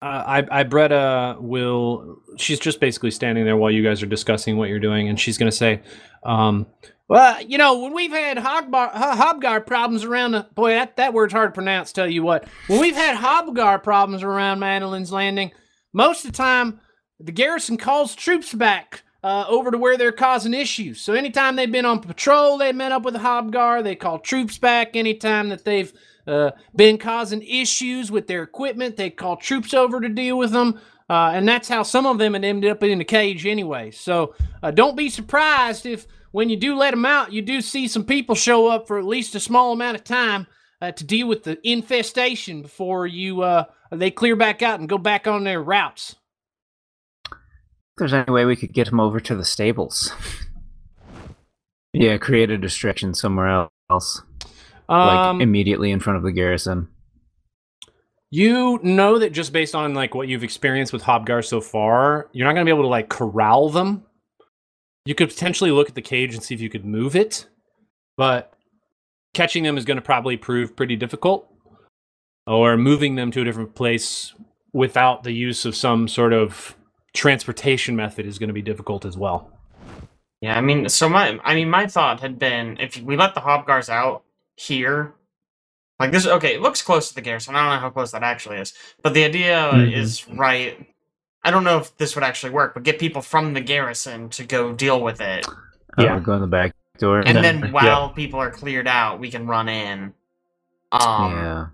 S1: uh, I, Ibretta will. She's just basically standing there while you guys are discussing what you're doing, and she's going to say, um, "Well, you know, when we've had hogbar, ho- hobgar problems around the boy, that that word's hard to pronounce. Tell you what, when we've had hobgar problems around Madeline's Landing, most of the time the garrison calls troops back." Uh, over to where they're causing issues. So anytime they've been on patrol, they met up with a hobgar. They call troops back. Anytime that they've uh, been causing issues with their equipment. They call troops over to deal with them. Uh, and that's how some of them had ended up in the cage anyway. So uh, don't be surprised if when you do let them out, you do see some people show up for at least a small amount of time uh, to deal with the infestation before you uh, they clear back out and go back on their routes.
S3: If there's any way we could get him over to the stables. Yeah, create a distraction somewhere else. Like
S1: Um,
S3: immediately in front of the garrison.
S1: You know that just based on like what you've experienced with Hobgar so far, you're not going to be able to like corral them. You could potentially look at the cage and see if you could move it, but catching them is going to probably prove pretty difficult. Or moving them to a different place without the use of some sort of transportation method is going to be difficult as well.
S2: Yeah, I mean, so my, I mean, my thought had been if we let the Hobgars out here, like this, okay, it looks close to the garrison. I don't know how close that actually is, but the idea
S4: Mhm.
S2: is right. I don't know if this would actually work, but get people from the garrison to go deal with it,
S4: Yeah.
S3: Uh, go in the back door.
S2: and
S4: then-
S2: then
S4: yeah.
S2: while people are cleared out, we can run in. Um, yeah,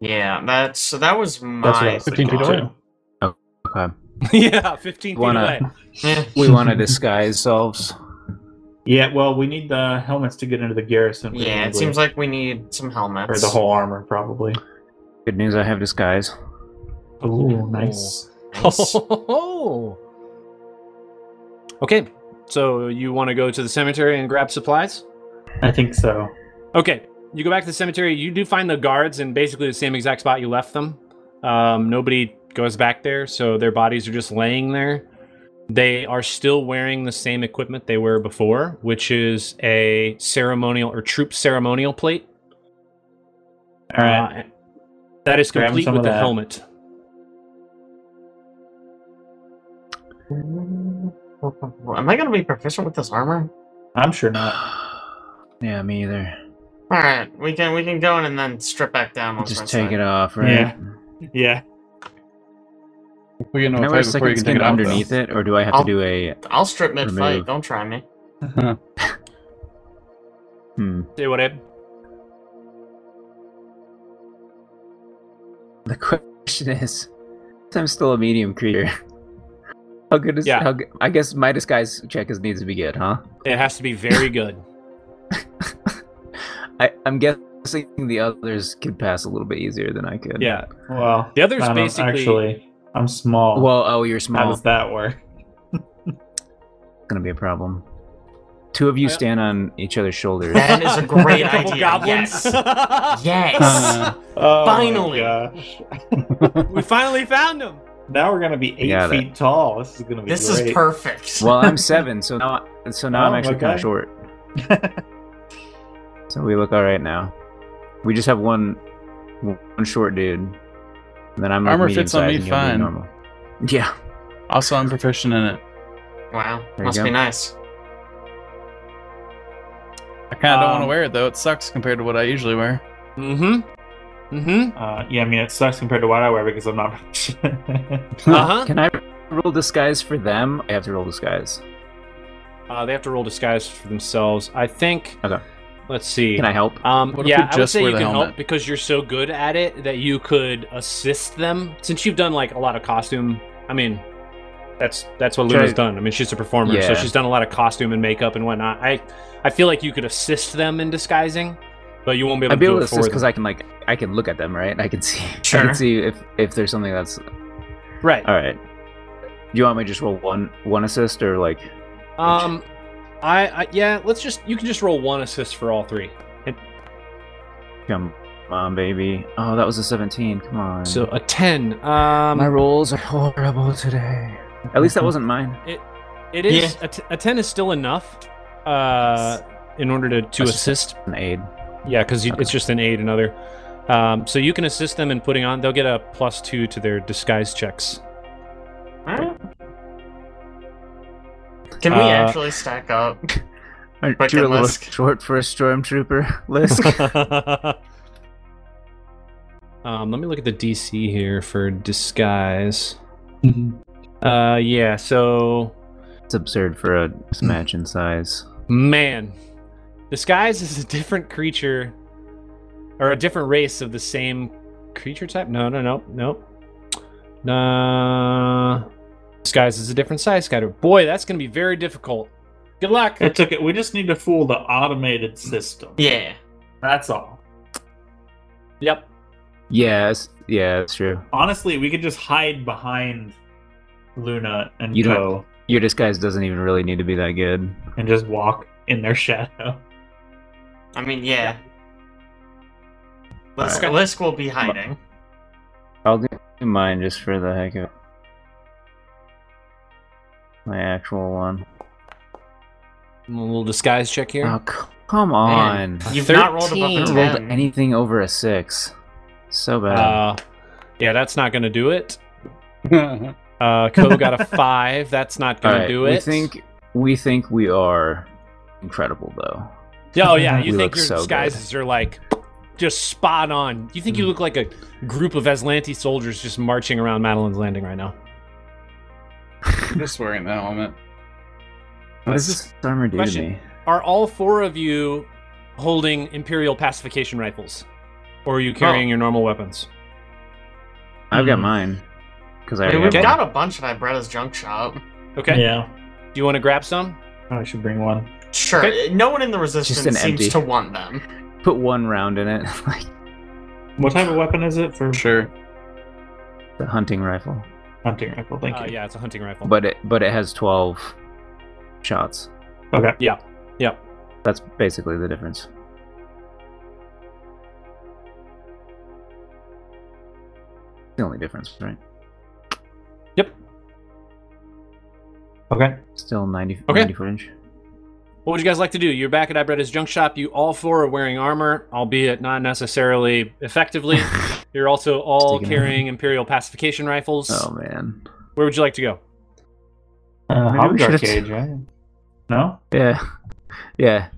S3: yeah.
S2: that's so. That was
S4: That's
S2: my
S4: what I was
S5: 15 feet
S2: thought.
S5: away.
S4: thinking, too.
S3: Okay.
S1: yeah, 15 feet
S3: Wanna-
S1: away.
S2: Yeah.
S3: We want to disguise ourselves.
S4: Yeah, well, we need the helmets to get into the garrison.
S2: Yeah, it seems like we need some helmets.
S4: or the whole armor probably.
S3: Good news, I have disguise.
S4: Ooh, nice.
S2: Nice.
S1: okay, so you want to go to the cemetery and grab supplies?
S4: I think so.
S1: Okay, you go back to the cemetery. You do find the guards in basically the same exact spot you left them. Um, nobody goes back there, so their bodies are just laying there. They are still wearing the same equipment they were before, which is a ceremonial or troop ceremonial plate.
S4: All right.
S1: Uh, that is
S4: Grab
S1: complete
S4: some
S1: with
S4: of
S1: the
S4: that.
S1: helmet.
S2: Am I gonna be proficient with this armor?
S4: I'm sure not.
S3: yeah, me either.
S2: All right, we can we can go in and then strip back down. Once
S3: Just take it off, right?
S4: Yeah. Yeah.
S5: We get into
S3: Can I
S5: a
S3: wear
S5: fight before you can
S3: second
S5: take
S3: skin
S5: it off, though.
S3: underneath it, or do I have
S2: I'll-
S3: to do a?
S2: I'll strip mid fight.
S3: Remove.
S2: Don't try me.
S3: Hmm,
S1: Say what, Ed?
S3: the question is, since I'm still a medium creature. How good is?
S1: Yeah.
S3: How good, I guess my disguise check is needs to be good, huh?
S1: It has to be very good.
S3: I, I'm guessing the others could pass a little bit easier than I could.
S1: Yeah.
S4: Well,
S1: The others
S4: I don't-
S1: basically.
S4: actually. I'm small.
S3: Well, oh, you're
S4: how
S3: small.
S4: does that work?
S3: It's gonna be a problem. Two of you
S1: I-
S3: stand on each other's shoulders.
S2: That is a great
S1: a couple
S2: idea.
S1: goblins.
S2: Yes. Yes.
S4: Uh, oh my
S2: Finally.
S4: gosh.
S1: we finally found them.
S4: now we're gonna be eight
S3: Got it.
S4: feet tall. This is gonna be
S2: this
S4: great.
S2: is perfect.
S3: well, I'm seven, so now so now I'm
S4: Oh,
S3: actually kind
S4: okay.
S3: of short. so we look all right now. We just have one one short dude, and then I'm like
S5: Armor fits on
S3: medium-sized
S5: me
S3: and you'll
S5: fine.
S3: be normal. Yeah,
S5: Also, I'm proficient in it.
S2: wow,
S3: you
S2: must
S3: go.
S2: be nice.
S5: I kind of don't want to
S1: Um,
S5: wear it though. It sucks compared to what I usually wear.
S1: Mm-hmm. Mm-hmm.
S4: Uh, yeah, I mean it sucks compared to what I wear because I'm not.
S1: Uh-huh.
S3: can I roll disguise for them? I have to roll disguise.
S1: Uh, they have to roll disguise for themselves. I think.
S3: Okay.
S1: Let's see.
S3: Can I help?
S1: Um,
S5: What if we
S1: yeah, I would
S5: just
S1: say you
S5: wear
S1: can
S5: the
S1: help
S5: helmet?
S1: because you're so good at it that you could assist them. Since you've done like a lot of costume, I mean, that's that's what
S3: Should
S1: Luna's
S3: I-
S1: done. I mean, she's a performer, so
S3: Yeah.
S1: she's done a lot of costume and makeup and whatnot. I I feel like you could assist them in disguising, but you won't be able
S3: I'd be
S1: to
S3: able
S1: do
S3: to
S1: it for
S3: assist because
S1: them.
S3: I can like I can look at them, right? I can see. I
S2: Sure.
S3: can see if if there's something that's
S1: Right.
S3: all right. Do you want me to just roll one one assist or like?
S1: Um, I, I yeah. Let's just you can just roll one assist for all three.
S3: Come on, baby. Oh, that was a 17. Come on.
S1: So a ten. Um,
S3: my rolls are horrible today. At least that wasn't mine.
S1: It is a, t- a ten is still enough. Uh, in order to to
S3: That's just-
S1: assist.
S3: An aid.
S1: Yeah, because
S3: Okay.
S1: it's just an aid another. Um, so you can assist them in putting on. They'll get a plus two to their disguise checks.
S2: All right. Can we
S1: Uh,
S2: actually stack up?
S3: Aren't
S2: Quick
S3: you a
S2: and
S3: little
S2: Lisk.
S3: short for a stormtrooper, Lisk?
S1: um, let me look at the DC here for disguise. Uh, yeah. So
S3: it's absurd for a smash in size.
S1: Man, disguise is a different creature, or a different race of the same creature type. No, no, no, no. Nah, disguise is a different size scatter. Boy, that's gonna be very difficult. Good luck.
S4: it took it. We just need to fool the automated system.
S2: Yeah.
S4: That's all.
S1: Yep.
S3: Yes. Yeah, that's true.
S4: Honestly, we could just hide behind Luna and
S3: You don't-
S4: Co.
S3: Your disguise doesn't even really need to be that good.
S4: and just walk in their shadow.
S2: I mean, yeah. Lisk,
S1: Alright.
S2: Lisk will be hiding.
S3: I'll do mine just for the heck of it. My actual one.
S1: A little disguise check here.
S3: Oh, c- come on.
S2: You've not rolled above a
S1: 13.
S3: I rolled
S2: ten.
S3: anything over a six. So bad.
S1: Uh, yeah, that's not gonna do it. Uh, Ko got a five. That's not gonna
S3: Alright,
S1: do it.
S3: We think we think we are incredible though.
S1: Yeah, Oh yeah, you
S3: We
S1: think
S3: look
S1: your
S3: so good. Hmm.
S1: disguises are like just spot on. You think you look like a group of Aslanti soldiers just marching around Madeline's Landing right now.
S5: I'm just wearing that helmet.
S3: What does this armor do to
S1: Question.
S3: me?
S1: Are all four of you holding Imperial pacification rifles? Or are you carrying your normal weapons?
S3: I've got
S2: Mm.
S3: mine. because
S2: I
S3: I
S2: mean,
S3: already
S2: we've
S3: have
S2: got a bunch at Ibretta's junk shop.
S1: Okay.
S4: Yeah.
S1: Do you want to grab some?
S4: Oh, I should bring one.
S2: Sure. No one in the resistance
S3: an
S2: seems
S3: empty.
S2: to want them.
S3: one. put one round in it, like
S4: What type of weapon is it for
S5: Sure.
S3: the hunting rifle,
S4: hunting rifle? Thank
S1: Uh,
S4: you.
S1: yeah, it's a hunting rifle.
S3: but it but it has twelve shots.
S4: Okay.
S1: yep.
S3: That's basically the difference. The only difference, right?
S4: Okay.
S3: Still 90,
S1: Okay.
S3: 90 foot inch.
S1: What would you guys like to do? You're back at Ibretta's junk shop. You all four are wearing armor, albeit not necessarily effectively. You're also all
S3: Sticking it.
S1: carrying Imperial pacification rifles.
S3: Oh man.
S1: Where would you like to go?
S4: Uh,
S3: Maybe we
S4: Hobby
S3: should've-
S4: Arcade, right? No?
S3: Yeah. Yeah.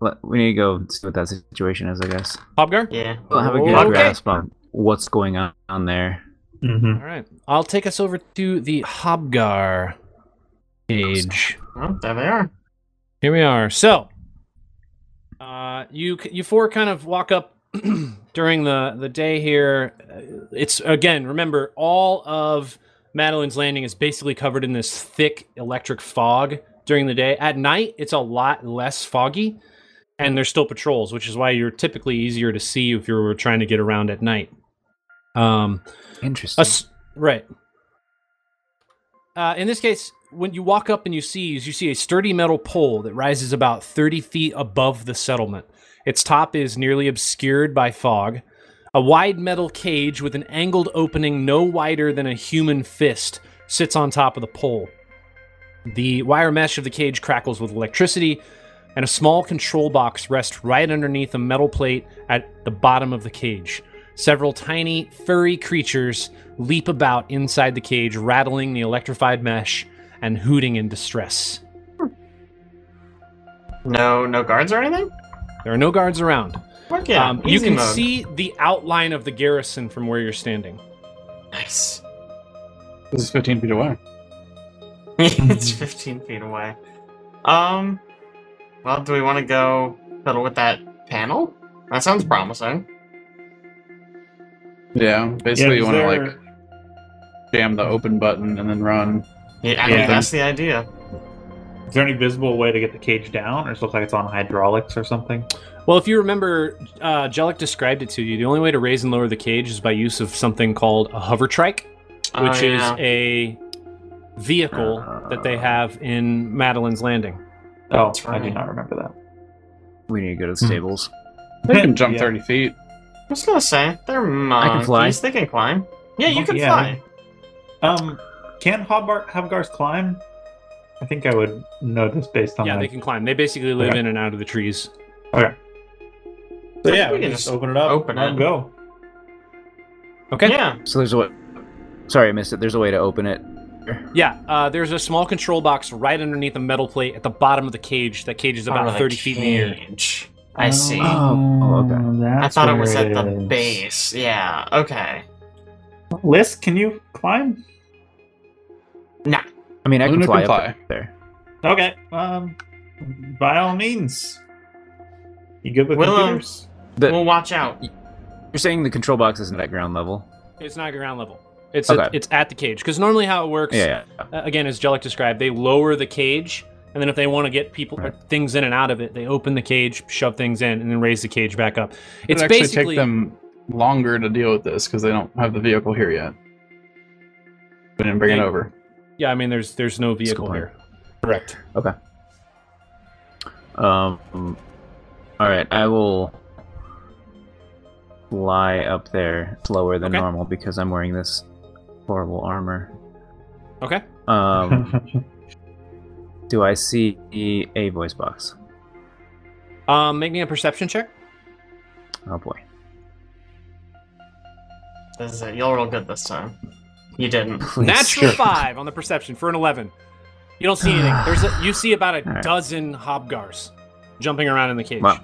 S3: Let- We need to go see what that situation is, I guess.
S1: Hobgar?
S2: Yeah.
S3: We'll have a good
S1: Okay.
S3: grasp on what's going on, on there.
S4: Mm-hmm.
S1: All right. I'll take us over to the Hobgar page.
S2: Well, there they are.
S1: Here we are. So, uh, you c- you four kind of walk up during the the day here. Uh, It's again, remember, all of Madeline's Landing is basically covered in this thick electric fog during the day. At night, it's a lot less foggy, and there's still patrols, which is why you're typically easier to see if you were trying to get around at night. Um,
S3: Interesting.
S1: us right. Uh, in this case, when you walk up and you see, you see a sturdy metal pole that rises about 30 feet above the settlement. Its top is nearly obscured by fog. A wide metal cage with an angled opening no wider than a human fist sits on top of the pole. The wire mesh of the cage crackles with electricity, and a small control box rests right underneath a metal plate at the bottom of the cage. Several tiny, furry creatures leap about inside the cage, rattling the electrified mesh and hooting in distress.
S2: No, no guards or anything.
S1: There are no guards around.
S2: Fuck yeah.
S1: Um,
S2: easy
S1: you can
S2: mode.
S1: see the outline of the garrison from where you're standing.
S2: Nice.
S5: This is 15 feet away.
S2: it's 15 feet away. Um, well, do we want to go fiddle with that panel? That sounds promising.
S5: Yeah. Basically, you
S4: is
S5: want to
S4: there-
S5: like jam the open button and then run.
S2: Yeah, I mean,
S4: Yeah.
S2: that's the idea.
S4: Is there any visible way to get the cage down, or does it look like it's on hydraulics or something?
S1: Well, if you remember, uh, Jellic described it to you. The only way to raise and lower the cage is by use of something called a hover trike,
S2: Oh,
S1: which
S2: yeah.
S1: is a vehicle that they have in Madeline's Landing.
S4: Oh,
S2: That's
S4: I do
S2: right.
S4: not remember that.
S3: we need to go to the
S1: Hmm.
S3: stables.
S5: You can jump
S4: Yeah.
S5: 30 feet.
S2: I was gonna say they're monkeys.
S3: fly.
S2: They can climb. Yeah, you
S4: Monkey,
S2: can
S4: yeah.
S2: fly.
S4: Um, can Hobgar- Hobgars climb? I think I would know this based on
S1: Yeah,
S4: that.
S1: they can climb. They basically live
S4: Okay.
S1: in and out of the trees.
S4: So yeah,
S2: We
S4: we
S2: can
S4: can just
S2: just
S4: open it up,
S2: open
S4: let
S2: it.
S4: them go.
S1: Okay.
S2: Yeah.
S3: So there's a way. Sorry, I missed it. There's a way to open it.
S1: Yeah, uh, there's a small control box right underneath a metal plate at the bottom of the cage. That cage is about
S2: Out of
S1: 30
S2: the
S1: feet in the air.
S2: cage. I see.
S3: Oh, oh, okay.
S2: I
S4: Mm, that's
S2: thought it
S4: where
S2: was at the
S4: is.
S2: base. Yeah. Okay.
S4: Liz, can you climb?
S3: I mean, I can
S5: Luna
S3: fly,
S5: can
S3: up
S5: fly.
S3: there.
S4: Okay. Um, by all means. You good with
S2: Willem.
S4: computers?
S3: The-
S2: We'll watch out.
S3: You're saying the control box isn't at ground level?
S1: It's not ground level. It's
S3: Okay.
S1: at, it's at the cage because normally how it works,
S3: Yeah. yeah.
S1: uh, again as Jellic described, they lower the cage and then if they want to get people or things in and out of it, they open the cage, shove things in, and then raise the cage back up. It's
S5: it would actually
S1: basically
S5: take them longer to deal with this because they don't have the vehicle here yet. We didn't bring
S1: They-
S5: it over.
S1: yeah. I mean, there's there's no
S3: a good
S1: vehicle
S3: point.
S1: here. Correct.
S3: Um. All right, I will fly up there slower than
S1: Okay.
S3: normal because I'm wearing this horrible armor.
S1: Okay.
S3: Um, do I see a voice box?
S1: Um, make me a perception check.
S3: Oh boy.
S2: This is it. You'll roll good this time. You didn't.
S3: Please.
S1: Natural five on the perception for an eleven. You don't see anything. There's a, you see about a
S3: All right.
S1: dozen hobgars jumping around in the cage.
S3: Wow.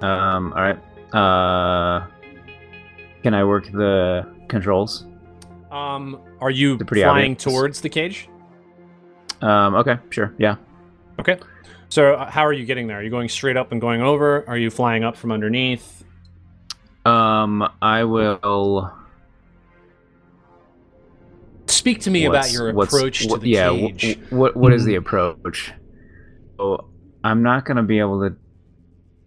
S3: Um. All right. Uh. Can I work the controls?
S1: Um, are you
S3: They're pretty
S1: flying
S3: obvious.
S1: towards the cage?
S3: Um. Okay. Sure. Yeah.
S1: Okay. So uh, how are you getting there? Are you going straight up and going over? Are you flying up from underneath?
S3: Um. I will.
S1: Speak to me about
S3: what's-
S1: your
S3: what's-
S1: approach to
S3: what-
S1: the
S3: yeah, wh-
S1: cage.
S3: wh- what what is the approach? So I'm not gonna be able to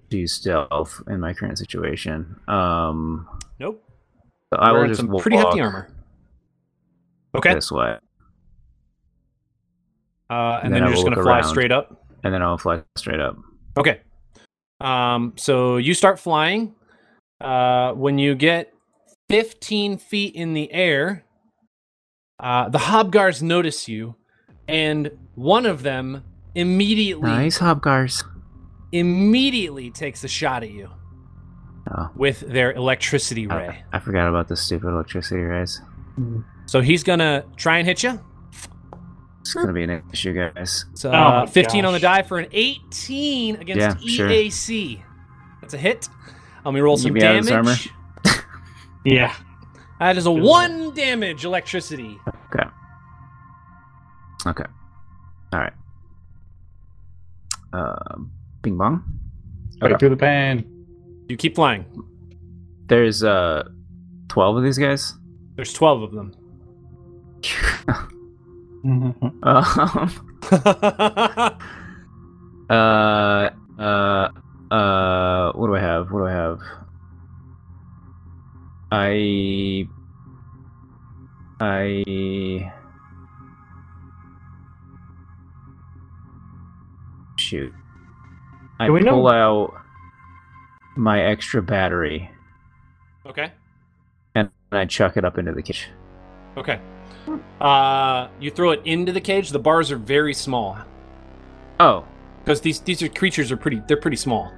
S3: do stealth in my current situation. Um,
S1: nope.
S3: so I will
S1: Wearing
S3: just
S1: some
S3: walk
S1: pretty hefty armor. Okay.
S3: this way,
S1: Uh, and
S3: then
S1: then,
S3: I
S1: you're just
S3: will
S1: going to
S3: look
S1: fly
S3: around.
S1: straight up.
S3: and then I'll fly straight up.
S1: Okay. Um, so you start flying. Uh, when you get 15 feet in the air, uh, the Hobgars notice you, and one of them immediately
S3: Nice, Hobgars.
S1: immediately takes a shot at you
S3: Oh.
S1: with their electricity
S3: I-
S1: ray.
S3: I forgot about the stupid electricity rays.
S1: So he's gonna try and hit you.
S3: It's gonna be an issue, guys.
S1: So
S4: Oh my
S1: 15 uh, on the
S4: gosh.
S1: die for an 18
S3: Yeah,
S1: against
S3: sure.
S1: EAC. That's a hit. Let me roll
S3: Get
S1: some
S3: me out of this armor.
S1: damage.
S4: Yeah.
S1: That is a
S4: Good
S1: one damage electricity.
S3: Okay. All right. Uh, bing bong.
S5: Right
S3: Okay.
S5: through the pain.
S1: You keep flying.
S3: There's uh, twelve of these guys.
S1: There's 12 of them.
S4: Mhm.
S3: Um, uh, uh, uh, what do I have? What do I have? I, I, shoot. I
S4: Do we know-
S3: pull out my extra battery
S1: okay.
S3: and I chuck it up into the cage.
S1: Okay. Uh, you throw it into the cage. The bars are very small
S3: Oh,
S1: because these these are creatures are pretty. They're pretty small.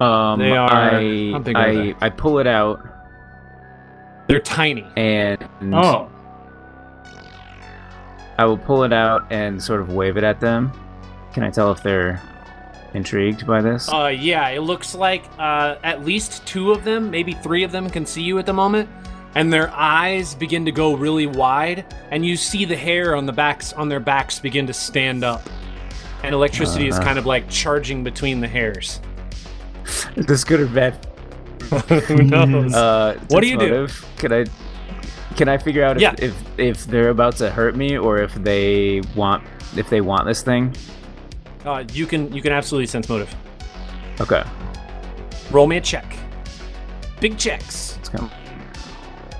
S3: um,
S1: They are-
S3: I,
S5: I'm thinking of
S3: I, I pull it out
S1: They're tiny.
S3: and
S4: Oh.
S3: I will pull it out and sort of wave it at them. Can I tell if they're intrigued by this?
S1: Uh, yeah. It looks like uh, at least two of them, maybe three of them, can see you at the moment, and their eyes begin to go really wide, and you see the hair on the backs on their backs begin to stand up, and electricity is
S3: Uh-huh.
S1: kind of like charging between the hairs.
S3: Is this good or bad?
S1: Who
S4: Mm-hmm.
S1: knows?
S3: Uh,
S1: What do you do?
S3: do? Can I can I figure out if,
S1: Yeah.
S3: if if they're about to hurt me or if they want if they want this thing?
S1: Uh, you can you can absolutely sense motive.
S3: Okay,
S1: Roll me a check. Big checks.
S3: let's go.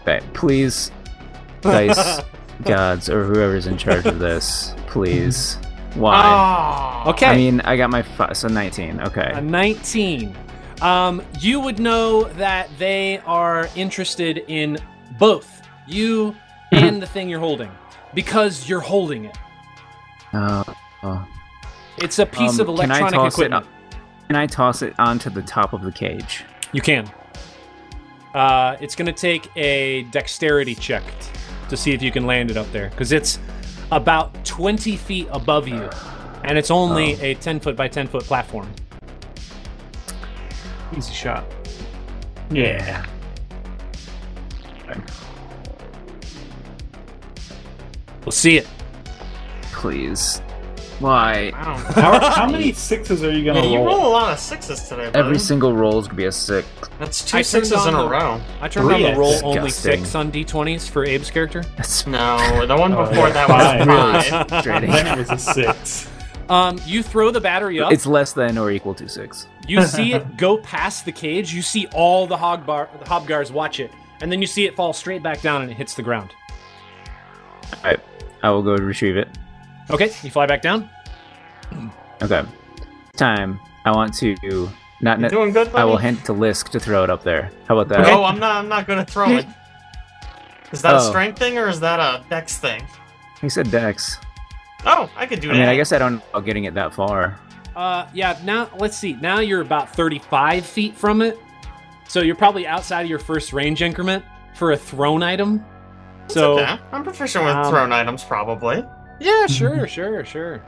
S3: Okay, please, dice gods or whoever's in charge of this, please. Why?
S2: Oh.
S4: Ah.
S1: Oh, Okay.
S3: I mean, I got my fi- so 19. Okay.
S1: a 19. Um, you would know that they are interested in both you
S3: Hmm.
S1: and the thing you're holding because you're holding it.
S3: Uh, oh.
S1: It's a piece
S3: Um,
S1: of electronic
S3: can I toss
S1: equipment.
S3: It, o- can I toss it onto the top of the cage?
S1: You can. Uh, it's going to take a dexterity check t- to see if you can land it up there because it's about 20 feet above you and it's only a 10 foot by 10 foot platform.
S5: Easy shot.
S4: Yeah.
S1: We'll see it.
S3: Please. Why?
S2: Wow.
S4: How, how many sixes are you gonna
S2: Yeah, you
S4: roll?
S2: roll a lot of sixes today, buddy.
S3: Oh. Every single roll is gonna be a six.
S2: That's two
S1: I turned
S2: sixes
S1: on
S2: in a
S1: the-
S2: row.
S1: I turned on the
S4: Three.
S1: roll only
S3: Disgusting.
S1: six on d20s for Abe's character.
S3: That's
S2: No, the one
S4: Oh,
S2: before
S4: yeah.
S2: that
S4: Five.
S2: was five.
S3: frustrating.
S4: Mine was a six.
S1: Um, you throw the battery up.
S3: it's less than or equal to six.
S1: you see it go past the cage. You see all the hog bar, the hobgars watch it, and then you see it fall straight back down and it hits the ground.
S3: Alright. I will go retrieve it.
S1: Okay, you fly back down.
S3: Okay. Time. I want to not
S2: You
S3: ne-
S2: doing good, buddy? Oh,
S3: I will hint to Lisk to throw it up there. How about that?
S2: No, I'm not. I'm not gonna throw it. Is that a
S3: Oh.
S2: strength thing or is that a dex thing?
S3: He said Dex.
S2: Oh, I could do
S3: I
S2: that.
S3: mean, I guess I don't know about getting it that far.
S1: Uh, yeah. Now let's see. Now you're about 35 feet from it, so you're probably outside of your first range increment for a thrown item.
S2: It's
S1: so
S2: okay. I'm proficient with
S1: um,
S2: thrown items, probably.
S1: yeah, sure, sure, sure.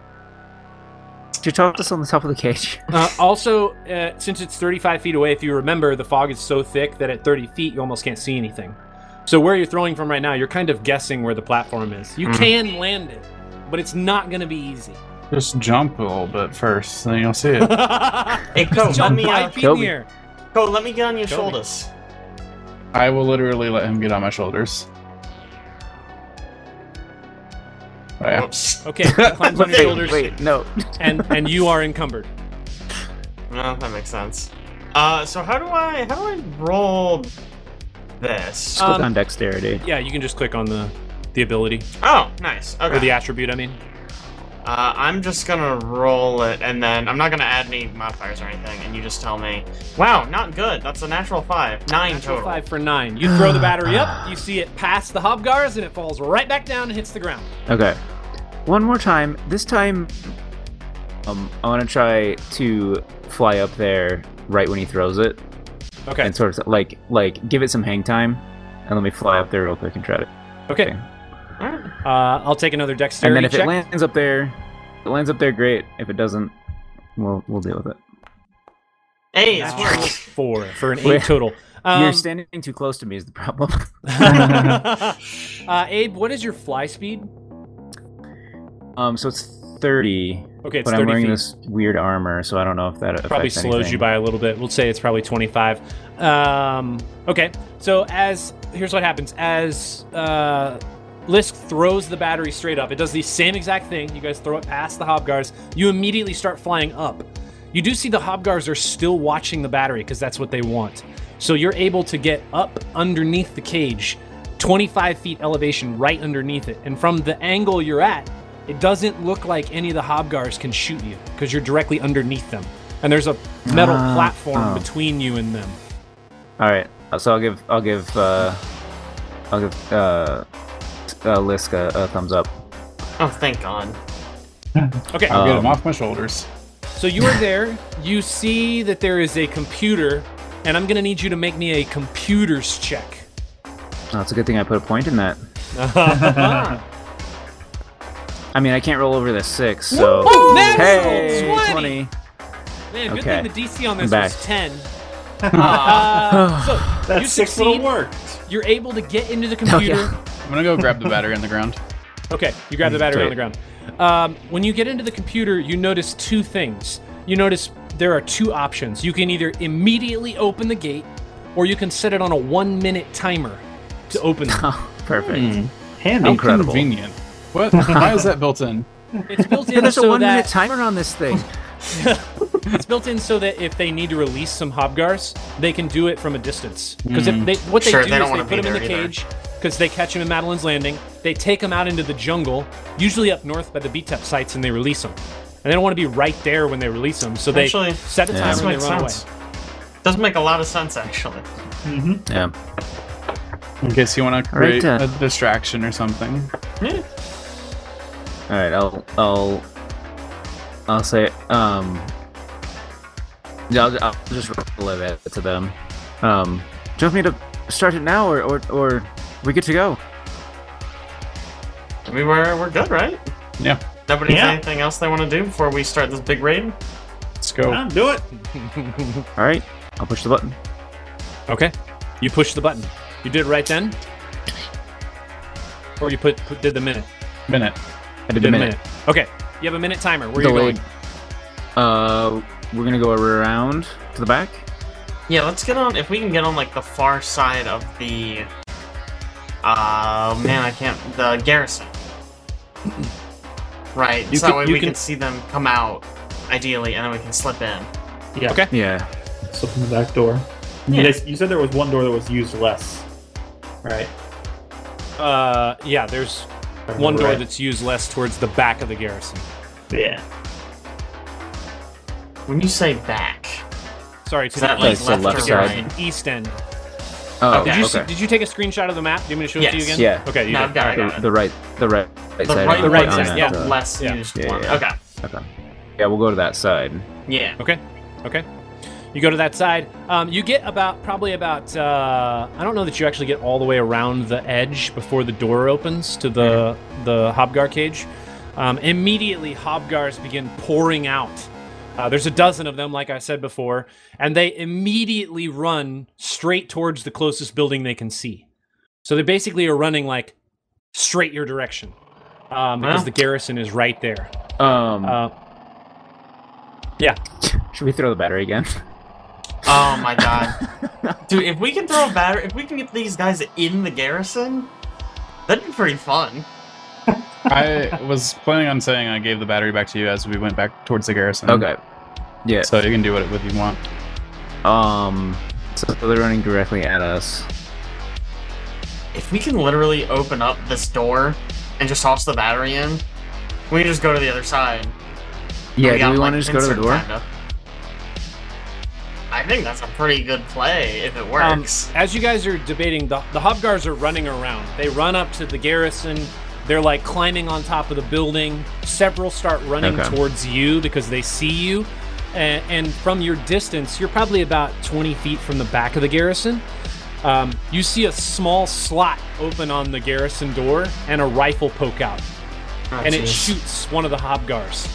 S3: Did you toss this on the top of the cage?
S1: Uh, also, uh, since it's 35 feet away, if you remember, the fog is so thick that at 30 feet you almost can't see anything. So where you're throwing from right now, you're kind of guessing where the platform is. You
S2: Mhm.
S1: can land it, but it's not going to be easy.
S5: Just jump a little bit first, then you'll see it.
S2: Hey, Ko, let
S1: Jump
S2: me, uh,
S1: five feet in
S3: Kobe.
S1: the air.
S2: Ko, let me get on your
S1: Kobe.
S2: shoulders.
S5: I will literally let him get on my shoulders. Oh, yeah.
S2: Whoops.
S1: Okay, he climbs on your
S2: Wait,
S1: shoulders,
S3: Wait, no.
S1: and and you are encumbered.
S2: No, that makes sense. Uh, so how do I how do I roll this?
S1: Uh,
S3: Click
S1: Um,
S3: on dexterity.
S1: Yeah, you can just click on the the ability
S2: oh, nice.
S1: or the
S2: Okay.
S1: attribute. I mean,
S2: Uh, I'm just gonna roll it, and then I'm not gonna add any modifiers or anything. And you just tell me. Wow, not good. That's a natural five. Nine
S1: natural
S2: total.
S1: five for nine. You throw the battery up. You see it pass the hobgars, and it falls right back down and hits the ground.
S3: Okay. One more time. This time, um, I want to try to fly up there right when he throws it,
S1: Okay.
S3: and sort of like like give it some hang time, and let me fly up there real quick and try it.
S1: Okay.
S2: Alright.
S1: Uh, I'll take another
S3: And
S1: dexterity
S3: then if
S1: check.
S3: it lands up there, if it lands up there, great. If it doesn't, we'll we'll deal with it.
S2: Hey, it's
S1: Natural
S2: worked.
S1: four for an
S3: Wait.
S1: eight total. Um,
S3: You're standing too close to me is the problem.
S1: uh, Abe, what is your fly speed?
S3: um, so it's thirty,
S1: Okay, it's
S3: but I'm
S1: 30
S3: wearing
S1: feet.
S3: this weird armor, so I don't know if that affects
S1: probably slows
S3: anything.
S1: you by a little bit. We'll say it's probably 25. Um, okay, so as here's what happens: as uh, Lisk throws the battery straight up, it does the same exact thing. You guys throw it past the hobgars. You immediately start flying up. You do see the hobgars are still watching the battery because that's what they want. So you're able to get up underneath the cage, 25 feet elevation right underneath it, and from the angle you're at. It doesn't look like any of the hobgars can shoot you because you're directly underneath them and there's a metal
S3: Ah,
S1: platform
S3: oh.
S1: between you and them.
S3: All right, uh, so I'll give I'll give uh, I'll give uh, uh, Lisk a, a thumbs up.
S2: Oh, thank God.
S1: Okay,
S3: Uh,
S5: I'll get him
S3: Um,
S5: off my shoulders.
S1: so you are there. You see that there is a computer, and I'm gonna need you to make me a computers check.
S3: Oh, it's a good thing I put a point in that.
S1: oh,
S3: I mean, I can't roll over the six, so
S1: natural
S3: hey,
S1: 20.
S3: 20.
S1: Man, good
S3: Okay.
S1: thing the DC on this
S3: I'm
S1: was
S3: back.
S1: 10.
S2: Uh,
S1: Uh, so
S4: That
S1: You
S4: six little
S1: succeed.
S4: worked.
S1: you're able to get into the
S3: Hell
S1: computer.
S3: Oh, yeah.
S5: I'm gonna go grab the battery on the ground.
S1: Okay, you grab the battery on
S3: Great.
S1: the ground. Um, when you get into the computer, you notice two things. You notice there are two options. You can either immediately open the gate, or you can set it on a one minute timer to open them.
S3: Oh, perfect.
S1: Hmm.
S4: Handy.
S5: How
S3: Incredible.
S5: convenient. What? Why is that built in?
S1: it's built
S3: Yeah,
S1: in
S3: there's a
S1: so
S3: one minute
S1: that
S3: timer on this thing.
S1: it's built in so that if they need to release some hobgars, they can do it from a distance. Because if they what they
S2: Hmm. Sure,
S1: do
S2: they don't
S1: is they
S2: wanna
S1: put
S2: be
S1: them in the
S2: there either.
S1: cage because they catch him in Madeline's Landing. They take him out into the jungle, usually up north by the BTEP sites, and they release him. And they don't want to be right there when they release him, so they
S2: Actually,
S1: set a
S3: yeah.
S1: timer
S2: this
S1: and they
S2: makes
S1: run
S2: sense. Does make a lot of sense actually.
S3: Yeah.
S5: In case you want to create
S3: uh,
S5: a distraction or something.
S3: All right, I'll I'll I'll say um. yeah, I'll, I'll just roll it to them. Um, do you want me to start it now, or or, or we good to go?
S2: We were we're good, right?
S5: Yeah.
S2: Nobody has
S4: Yeah.
S2: anything else they want to do before we start this big raid?
S5: Let's go.
S4: Yeah, do it.
S3: All right, I'll push the button.
S1: away. Okay, you push the button. You did it right then, or you put, put did the minute.
S5: Minute.
S3: I did a
S1: Did
S3: minute.
S1: Okay, you have a minute timer. Where are you
S3: Delayed.
S1: going?
S3: Uh, we're gonna go around to the back.
S2: Yeah, let's get on. If we can get on like the far side of the, uh, man, I can't. The garrison. Right.
S1: You
S2: so
S1: can-
S2: that way
S1: you
S2: we can,
S1: can-
S2: see them come out, ideally, and then we can slip in.
S4: Yeah.
S1: Okay.
S3: Yeah.
S4: Slip in the back door. You, guys- you said there was one door that was used less. Right.
S1: Uh, yeah, there's one door
S4: Right.
S1: that's used less towards the back of the garrison.
S4: Yeah.
S2: When you say back,
S1: Sorry, to
S2: is
S1: the
S2: that
S1: east.
S2: like
S3: That's the
S2: left,
S3: left
S2: or
S3: side.
S2: right?
S1: East End.
S3: Oh,
S1: Did you, see-
S3: okay.
S1: did you take a screenshot of the map? Do you want me to show it to you
S2: Yes.
S1: again?
S3: Yeah.
S1: Okay, you
S2: No,
S1: did.
S2: I've got it. I got
S3: The,
S2: it.
S3: the right, the right, right
S2: The
S3: side.
S2: right,
S3: of
S1: the right
S2: one
S1: side,
S2: is
S3: that,
S1: yeah.
S2: the
S3: uh,
S2: less
S1: Yeah.
S2: used
S3: Yeah,
S2: one.
S3: yeah.
S2: Okay.
S3: okay. Yeah, we'll go to that side.
S2: Yeah.
S1: Okay. Okay. You go to that side. Um, you get about probably about. Uh, I don't know that you actually get all the way around the edge before the door opens to the the hobgar cage. Um, immediately, hobgars begin pouring out. Uh, there's a dozen of them, like I said before, and they immediately run straight towards the closest building they can see. So they basically are running like straight your direction um, because
S2: Wow.
S1: the garrison is right there.
S3: Um,
S1: Uh,
S3: should we throw the battery again?
S2: Oh my god, dude! If we can throw a batter, if we can get these guys in the garrison, that'd be pretty fun.
S5: I was planning on saying I gave the battery back to you as we went back towards the garrison.
S1: um,
S3: Okay. Yeah.
S5: So you can do what with you want.
S3: Um. So they're running directly at us.
S2: If we can literally open up this door and just toss the battery in, we can just go to the other side.
S3: Yeah.
S2: got,
S3: do we want to
S2: like,
S3: just go to the
S2: insert
S3: door?
S2: kinda. I think that's a pretty good play if it
S1: Um,
S2: works.
S1: as you guys are debating, the, the Hobgars are running around. They run up to the garrison. They're like climbing on top of the building. Several start running
S3: Okay.
S1: towards you because they see you. And, and from your distance, you're probably about 20 feet from the back of the garrison. Um, you see a small slot open on the garrison door and a rifle poke out.
S2: Oh,
S1: and it
S2: jeez.
S1: shoots one of the Hobgars.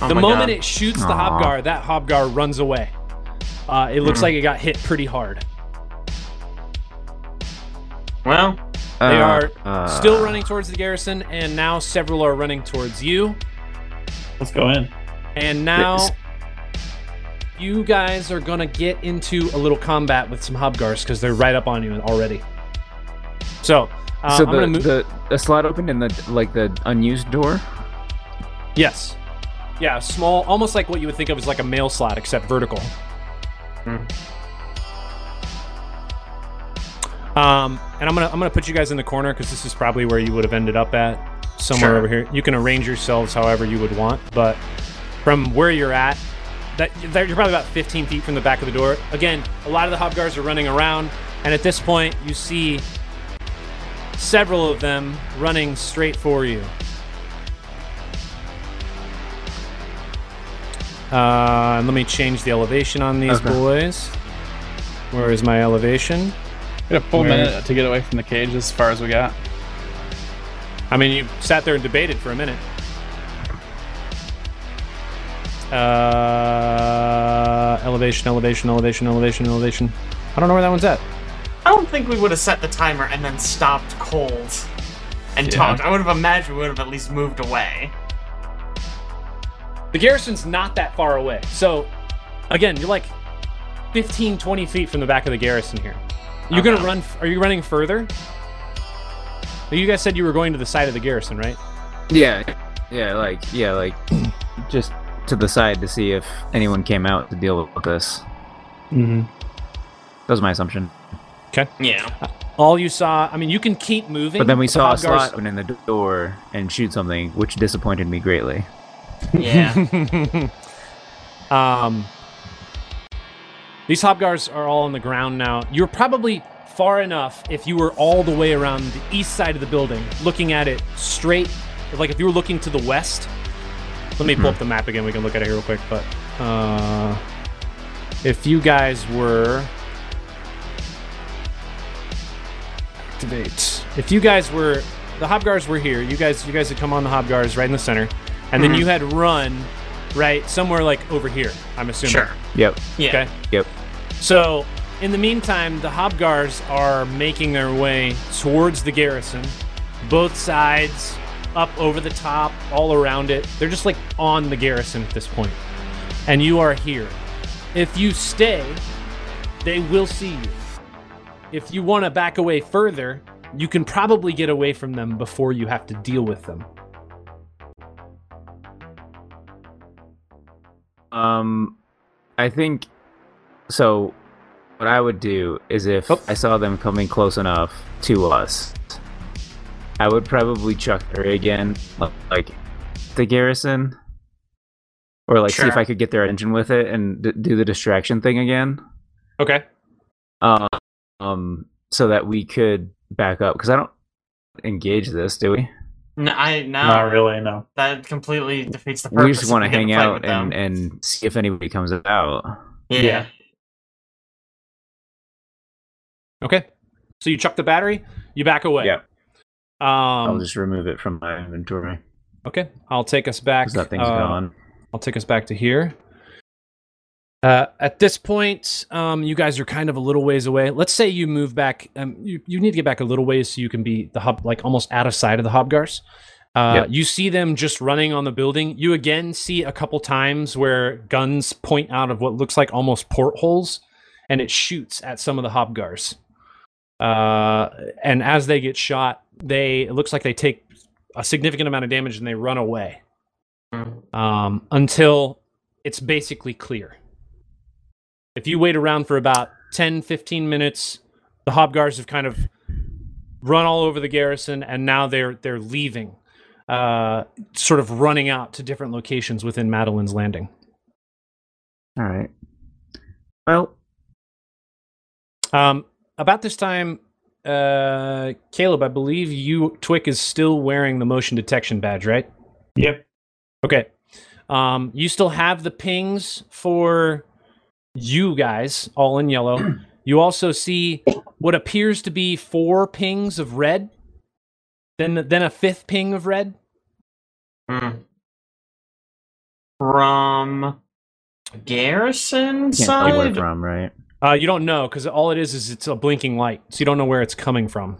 S2: Oh
S1: the
S2: my
S1: moment
S2: God.
S1: it shoots the
S3: Aw.
S1: Hobgar, that Hobgar runs away. Uh, it looks like it got hit pretty hard.
S2: Well,
S1: They
S3: Uh,
S1: are
S3: uh,
S1: still running towards the garrison, and now several are running towards you.
S4: Let's go in.
S1: And now
S3: Yes.
S1: you guys are gonna get into a little combat with some hobgars because they're right up on you already. So, uh,
S3: so
S1: I'm
S3: the,
S1: gonna move.
S3: the the slot opened and the like the unused door.
S1: yes, yeah, small, almost like what you would think of as like a mail slot, except vertical. Um, and I'm gonna I'm gonna put you guys in the corner because this is probably where you would have ended up at somewhere
S2: Sure.
S1: over here. You can arrange yourselves however you would want, but from where you're at, that, that you're probably about 15 feet from the back of the door. Again, a lot of the hobgars are running around, and at this point, you see several of them running straight for you. Uh, let me change the elevation on these
S3: Okay.
S1: boys. Where is my elevation?
S5: We had a full
S1: Where-
S5: minute to get away from the cage as far as we got.
S1: I mean, you sat there and debated for a minute. Uh, elevation, elevation, elevation, elevation, elevation. I don't know where that one's at.
S2: I don't think we would have set the timer and then stopped cold and
S5: Yeah.
S2: talked. I would have imagined we would have at least moved away.
S1: The garrison's not that far away. So, again, you're like 15, 20 feet from the back of the garrison here. You're going to
S2: Okay.
S1: run. f- Are you running further? You guys said you were going to the side of the garrison, right?
S3: Yeah. Yeah. Like yeah. Like just to the side to see if anyone came out to deal with this.
S4: Mm-hmm.
S3: That was my assumption.
S2: Yeah.
S1: All you saw, I mean, you can keep moving.
S3: But then we
S1: The
S3: saw a
S1: Hobgars-
S3: slot open in the door and shoot something, which disappointed me greatly.
S2: Yeah.
S1: um, these hobgars are all on the ground now. You're probably far enough if you were all the way around the east side of the building, looking at it straight. Like if you were looking to the west. Let me pull up the map again. We can look at it here real quick. But uh, if you guys were activate, if you guys were the hobgars were here. You guys, you guys had come on the hobgars right in the center, and then you had run right somewhere like over here. I'm assuming.
S2: sure.
S3: Yep.
S2: Yeah.
S1: Okay.
S3: Yep.
S1: So, in the meantime, the Hobgars are making their way towards the garrison, both sides, up over the top, all around it. They're just like on the garrison at this point. And you are here. If you stay, they will see you. If you want to back away further, you can probably get away from them before you have to deal with them.
S3: Um, I think so. What I would do is if
S2: Oh.
S3: I saw them coming close enough to us, I would probably chuck her again, li- like the garrison, or like see if
S2: Sure.
S3: I could get their engine with it and d- do the distraction thing again.
S1: Okay.
S3: Uh, um, so that we could back up because I don't engage this, do we?
S2: N- I no.
S4: Not really. No.
S2: That completely defeats the purpose.
S3: We just
S2: if
S3: want to
S2: get
S3: hang
S2: fight
S3: out
S2: with them. Um,
S3: and and see if anybody comes out.
S2: yeah.
S4: Yeah.
S1: Okay. So you chuck the battery, you back away.
S3: Yeah. I'll
S1: Um,
S3: just remove it from my inventory
S1: Okay, I'll take us back.
S3: because that thing's
S1: uh,
S3: gone.
S1: I'll take us back to here. Uh, at this point, um, you guys are kind of a little ways away. Let's say you move back. Um, you, you need to get back a little ways so you can be the hub, like almost out of sight of the hobgars. Uh,
S3: Yep.
S1: You see them just running on the building. You again see a couple times where guns point out of what looks like almost portholes, and it shoots at some of the hobgars. Uh, and as they get shot, they it looks like they take a significant amount of damage and they run away
S2: Mm.
S1: um, until it's basically clear. If you wait around for about 10, 15 minutes, the hobgars have kind of run all over the garrison and now they're they're leaving, uh, sort of running out to different locations within Madeline's Landing.
S3: All right. Well,
S1: Um, about this time, uh, Caleb, I believe you Twick is still wearing the motion detection badge, right?
S4: Yep.
S1: Okay. Um, you still have the pings for you guys, all in yellow. You also see what appears to be four pings of red, then then a fifth ping of red
S2: Hmm. From garrison
S3: can't tell where
S2: side?
S3: from, right?
S1: Uh, you don't know because all it is is it's a blinking light, so you don't know where it's coming from.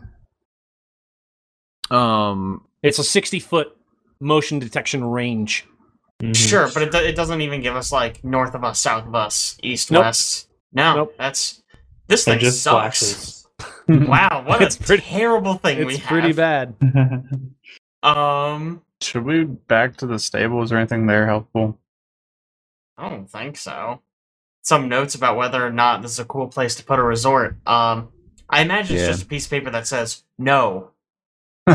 S3: Um,
S1: It's a sixty foot motion detection range. Mm-hmm.
S2: Sure, but it, do- it doesn't even give us like north of us, south of us, east,
S1: Nope.
S2: west. No,
S1: Nope.
S2: that's this thing
S4: It just
S2: sucks.
S4: flashes.
S2: Wow, what
S1: It's
S2: a
S1: pretty-
S2: terrible thing we
S1: It's
S2: have.
S1: pretty bad.
S2: Um,
S5: Should we back to the stable? Is there anything there helpful?
S2: I don't think so. Some notes about whether or not this is a cool place to put a resort. Um, I imagine it's
S3: Yeah.
S2: just a piece of paper that says no.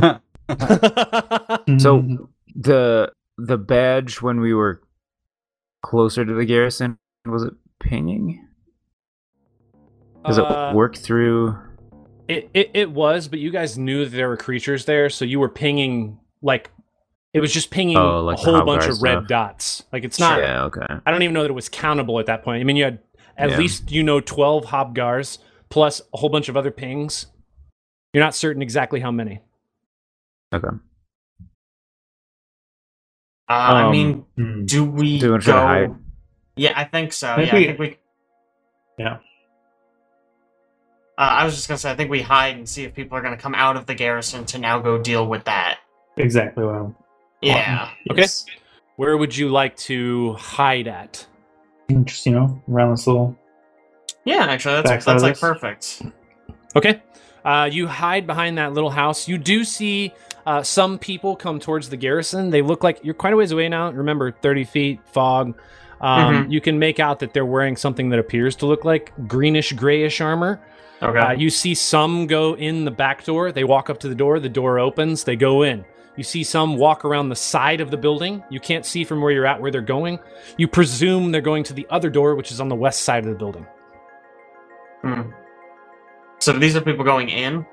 S1: Mm-hmm.
S3: so the the badge when we were closer to the garrison was it pinging? Does
S1: Uh,
S3: it work through?
S1: It, it it was, but you guys knew that there were creatures there, so you were pinging like it was just pinging
S3: Oh, like
S1: a
S3: the
S1: whole bunch
S3: Hobgar
S1: of red
S3: stuff.
S1: dots. Like it's not.
S3: Yeah. Okay.
S1: I don't even know that it was countable at that point. I mean, you had at
S3: Yeah.
S1: least you know twelve hobgars plus a whole bunch of other pings. You're not certain exactly how many.
S2: Uh, I
S1: Um,
S2: mean,
S4: Hmm.
S2: do we
S3: Do we
S2: go?
S3: try to hide?
S2: Yeah, I think so.
S4: Think
S2: yeah, I
S4: we-
S2: think we.
S4: Yeah.
S2: Uh, I was just gonna say, I think we hide and see if people are gonna come out of the garrison to now go deal with that.
S4: exactly what I'm.
S2: Yeah.
S1: Okay.
S4: Yes.
S1: Where would you like to hide at?
S4: Just you know, around this little.
S2: Yeah, actually, that's
S4: Back
S2: that's
S4: out
S2: like
S4: of this.
S2: perfect.
S1: Okay. Uh, you hide behind that little house. You do see uh, some people come towards the garrison. They look like you're quite a ways away now. Remember, 30 feet, fog. Um, You can make out that they're wearing something that appears to look like greenish, grayish armor.
S2: Okay.
S1: Uh, you see some go in the back door. They walk up to the door. The door opens. They go in. You see some walk around the side of the building. You can't see from where you're at where they're going. You presume they're going to the other door, which is on the west side of the building.
S2: Hmm. So these are people going in.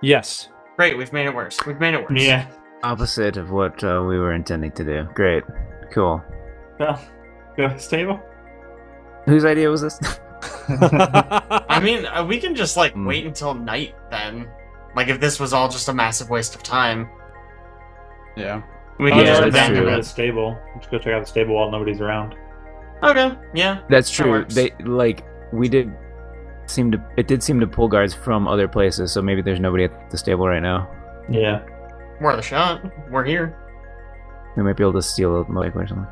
S1: Yes.
S2: Great, we've made it worse. We've made it worse.
S4: Yeah.
S3: Opposite of what uh, we were intending to do. Great. Cool.
S4: Well, go to the stable.
S3: Whose idea was this?
S2: I mean, uh, we can just like
S3: Hmm.
S2: wait until night then. Like, if this was all just a massive waste of time,
S5: Yeah.
S2: we
S4: Yeah,
S2: can
S3: Yeah,
S4: yeah
S2: just
S3: that's
S4: back
S2: abandon
S3: true.
S4: to the
S2: it.
S4: stable. Let's go check out the stable while nobody's around.
S2: Okay. Yeah.
S3: That's true.
S2: works.
S3: They like we did seem to it did seem to pull guards from other places, so maybe there's nobody at the stable right now.
S4: Yeah.
S2: Worth a shot. We're here.
S3: We might be able to steal a motorbike or something.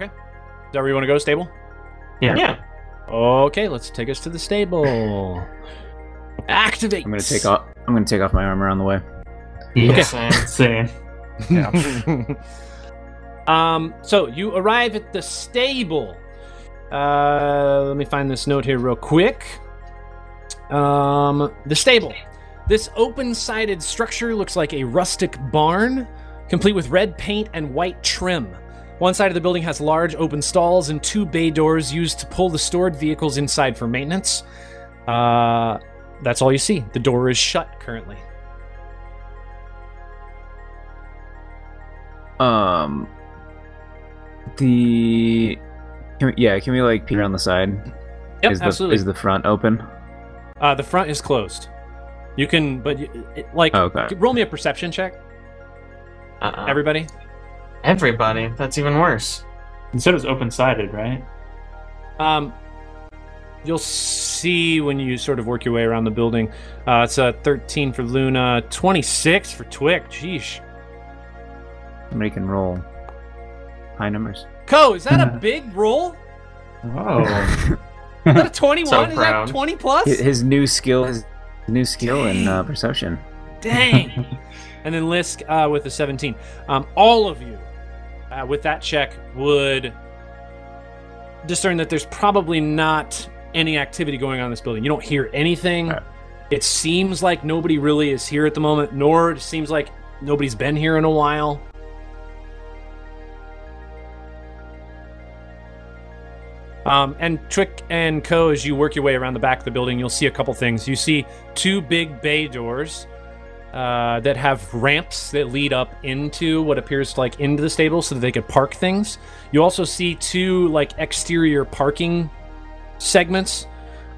S1: Is that where you want to go, Stable?
S4: Yeah.
S2: Yeah.
S1: Okay, let's take us to the stable. Activate.
S3: I'm gonna take off I'm gonna take off my armor on the way.
S4: Yeah.
S2: Same.
S4: Same.
S1: um, so you arrive at the stable. Uh, let me find this note here real quick. Um, the stable. This open-sided structure looks like a rustic barn, complete with red paint and white trim. One side of the building has large open stalls and two bay doors used to pull the stored vehicles inside for maintenance. Uh, that's all you see. The door is shut currently.
S3: Um the can we, yeah, can we like peer on the side?
S1: Yep,
S3: is the
S1: absolutely.
S3: is the front open?
S1: Uh, the front is closed. You can, but y- it, like,
S3: Oh, okay.
S1: roll me a perception check,
S2: Uh-huh. Uh-uh.
S1: everybody.
S2: Everybody. That's even worse.
S4: You said it was open sided, right?
S1: Um, you'll see when you sort of work your way around the building. Uh, it's a 13 for Luna, 26 for Twick. Jeez.
S3: Somebody can roll high numbers.
S1: Co, is that a big roll?
S4: Whoa.
S1: Is that a 21?
S2: So
S1: is that
S2: proud.
S1: 20 plus?
S3: His- His new skill his new skill in uh, perception.
S6: Dang.
S1: And then Lisk uh, with a 17. Um, all of you uh, with that check would discern that there's probably not any activity going on in this building. You don't hear anything.
S3: Alright.
S1: It seems like nobody really is here at the moment, nor it seems like nobody's been here in a while. Um, and Trick and Co, as you work your way around the back of the building, you'll see a couple things. You see two big bay doors uh, that have ramps that lead up into what appears like into the stable so that they could park things. You also see two like exterior parking segments.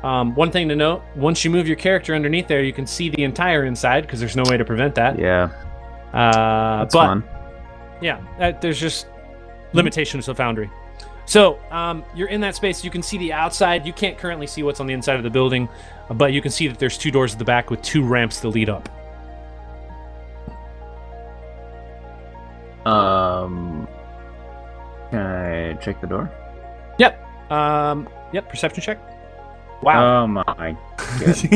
S1: Um, one thing to note once you move your character underneath there, you can see the entire inside because there's no way to prevent that.
S3: Yeah,
S1: Uh,
S3: that's
S1: but
S3: fun.
S1: yeah, that, there's just limitations to the foundry. So um, you're in that space. You can see the outside. You can't currently see what's on the inside of the building, but you can see that there's two doors at the back with two ramps that lead up.
S3: Um, can I check the door?
S1: Um, yep, perception check. Wow,
S3: Oh my!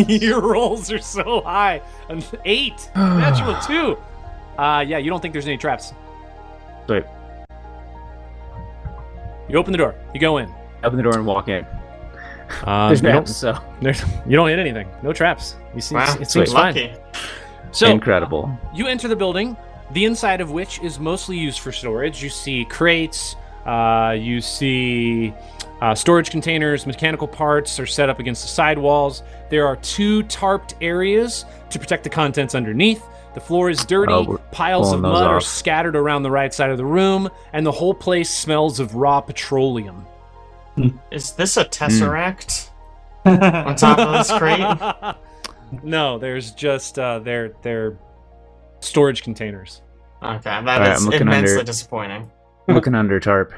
S1: your rolls are so high. An eight, natural two. Uh, yeah, you don't think there's any traps.
S3: Wait.
S1: You open the door. You go in.
S3: Open the door and walk in.
S1: Um,
S3: There's
S1: you,
S3: no
S1: don't,
S3: so
S1: there's- you don't hit anything. No traps. You see,
S2: Wow,
S1: it seems fine.
S2: lucky.
S1: So
S3: incredible.
S1: You enter the building, the inside of which is mostly used for storage. You see crates, uh, you see uh, storage containers, mechanical parts are set up against the side walls. There are two tarped areas to protect the contents underneath. The floor is dirty,
S3: Oh, we're
S1: piles of
S3: pulling those
S1: mud are
S3: off.
S1: scattered around the right side of the room, and the whole place smells of raw petroleum.
S2: Is this a tesseract
S4: Oh,
S3: Hmm.
S2: on top of this crate?
S1: no, there's just uh, their their storage containers.
S2: Okay, that is
S3: right, I'm looking
S2: immensely
S3: under.
S2: disappointing.
S3: Looking under tarp.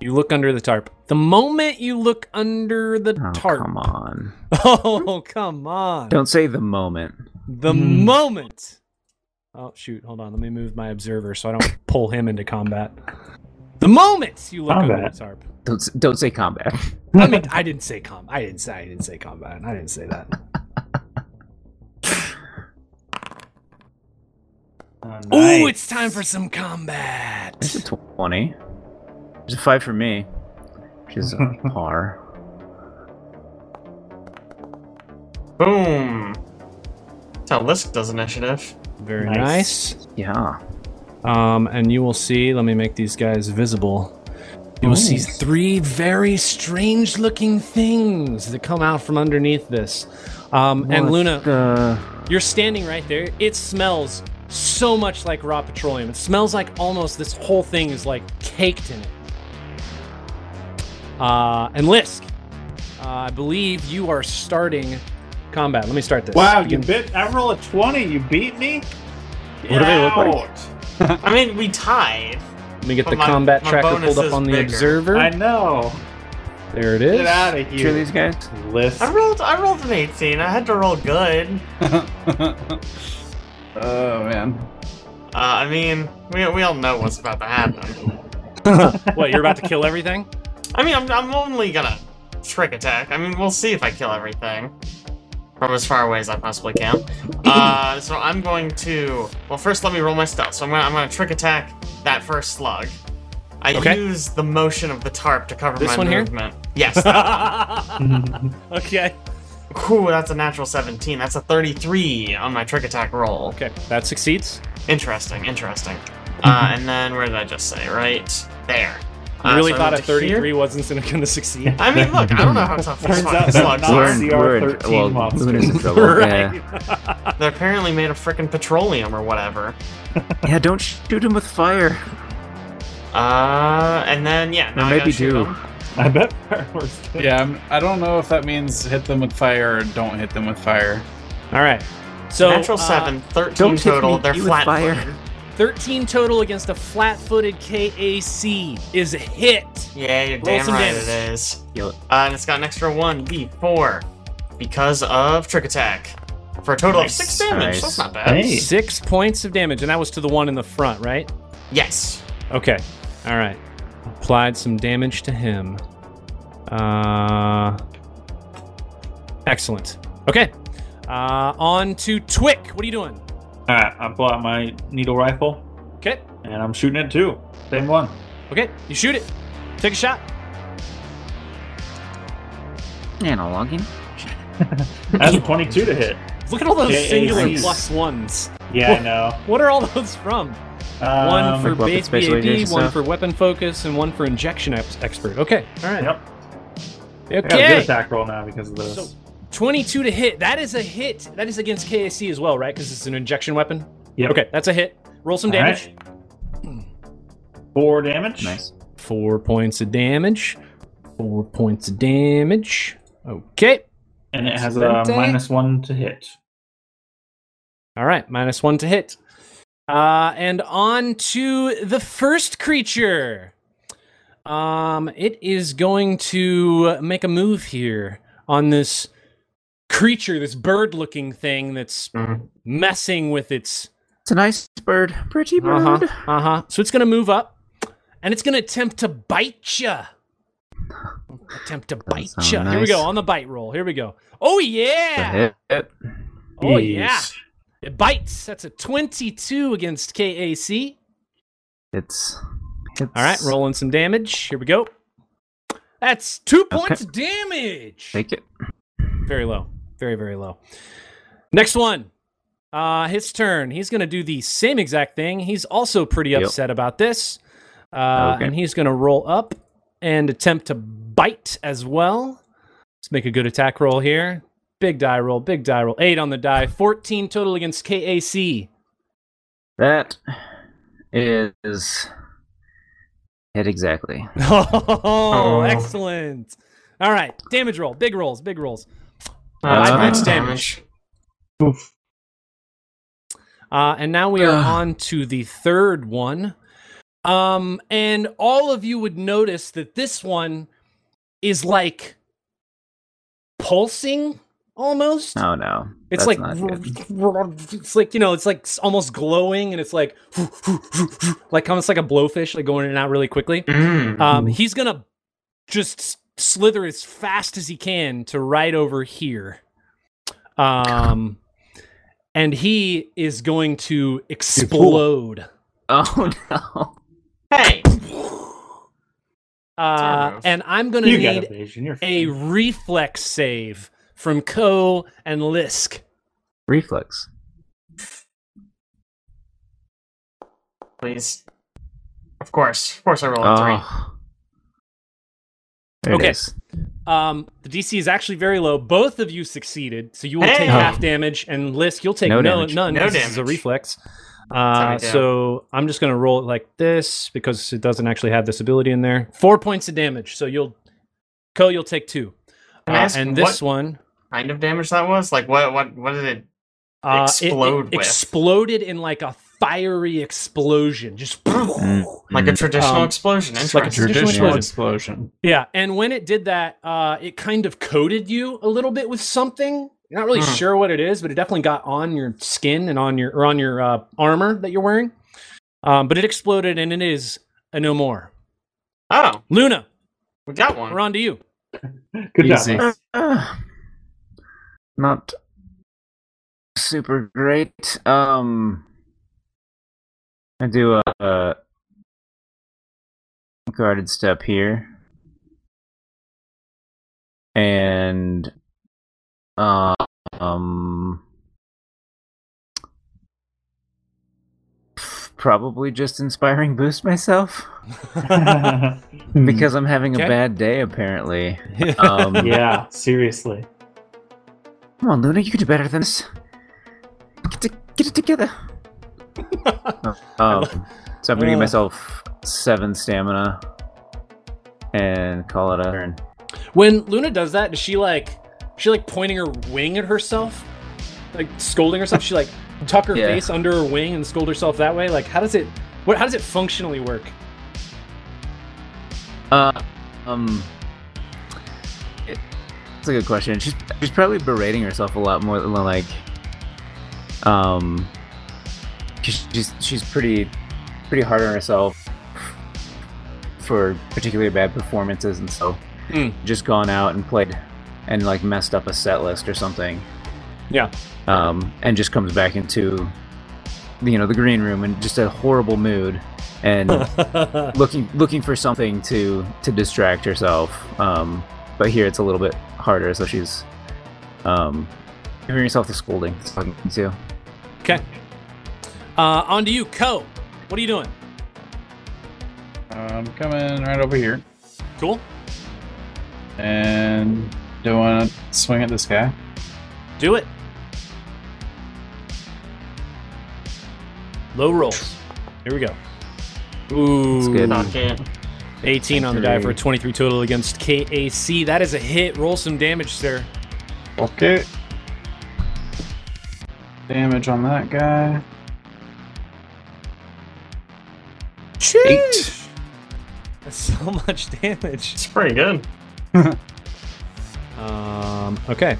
S1: You look under the tarp. The moment you look under the
S3: Oh,
S1: tarp.
S3: Come on!
S1: Oh, come on.
S3: Don't say the moment.
S1: The
S6: Hmm.
S4: Mm.
S1: moment. Oh, shoot. Hold on. Let me move my observer so I don't pull him into combat. The moment you look under
S4: Combat.
S1: the tarp.
S3: Don't s- don't say combat.
S1: I mean, I didn't say com. I didn't say. I didn't say combat. I didn't say that.
S4: Oh,
S6: Ooh, it's time for some
S3: It's a
S6: combat.
S3: twenty. There's a five for me, which is a par.
S2: Boom. That's how Lisk does initiative.
S1: Very
S4: Nice.
S1: nice.
S3: Yeah.
S1: Um, and you will see. Let me make these guys visible. You will see three very strange looking things that come out from underneath this. Um, and
S3: What
S1: Luna,
S3: the-
S1: You're standing right there. It smells so much like raw petroleum. It smells like almost this whole thing is like caked in it. Uh, and Lisk, uh, I believe you are starting combat. Let me start this.
S9: Wow, you
S1: Begin-
S9: bit. I roll a 20. You beat me?
S3: What do they look like?
S2: I mean, we tied.
S1: Let me get
S2: but
S1: the
S2: my-
S1: combat
S2: my
S1: tracker
S2: bonus
S1: pulled up
S2: is
S1: on the
S2: bigger.
S1: observer.
S9: I know.
S1: There it
S9: Get out
S1: is.
S9: of
S3: Cheer
S9: here.
S3: these guys.
S9: List.
S2: I rolled. I rolled an 18. I had to roll good.
S5: oh man.
S2: Uh, I mean, we, we all know what's about to happen.
S1: What? You're about to kill everything?
S2: I mean, I'm, I'm only gonna trick attack. I mean, we'll see if I kill everything from as far away as I possibly can. Uh, so I'm going to. Well, first let me roll my stealth. So I'm gonna, I'm gonna trick attack that first slug. I
S1: Okay.
S2: use the motion of the tarp to cover
S1: This
S2: my
S1: one here?
S2: movement. Yes. that-
S1: okay.
S2: Ooh, that's a natural 17. That's a 33 on my trick attack roll.
S1: Okay. That succeeds.
S2: Interesting, interesting. Uh, and then where did I just say? Right there.
S1: I
S2: Uh,
S1: really
S2: so I
S1: thought a
S2: went to here.
S1: 33 wasn't going to succeed.
S2: I mean, look, I don't know how tough these
S9: Turns
S2: fucking
S9: out they're
S2: slugs
S9: not
S2: are.
S3: We're in,
S9: CR
S3: we're in,
S9: 13
S3: well,
S9: monster.
S3: Luna's in trouble.
S1: Right.
S3: Yeah.
S2: They're apparently made of frickin' petroleum or whatever.
S3: yeah, don't shoot him with fire.
S2: Uh, and then yeah, now
S3: Or
S2: I
S3: maybe
S2: gotta shoot
S3: do.
S2: them.
S9: I bet fireworks did.
S5: Yeah, I'm, I don't know if that means hit them with fire or don't hit them with fire.
S1: All right. So
S2: Natural
S1: uh,
S2: seven, 13
S3: don't hit
S2: total.
S3: me
S2: They're
S3: with
S2: flat
S3: fire.
S2: footed.
S1: 13 total against a flat footed KAC is a hit.
S2: Yeah, you're
S1: Roll
S2: damn
S1: some
S2: right
S1: damage.
S2: it is.
S3: Yo.
S2: Uh, and it's got an extra one d four because of trick attack for a total of six damage.
S3: Nice.
S2: That's not bad.
S4: Hey.
S1: Six points of damage, and that was to the one in the front, right?
S2: Yes.
S1: Okay. All right. Applied some damage to him. Uh, excellent. Okay. Uh, on to Twick. What are you doing?
S4: All right, I pull out my needle rifle
S1: Okay.
S4: and I'm shooting it too. Same one.
S1: Okay. You shoot it. Take a shot.
S3: Analoging.
S4: That's a 22 to hit.
S1: Look at all those
S9: Yeah,
S1: singular
S9: AACs.
S1: plus ones.
S9: Yeah, I know.
S1: What are all those from?
S9: Um,
S1: one for
S3: like weapon
S1: base BAD,
S3: specialization
S1: one
S3: stuff.
S1: for weapon focus, and one for injection ex- expert. Okay. All right.
S4: Yep. I got a good
S1: Okay.
S4: attack roll now because of this.
S1: So, 22 to hit. That is a hit. That is against KAC as well, right? Because it's an injection weapon.
S4: Yep.
S1: Okay, that's a hit. Roll some
S4: All right.
S1: damage.
S4: Four damage.
S3: Nice.
S1: Four points of damage. Four points of damage. Okay.
S4: And it has a
S1: Excellent.
S4: minus one to hit.
S1: All right, minus one to hit. Uh, and on to the first creature. Um, it is going to make a move here on this creature, this bird-looking thing that's
S2: Mhm.
S1: messing with its
S3: It's a nice bird. Pretty bird.
S1: Uh huh. Uh huh. So it's gonna move up, and it's gonna attempt to bite you. Attempt to bite
S3: sound
S1: you. Here we go
S3: nice.
S1: on the bite roll. Here we go. Oh
S3: It's a
S1: yeah.
S3: hit. It's
S1: Oh yeah.
S4: Jeez.
S1: It bites. That's a twenty-two against KAC.
S3: hits.
S1: All right, rolling some damage. Here we go. That's two points of damage.
S3: Take it.
S1: Very low. Very, very low. Next one. Uh, his turn. He's going to do the same exact thing. He's also pretty
S3: Yep.
S1: upset about this. Uh,
S3: Okay.
S1: And he's going to roll up and attempt to bite as well. Let's make a good attack roll here. Big die roll, big die roll. Eight on the die. 14 total against KAC.
S3: That is hit exactly.
S1: Oh, excellent. All right. Damage roll. Big rolls, big rolls.
S2: That's
S3: Uh,
S2: max damage.
S1: Uh, and now we are
S3: Ugh.
S1: on to the third one. Um, and all of you would notice that this one is like pulsing almost.
S3: Oh no.
S1: it's like
S3: that's not good.
S1: it's like you know, it's like s- almost glowing, and it's like like almost like a blowfish, like going in and out really quickly.
S2: Mm.
S1: Um, he's gonna just s- slither as fast as he can to right over here. Um, and he is going to explode.
S3: Oh no.
S2: Hey,
S1: Uh,
S2: Thanos.
S1: and I'm gonna
S4: You got
S1: need
S4: evasion. You're
S1: a
S4: fine.
S1: reflex save from Co and Lisk.
S3: Reflex.
S2: please. Of course, of course, I
S1: Uh,
S2: roll a three.
S3: Oh. There it
S1: Okay.
S3: is.
S1: Um, the DC is actually very low. Both of you succeeded, so you will
S2: Hey!
S1: take half damage, and Lisk, you'll take no,
S3: No damage.
S1: none.
S2: No
S1: 'cause This is a
S2: damage.
S1: reflex. Uh,
S2: how we do.
S1: so I'm just gonna roll it like this because it doesn't actually have this ability in there. Four points of damage. So you'll, Co, you'll take two,
S2: Can I
S1: Uh,
S2: ask
S1: and
S2: what
S1: this one
S2: kind of damage that was? Like, what, what, what did it?
S1: uh, it- it
S2: Explode with.
S1: exploded in like a fiery explosion. Just
S2: Like a traditional
S1: Um,
S2: explosion?
S1: it's like a
S2: Interesting.
S1: Traditional explosion.
S5: Traditional explosion.
S1: Yeah, and when it did that, uh, it kind of coated you a little bit with something. You're not really
S2: Hmm.
S1: sure what it is, but it definitely got on your skin and on your or on your uh, armor that you're wearing. Um, but it exploded, and it is a no more.
S2: oh,
S1: Luna,
S2: we got one.
S1: we're on to you.
S4: good
S5: Easy.
S4: job.
S3: Uh, not super great. Um, I do a, a guarded step here, and uh, um, probably just inspiring boost myself
S4: Hmm.
S3: because I'm having
S1: Okay.
S3: a bad day apparently. Um,
S4: yeah, seriously.
S3: Come on, Luna, you can do better than this. Get, to, get it together. um, so I'm gonna
S1: Uh.
S3: give myself seven stamina and call it a turn.
S1: When Luna does that, is she like she like pointing her wing at herself, like scolding herself? She like tuck her
S3: Yeah.
S1: face under her wing and scold herself that way. Like how does it? What how does it functionally work?
S3: Uh, um, it- it's a good question. She's she's probably berating herself a lot more than like, um, 'cause she's she's pretty pretty hard on herself for particularly bad performances, and so
S1: Mm.
S3: just gone out and played and like messed up a set list or something.
S1: Yeah.
S3: Um, and just comes back into you know the green room in just a horrible mood and looking looking for something to to distract herself. Um, but here it's a little bit harder, so she's um, giving herself the scolding. that's all I can do.
S1: Okay. Uh, on to you, Co. What are you doing?
S5: I'm coming right over here
S1: Cool.
S5: and doing a swing at this guy.
S1: Do it. Low rolls. Here we go. Ooh.
S3: good.
S2: Fuck it.
S1: 18 on the die for a
S3: Three.
S1: 23 total against KAC. That is a hit. Roll some damage, sir.
S5: Okay. Damage on that guy. Eight.
S1: That's so much damage.
S2: It's pretty good.
S1: Um, okay.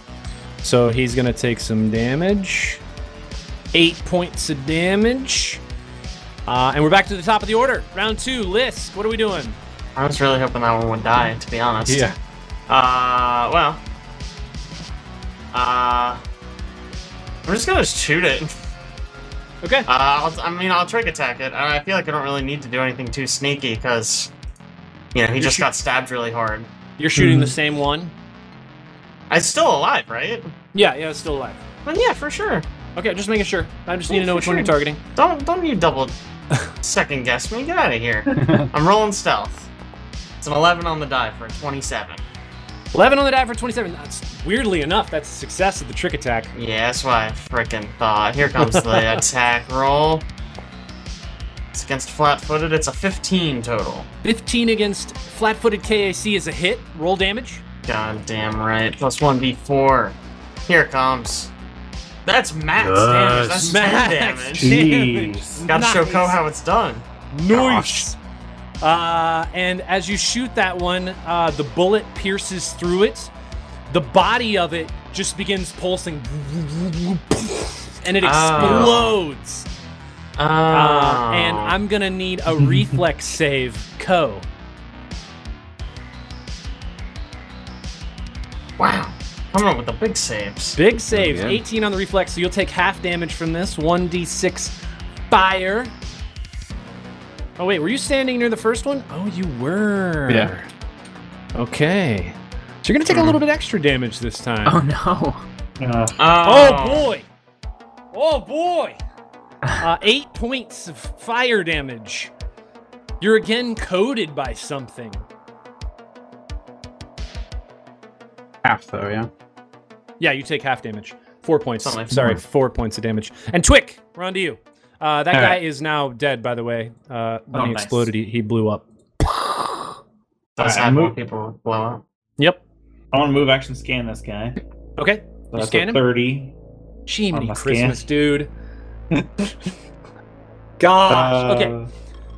S1: So he's going to take some damage. Eight points of damage. Uh, and we're back to the top of the order. Round two, Lisk. What are we doing?
S2: I was really hoping that one would die, to be honest. Uh, well. Uh, I'm just gonna shoot it.
S1: Okay.
S2: Uh, I'll, I mean, I'll trick attack it. and I feel like I don't really need to do anything too sneaky because, you know, he just got stabbed really hard.
S1: You're shooting the same one?
S2: It's still alive, right?
S1: Yeah, yeah, it's still alive.
S2: Well, yeah, for sure.
S1: Okay, just making sure. I just need
S2: Yeah,
S1: to know
S2: Oh, for
S1: which one you're
S2: sure.
S1: targeting.
S2: Don't don't you double second guess me. Get out of here. I'm rolling stealth. It's an 11 on the die for a 27.
S1: 11 on the die for 27. That's weirdly enough, that's a success of the trick attack.
S2: Yeah, that's what I freaking thought. Here comes the attack roll. It's against flat-footed. It's a 15 total.
S1: 15 against flat footed KAC is a hit. Roll damage.
S2: God damn right. Plus 1d4. Here it comes. That's max
S3: Yes.
S2: damage. That's max
S1: Max
S2: damage.
S1: damage.
S4: Jeez.
S2: Gotta show
S1: Nice.
S2: Ko how it's done.
S1: Nice. Uh, and as you shoot that one, uh, the bullet pierces through it. The body of it just begins pulsing, and it
S2: Ah.
S1: explodes.
S2: Oh.
S1: Uh, and I'm gonna need a reflex save, Co.
S2: Wow. Coming up with the big saves.
S1: Big saves.
S3: good.
S1: 18 on the reflex, so you'll take half damage from this. 1d6 fire. Oh, wait, were you standing near the first one? Oh, you were.
S5: Yeah.
S1: Okay. So you're going to take a little bit extra damage this time.
S3: Oh no!
S4: Uh,
S1: Oh, boy. Oh, boy. Uh, eight points of fire damage. You're again coated by something.
S5: Half though, yeah.
S1: Yeah, you take half damage. Four points.
S2: Something like
S4: Hmm.
S1: Sorry, four points of damage. And Twick, we're on to you. Uh, that
S4: All
S1: guy
S4: right.
S1: is now dead, by the way. Uh, when
S4: Oh,
S1: he
S4: nice.
S1: exploded, he, he blew up.
S2: Does
S4: Alright,
S2: happen when
S4: move-
S2: people blow up.
S1: Yep.
S4: I want to move action scan this guy.
S1: Okay.
S4: So
S1: You
S4: that's
S1: scan
S4: a
S1: him?
S4: 30. On
S1: Jiminy
S4: my
S1: Christmas, dude. Gosh.
S4: Uh,
S1: okay.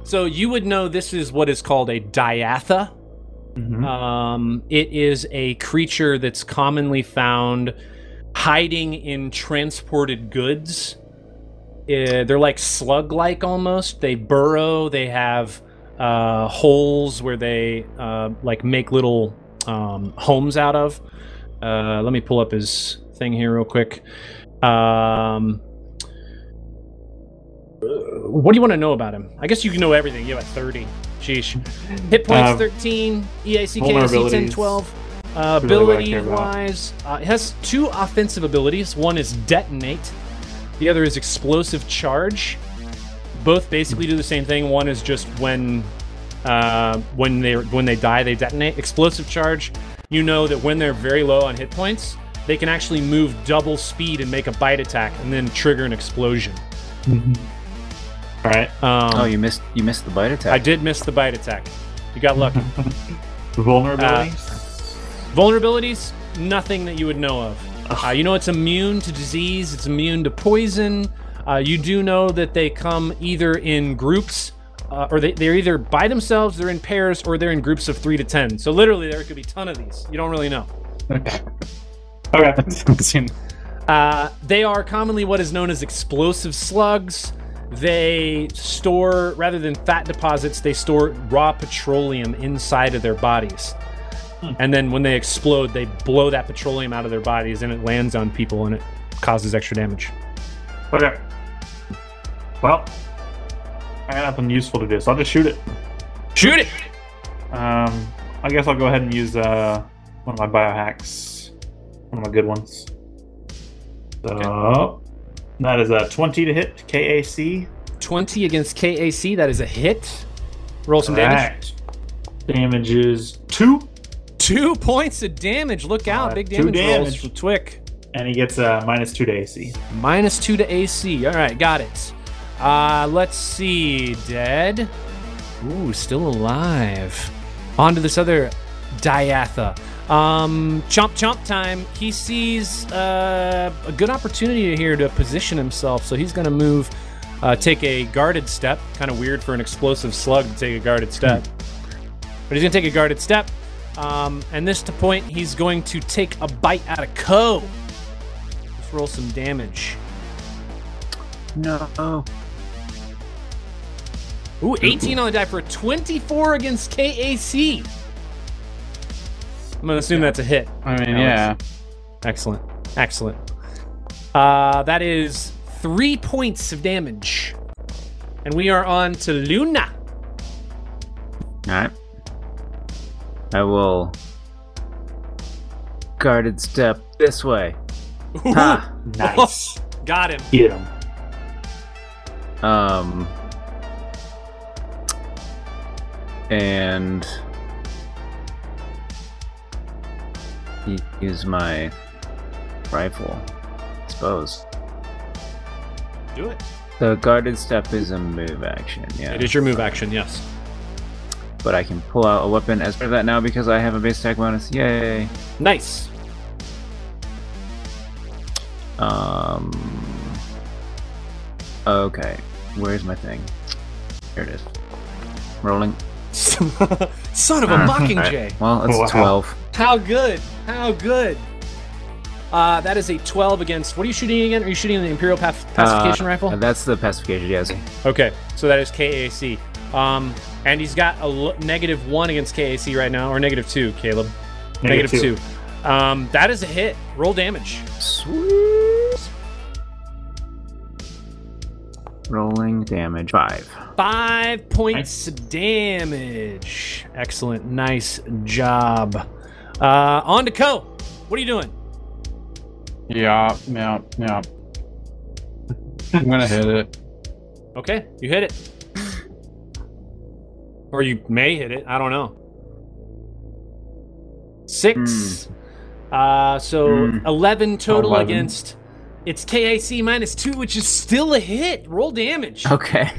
S1: So you would know this is what is called a diatha.
S4: mhm.
S1: Um, it is a creature that's commonly found hiding in transported goods. Uh, they're like slug like almost. They burrow, they have uh, holes where they uh, like make little um, homes out of. Uh, let me pull up his thing here real quick. Um, uh, what do you want to know about him? I guess you can know everything. You have 30. Sheesh. Hit points E
S4: Uh,
S1: 13, EAC, KAC 10,
S4: vulnerabilities.
S1: 12. Uh,
S4: Really what I
S1: ability
S4: care about.
S1: wise, uh, it has two offensive abilities. One is detonate, the other is explosive charge. Both basically do the same thing. One is just when uh, when they when they die, they detonate. Explosive charge, you know that when they're very low on hit points, they can actually move double speed and make a bite attack, and then trigger an explosion.
S4: All right.
S1: Um,
S3: Oh, you missed you missed the bite
S1: I
S3: attack.
S1: did miss the bite attack. You got lucky.
S4: Vulnerability.
S1: uh, Vulnerabilities, nothing that you would know of. Uh, you know, it's immune to disease, it's immune to poison. Uh, you do know that they come either in groups, uh, or they, they're either by themselves, they're in pairs, or they're in groups of three to 10. So, literally, there could be a ton of these. You don't really know.
S4: okay. Okay.
S5: Seen-
S1: Uh, they are commonly what is known as explosive slugs. They store, rather than fat deposits, they store raw petroleum inside of their bodies. And then when they explode, they blow that petroleum out of their bodies and it lands on people and it causes extra damage.
S4: Okay.
S9: Well, I got nothing useful to do, so I'll just shoot it.
S1: Shoot it.
S9: Um, I guess I'll go ahead and use uh, one of my biohacks, one of my good ones. So that is a twenty to hit KAC.
S1: 20 against KAC. That is a hit. Roll some damage.
S9: Alright. Damage is two,
S1: Two points of damage. Look out.
S9: Uh,
S1: Big
S9: two
S1: damage, rolls
S9: damage.
S1: for Twick.
S9: and he gets uh, minus two to AC.
S1: Minus two to AC. All right, got it. Uh, let's see. Dead. Ooh, still alive. On to this other Diatha. Um, chomp chomp time. He sees uh, a good opportunity here to position himself, so he's going to move, uh, take a guarded step. Kind of weird for an explosive slug to take a guarded step. But he's going to take a guarded step. Um, and this to point, he's going to take a bite out of Ko. Let's roll some damage.
S3: No.
S1: Ooh, 18 on the die for a 24 against KAC. I'm going to assume that's a hit.
S5: I
S1: Alex.
S5: mean, yeah.
S1: Excellent. Excellent. Uh, that is three points of damage. And we are on to Luna.
S3: All right. I will guarded step this way.
S1: Ooh,
S3: Ha.
S2: Nice.
S1: Got him.
S9: Get him.
S3: Um. And y- use my rifle, I suppose.
S1: Do it.
S3: The guarded step is a move action, yeah.
S1: It is your move action, yes.
S3: But I can pull out a weapon as part of that now because I have a base attack bonus. Yay!
S1: Nice.
S3: Um. Okay, where's my thing? Here it is. Rolling.
S1: Son of a mockingjay.
S3: Well, it's
S9: Wow.
S3: twelve.
S1: How good? How good? Uh, that is a 12 against. What are you shooting again? Are you shooting the Imperial Paf- Pacification
S3: Uh,
S1: Rifle?
S3: That's the pacification, yes.
S1: Okay, so that is KAC. Um, and he's got a l- negative one against KAC right now, or negative two, Caleb. Negative, negative two. Um, that is a hit. Roll damage.
S3: Sweet. Rolling damage five.
S1: Five points of damage. Excellent. Nice job. Uh, on to Co. What are you doing?
S5: Yeah, yeah, yeah. I'm gonna hit it.
S1: Okay, you hit it. or you may hit it. I don't know. Six. Uh, so
S3: Hmm.
S1: 11 total
S5: 11.
S1: against. It's KAC minus two, which is still a hit. Roll damage.
S3: Okay.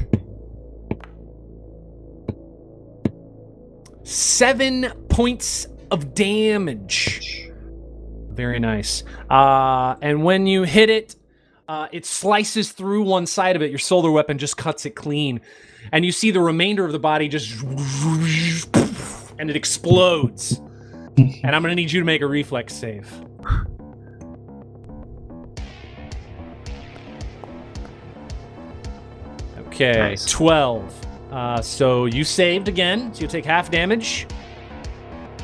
S1: Seven points of damage. Very nice. Uh, and when you hit it, uh, it slices through one side of it. Your solar weapon just cuts it clean. And you see the remainder of the body just. And it explodes. and I'm going to need you to make a reflex save. Okay,
S3: Nice.
S1: 12. Uh, so you saved again. So you take half damage.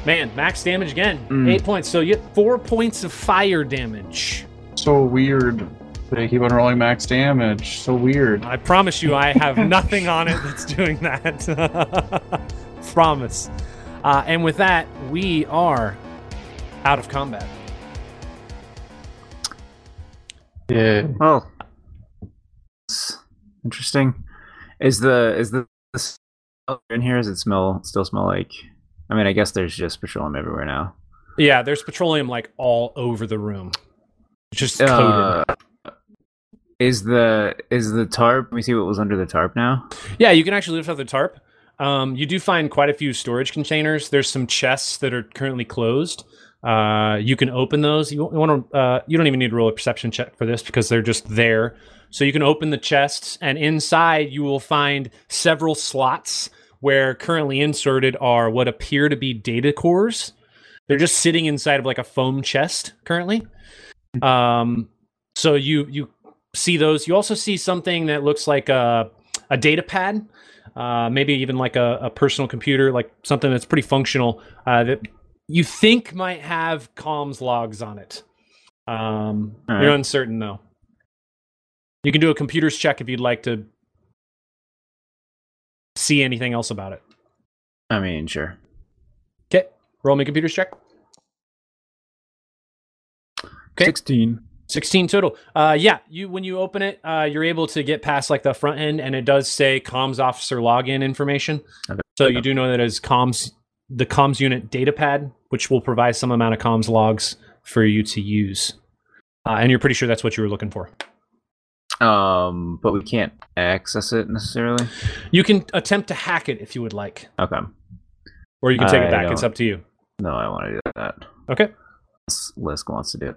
S1: Man, max damage again.
S3: Mm.
S1: Eight points. So you get four points of fire damage.
S5: So weird. They keep on rolling max damage. So weird.
S1: I promise you, I have nothing on it that's doing that. promise. Uh, and with that, we are out of combat.
S5: Yeah.
S3: Well, it's Oh. interesting. Is the is the, the smell in here? Does it smell still smell like? I mean, I guess there's just petroleum everywhere now.
S1: Yeah, there's petroleum like all over the room. It's Just coated.
S3: Uh, is the is the tarp? We see what was under the tarp now.
S1: yeah, you can actually lift up the tarp. Um, you do find quite a few storage containers. There's some chests that are currently closed. Uh, you can open those. You want to. Uh, you don't even need to roll a perception check for this because they're just there. So you can open the chests, and inside you will find several slots where currently inserted are what appear to be data cores. They're just sitting inside of like a foam chest currently. Um, so you you see those. You also see something that looks like a a data pad, uh, maybe even like a, a personal computer, like something that's pretty functional uh, that you think might have comms logs on it. Um,
S3: All
S1: You're
S3: right.
S1: uncertain though. You can do a computer's check if you'd like to see anything else about it.
S3: I mean, sure.
S1: Okay, roll me computers check. 'Kay.
S3: Sixteen.
S1: 16 total. Uh, yeah, you when you open it, uh, you're able to get past like the front end, and it does say comms officer login information.
S3: Okay.
S1: So you do know that as comms, the comms unit data pad, which will provide some amount of comms logs for you to use. Uh, and you're pretty sure that's what you were looking for.
S3: Um, but we can't access it necessarily.
S1: You can attempt to hack it if you would like,
S3: Okay.
S1: or you can take
S3: I
S1: it back. It's
S3: don't-
S1: up to you.
S3: No, I want to do that.
S1: Okay.
S3: Unless Lisk wants to do it.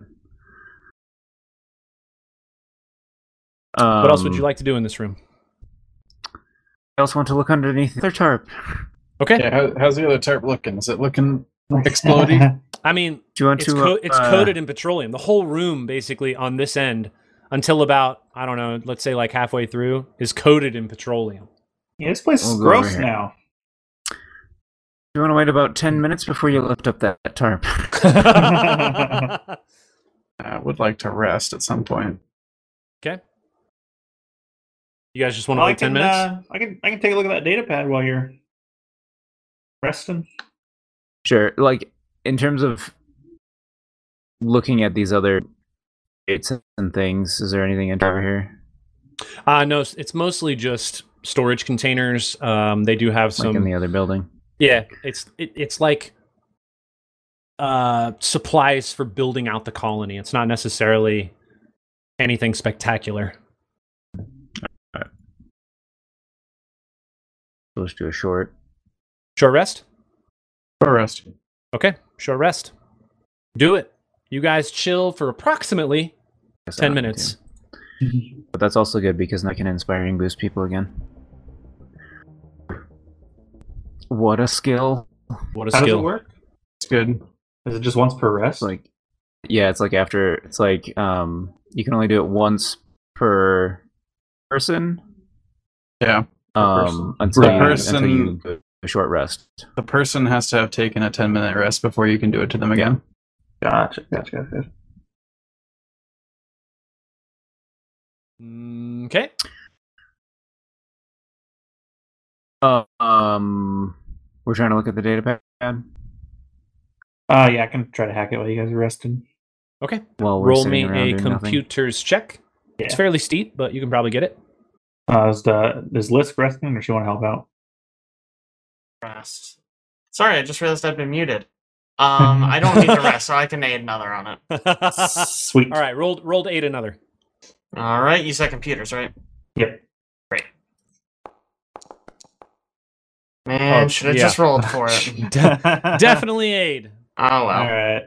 S1: What else
S3: Um,
S1: would you like to do in this room?
S3: I also want to look underneath their tarp.
S1: Okay.
S5: Yeah, how, how's the other tarp looking? Is it looking explodey?
S1: I mean,
S3: Do you want
S1: it's,
S3: to?
S1: co- it's
S3: uh,
S1: coated in petroleum. The whole room, basically, on this end, until about I don't know, let's say like halfway through, is coated in petroleum.
S9: Yeah, this place is
S3: We'll go over
S9: gross
S3: here.
S9: now.
S3: Do you want to wait about ten minutes before you lift up that tarp?
S1: okay.
S5: I would like to rest at some point.
S1: You guys just want to
S9: Well, I
S1: wait ten
S9: can,
S1: minutes?
S9: uh, I can I can take a look at that data pad while you're resting.
S3: Sure. Like in terms of looking at these other bits and things, is there anything in over here?
S1: Uh, no, s- it's mostly just storage containers. Um, they do have
S3: Like
S1: some.
S3: in the other building?
S1: yeah, it's it, it's like uh, supplies for building out the colony. It's not necessarily anything spectacular.
S3: Let's do a short.
S1: Short rest.
S5: For rest.
S1: Okay, short rest. Do it. You guys chill for approximately
S3: Guess I
S1: ten
S3: don't need
S1: minutes.
S3: to. But that's also good because I can inspiring boost people again. What a skill!
S1: What a
S9: How does it
S1: skill!
S9: work?
S5: It's good.
S9: Is it just once per rest?
S3: It's like, yeah, it's like after it's like um, you can only do it once per person.
S5: Yeah. person.
S3: Um, until
S5: Per
S3: you,
S5: person.
S3: until you go a short rest.
S5: The person has to have taken a 10 minute rest before you can do it to them again.
S9: gotcha, gotcha, gotcha.
S1: Mm, Okay.
S3: Uh, um, we're trying to look at the data pad.
S9: Uh, yeah, I can try to hack it while you guys are resting.
S1: Okay.
S3: Well, we're
S1: Roll
S3: sitting
S1: me
S3: around
S1: a
S3: doing nothing.
S1: computers check. It's
S9: Yeah.
S1: fairly steep, but you can probably get it.
S9: Uh, is the is Lisk resting, or she want to help out?
S2: Rest. Sorry, I just realized I've been muted. Um, I don't need to rest, so I can aid another on it.
S1: All
S9: Sweet.
S1: right, rolled rolled eight another.
S2: All right, you said computers, right?
S9: Yep.
S2: Man,
S1: Oh,
S2: should have
S1: yeah.
S2: just rolled for it.
S1: De- definitely aid.
S2: Oh well.
S9: All right.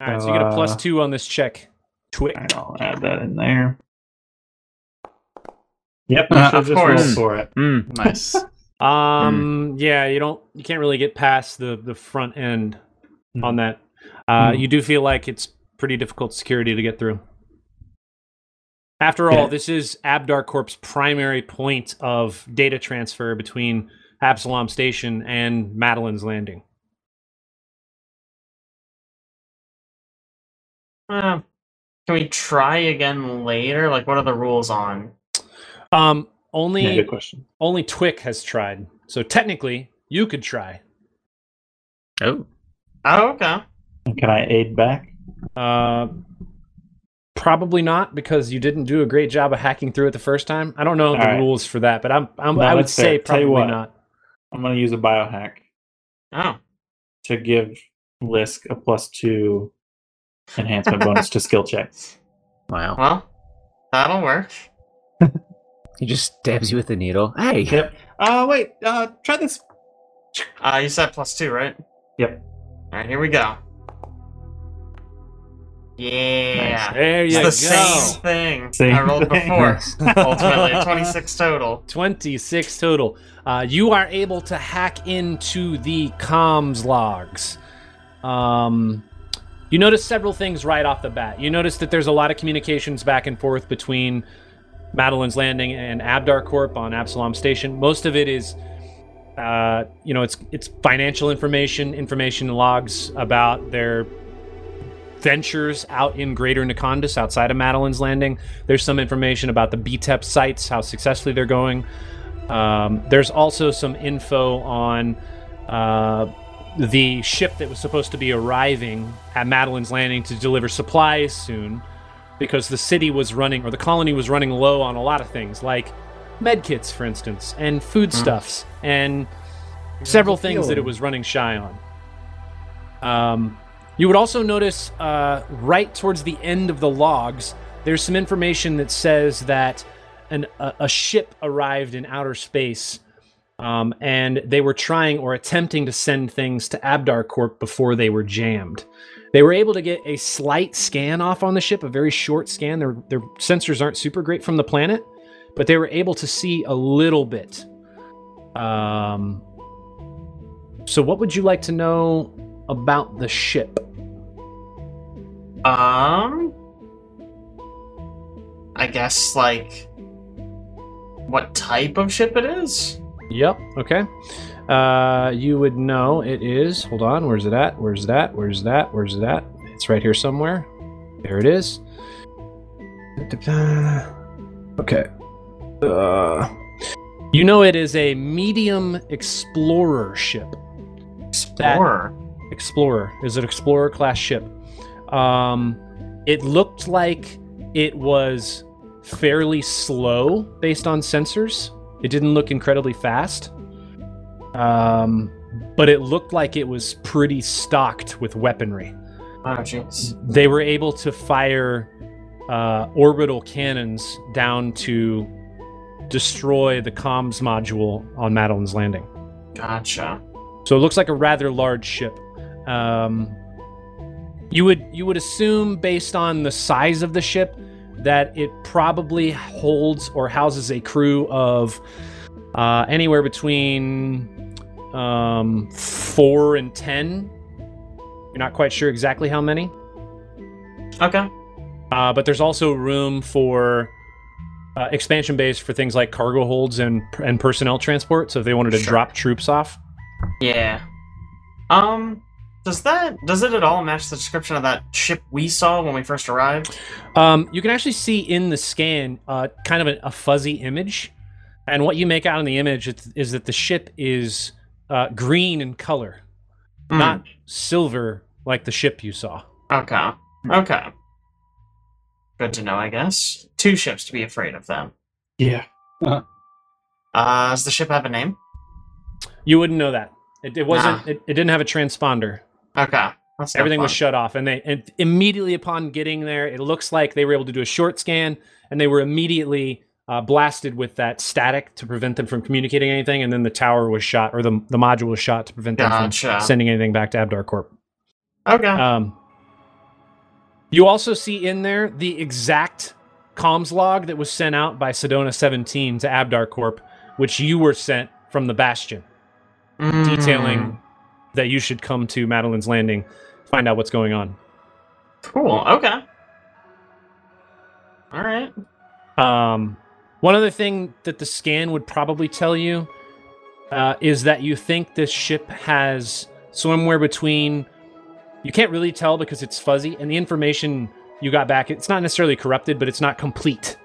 S1: All right, so you get a plus
S9: Uh,
S1: two on this check. Twick.
S9: All right, I'll add that in there. Yep,
S5: Uh,
S9: I should
S5: of
S9: have just rolled
S5: course.
S9: for it.
S5: Hmm.
S3: Mm,
S5: Nice.
S1: Um,
S9: Mm.
S1: yeah, you don't, you can't really get past the the front end
S9: Hmm.
S1: on that. Uh,
S9: Hmm.
S1: You do feel like it's pretty difficult security to get through. After all,
S9: Yeah.
S1: this is Abdar Corp's primary point of data transfer between Absalom Station and Madeline's Landing.
S2: Uh, can we try again later? Like, what are the rules on?
S1: Um, only
S9: Yeah, good question.
S1: only Twick has tried, so technically you could try.
S3: Oh,
S2: Oh, okay.
S9: And Can I aid back?
S1: Uh, probably not because you didn't do a great job of hacking through it the first time. I don't know the
S9: Alright.
S1: rules for that, but I'm, I'm
S9: No,
S1: I would
S9: that's fair.
S1: say
S9: Tell
S1: probably
S9: you what.
S1: not.
S9: I'm going to use a biohack
S2: Oh,
S9: to give Lisk a plus two enhancement bonus to skill checks.
S3: wow.
S2: well, that'll work.
S3: He just stabs you with a needle. Hey.
S9: Yep. Uh, wait. Uh, try this.
S2: Uh, you said plus two, right?
S9: Yep.
S2: All right, here we go. Yeah.
S1: There
S2: It's
S1: you
S2: the
S1: go.
S2: same thing
S9: Same
S2: I rolled
S9: thing.
S2: before. Ultimately, 26 total.
S1: 26 total. Uh, you are able to hack into the comms logs. Um, you notice several things right off the bat. You notice that there's a lot of communications back and forth between Madeline's Landing and Abdar Corp on Absalom Station. Most of it is, uh, you know, it's it's financial information, information logs about their ventures out in Greater Nacondas E outside of Madeline's Landing. There's some information about the BTEP sites, how successfully they're going. Um, there's also some info on uh, the ship that was supposed to be arriving at Madeline's Landing to deliver supplies soon because the city was running, or the colony was running low on a lot of things, like medkits, for instance, and foodstuffs, and several things that it was running shy on. Um, you would also notice uh, right towards the end of the logs, there's some information that says that an, a, a ship arrived in outer space um, and they were trying or attempting to send things to Abdar Corp before they were jammed. They were able to get a slight scan off on the ship, a very short scan. Their, their sensors aren't super great from the planet, but they were able to see a little bit. Um, so, what would you like to know about the ship?
S2: Um, I guess like what type of ship it is.
S1: Yep. Okay. Uh, you would know it is. Hold on. Where's it at? Where's that? Where's that? Where's that? It's right here somewhere. There it is. Okay. Uh, you know it is a medium explorer ship.
S2: Explorer.
S1: Explorer is an explorer class ship. Um, it looked like it was fairly slow based on sensors. It didn't look incredibly fast, um, but it looked like it was pretty stocked with weaponry.
S2: Oh jeez.
S1: They were able to fire uh, orbital cannons down to destroy the comms module on Madeline's Landing.
S2: Gotcha.
S1: So it looks like a rather large ship. Um, you would you would assume based on the size of the ship that it probably holds or houses a crew of uh, anywhere between um, four and ten. You're not quite sure exactly how many.
S2: Okay.
S1: Uh, but there's also room for uh, expansion bays for things like cargo holds and and personnel transport. So if they wanted to
S2: Sure.
S1: drop troops off,
S2: Yeah. Um, does that does it at all match the description of that ship we saw when we first arrived?
S1: um, you can actually see in the scan uh, kind of a, a fuzzy image, and what you make out in the image is, is that the ship is uh, green in color,
S2: Hmm,
S1: not silver like the ship you saw.
S2: Okay. Okay. Good to know, I guess. Two ships to be afraid of them.
S4: Yeah.
S2: Uh, does the ship have a name?
S1: You wouldn't know that. It, it wasn't. It, it didn't have a transponder.
S2: Okay. That's no
S1: Everything was
S2: fun.
S1: shut off, and they and immediately upon getting there, it looks like they were able to do a short scan, and they were immediately uh, blasted with that static to prevent them from communicating anything, and then the tower was shot, or the the module was shot to prevent them
S2: Gotcha.
S1: from sending anything back to Abdar Corp.
S2: Okay.
S1: Um, you also see in there the exact comms log that was sent out by Sedona 17 to Abdar Corp, which you were sent from the Bastion detailing
S2: Mm,
S1: that you should come to Madeline's Landing, find out what's going on.
S2: Cool. Okay. All right.
S1: Um, one other thing that the scan would probably tell you uh, is that you think this ship has somewhere between. You can't really tell because it's fuzzy, and the information you got back, it's not necessarily corrupted, but it's not complete.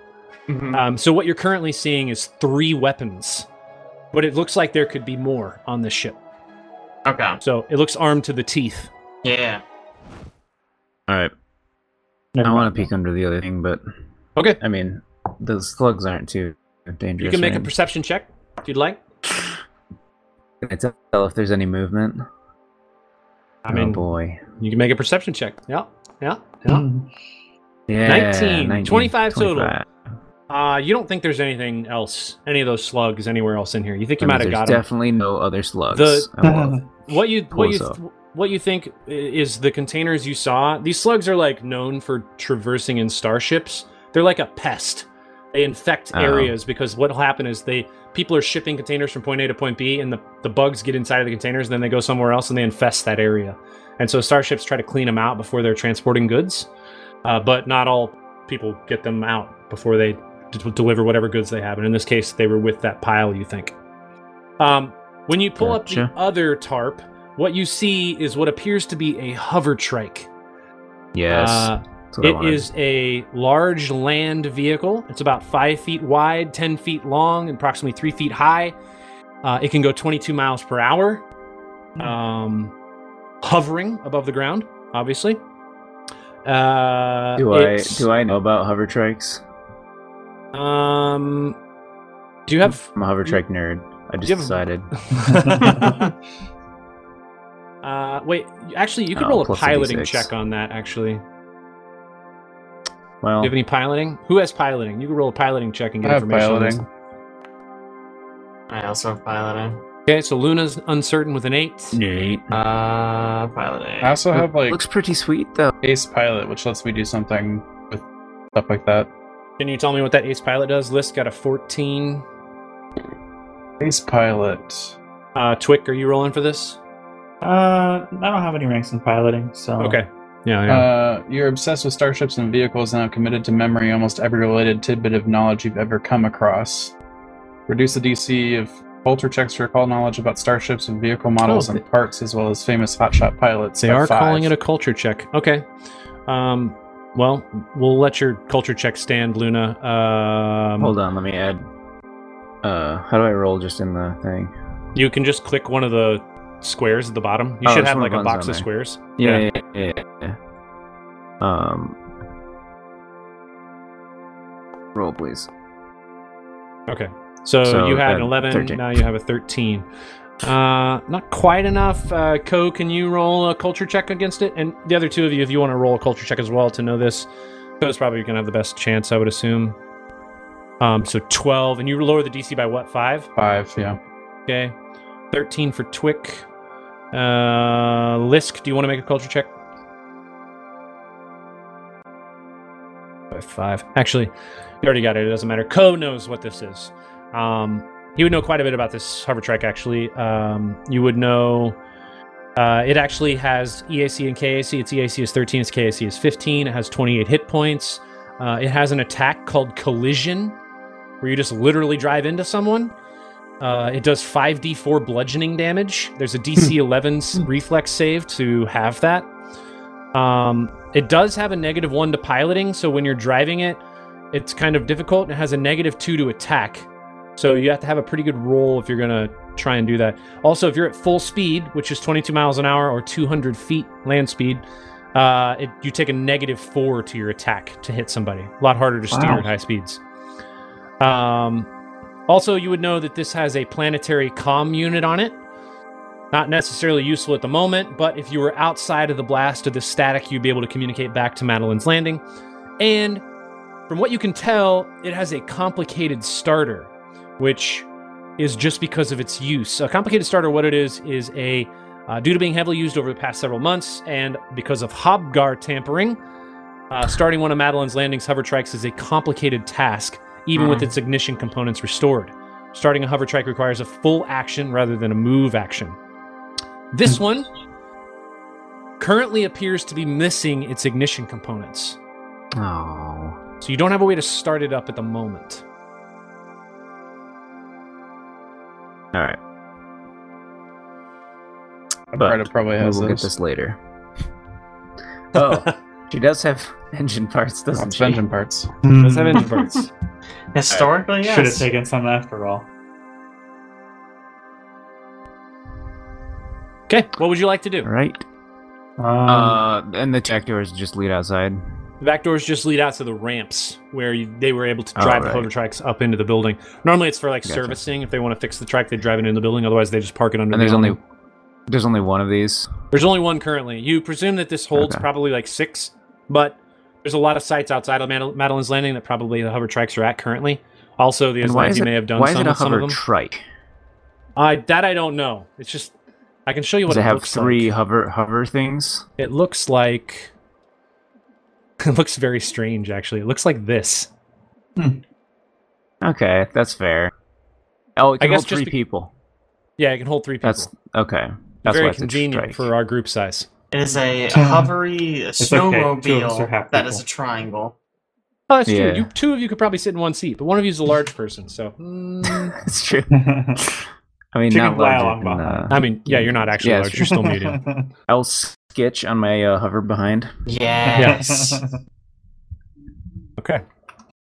S2: Mhm.
S1: Um, so what you're currently seeing is three weapons, but it looks like there could be more on this ship.
S2: Okay.
S1: So it looks armed to the teeth.
S2: Yeah.
S3: All right.
S4: Never
S3: I
S4: mind.
S3: want to peek under the other thing, but
S1: Okay.
S3: I mean, those slugs aren't too dangerous.
S1: You can make a
S3: right?
S1: perception check if you'd like.
S3: Can I tell if there's any movement?
S1: I mean,
S3: oh boy.
S1: You can make a perception check. Yeah, yeah, yeah.
S3: Yeah.
S1: 19, 25 total.
S3: 25.
S1: Uh, you don't think there's anything else, any of those slugs anywhere else in here. You think you
S3: That means
S1: might have
S3: there's
S1: got 'em.
S3: definitely no other slugs. Oh,
S1: The-
S3: I will-
S1: What you what you
S3: Close up.
S1: what you think i- is the containers you saw? These slugs are like known for traversing in starships. They're like a pest. They infect
S3: Oh.
S1: areas because what'll happen is they people are shipping containers from point A to point B, and the the bugs get inside of the containers, and then they go somewhere else and they infest that area. And so starships try to clean them out before they're transporting goods, uh, but not all people get them out before they d- deliver whatever goods they have. And in this case, they were with that pile. You think? Um, when you pull
S3: Gotcha.
S1: up the other tarp, what you see is what appears to be a hover trike.
S3: yes.
S1: Uh,
S3: That's what I
S1: It
S3: wanted.
S1: is a large land vehicle. It's about five feet wide, 10 feet long, and approximately three feet high. Uh, it can go 22 miles per hour,
S3: Hmm.
S1: um, hovering above the ground, obviously. Uh,
S3: Do I do I know about hover trikes?
S1: I? Um, do you have?
S3: I'm a hover trike nerd. I just
S1: have-
S3: decided.
S1: Uh, wait, actually, you could
S3: Oh,
S1: roll a
S3: plus a
S1: piloting
S3: D6.
S1: check on that. Actually, do
S3: Well, Oh.
S1: you have any piloting? Who has piloting? You can roll a piloting check and get
S5: I have
S1: information. on this.
S5: piloting.
S2: I also have piloting.
S1: Okay, so Luna's uncertain with an eight.
S3: Nate.
S2: Uh, piloting.
S5: I also have like
S3: looks pretty sweet though.
S5: Ace Pilot, which lets me do something with stuff like that.
S1: Can you tell me what that ace pilot does? List got a 14.
S5: Ace Pilot.
S1: Uh, Twick, are you rolling for this?
S9: Uh, I don't have any ranks in piloting,
S4: Oh.
S9: so
S1: Okay. Yeah,
S5: Uh, you're obsessed with starships and vehicles and have committed to memory almost every related tidbit of knowledge you've ever come across. Reduce the DC of culture checks to recall knowledge about starships and vehicle models
S1: Oh,
S5: and parts, as well as famous hotshot pilots.
S1: They
S5: by
S1: are
S5: five.
S1: calling it a culture check. Okay. Um, well, we'll let your culture check stand, Luna. Um,
S3: Hold on, let me add. Uh, how do I roll just in the thing?
S1: You can just click one of the squares at the bottom. You
S3: Oh,
S1: should
S3: there's
S1: have
S3: one
S1: like
S3: of
S1: a
S3: those
S1: box
S3: on
S1: of
S3: there.
S1: squares.
S3: Yeah, yeah, yeah. yeah, yeah. Um, roll please.
S1: Okay. So,
S3: So uh,
S1: you had
S3: then
S1: an 11,
S3: 13.
S1: now you have a 13. Uh, not quite enough. Uh, Co, can you roll a culture check against it? And the other two of you, if you want to roll a culture check as well to know this, Co's probably going to have the best chance, I would assume. Um, so 12, and you lower the DC by what, 5?
S5: five. Yeah.
S1: Okay. 13 for Twick. Uh, Lisk, do you want to make a culture check? By Five. Actually, you already got it. It doesn't matter. Co knows what this is. Um, he would know quite a bit about this hover track, actually. Um, you would know uh, it actually has EAC and KAC. Its EAC is 13, its KAC is 15. It has 28 hit points. Uh, it has an attack called Collision, where you just literally drive into someone. Uh, it does 5d4 bludgeoning damage. There's a DC 11 s- reflex save to have that. Um, it does have a negative 1 to piloting, so when you're driving it, it's kind of difficult. It has a negative 2 to attack. So you have to have a pretty good roll if you're going to try and do that. Also, if you're at full speed, which is 22 miles an hour or 200 feet land speed, uh, it, you take a negative 4 to your attack to hit somebody. A lot harder to steer
S9: Wow.
S1: at high speeds. Um, also, you would know that this has a planetary comm unit on it. Not necessarily useful at the moment, but if you were outside of the blast of the static, you'd be able to communicate back to Madeline's Landing. And from what you can tell, it has a complicated starter, which is just because of its use. A complicated starter, what it is, is a uh, due to being heavily used over the past several months and because of Hobgar tampering, uh, starting one of Madeline's Landing's hover trikes is a complicated task, even with
S3: Mm-hmm.
S1: its
S2: Hmm.
S1: ignition components restored. Starting a hover trike requires a full action rather than a move action. This one
S3: Mm.
S1: currently appears to be missing its ignition components.
S3: Oh,
S1: So you don't have a way to start it up at the moment.
S3: all right. But
S5: But probably
S3: Maybe
S5: has
S3: we'll get
S5: those.
S3: this later. Oh, she does have engine parts, doesn't
S5: Lots of
S3: she?
S5: engine parts.
S9: Hmm.
S1: Does have engine parts.
S2: Historically, yes.
S9: should have taken some after all.
S1: Okay, what would you like to do?
S3: All right.
S9: Um,
S3: Uh, and the check doors just lead outside.
S1: The back doors just lead out to the ramps where you, they were able to
S3: Oh,
S1: drive the
S3: right.
S1: hover trikes up into the building. Normally, it's for like
S3: Gotcha.
S1: servicing. If they want to fix the track, they drive it into the building. Otherwise, they just park it under.
S3: And
S1: the
S3: there's only
S1: awning.
S3: there's only one of these.
S1: there's only one currently. You presume that this holds
S3: Okay.
S1: probably like six, but there's a lot of sites outside of Madel- Madeline's Landing that probably the hover trikes are at currently. Also, the
S3: And why is
S1: Aslanti
S3: it,
S1: may have done
S3: why is
S1: some
S3: it a
S1: with some of
S3: hover
S1: them.
S3: trike?
S1: I that I don't know. It's just I can show you what
S3: Does
S1: it,
S3: it have
S1: looks
S3: three
S1: Like.
S3: hover hover things?
S1: It looks like it looks very strange. Actually, it looks like this.
S3: Okay, that's fair. Oh, it
S1: I
S3: can
S1: guess
S3: hold
S1: just
S3: three
S1: be-
S3: people.
S1: Yeah, it can hold three people.
S3: That's okay. That's why
S1: very
S3: it's a
S1: convenient
S3: trike.
S1: for our group size.
S2: It is a hovery
S9: okay. Two of us are
S2: snowmobile
S9: half
S2: that is
S9: people.
S2: a triangle.
S1: Oh, that's
S3: Yeah.
S1: true. You two of you could probably sit in one seat, but one of you is a large person. So, mm,
S3: That's true.
S9: Um,
S3: I mean,
S9: She
S3: not uh,
S9: can fly
S3: larger
S9: along
S3: than,
S9: behind.
S1: I mean, yeah, you're not actually
S3: Yeah,
S1: large.
S3: sure.
S1: You're still medium.
S3: I'll sketch on my uh, hover behind.
S2: Yes.
S1: Okay.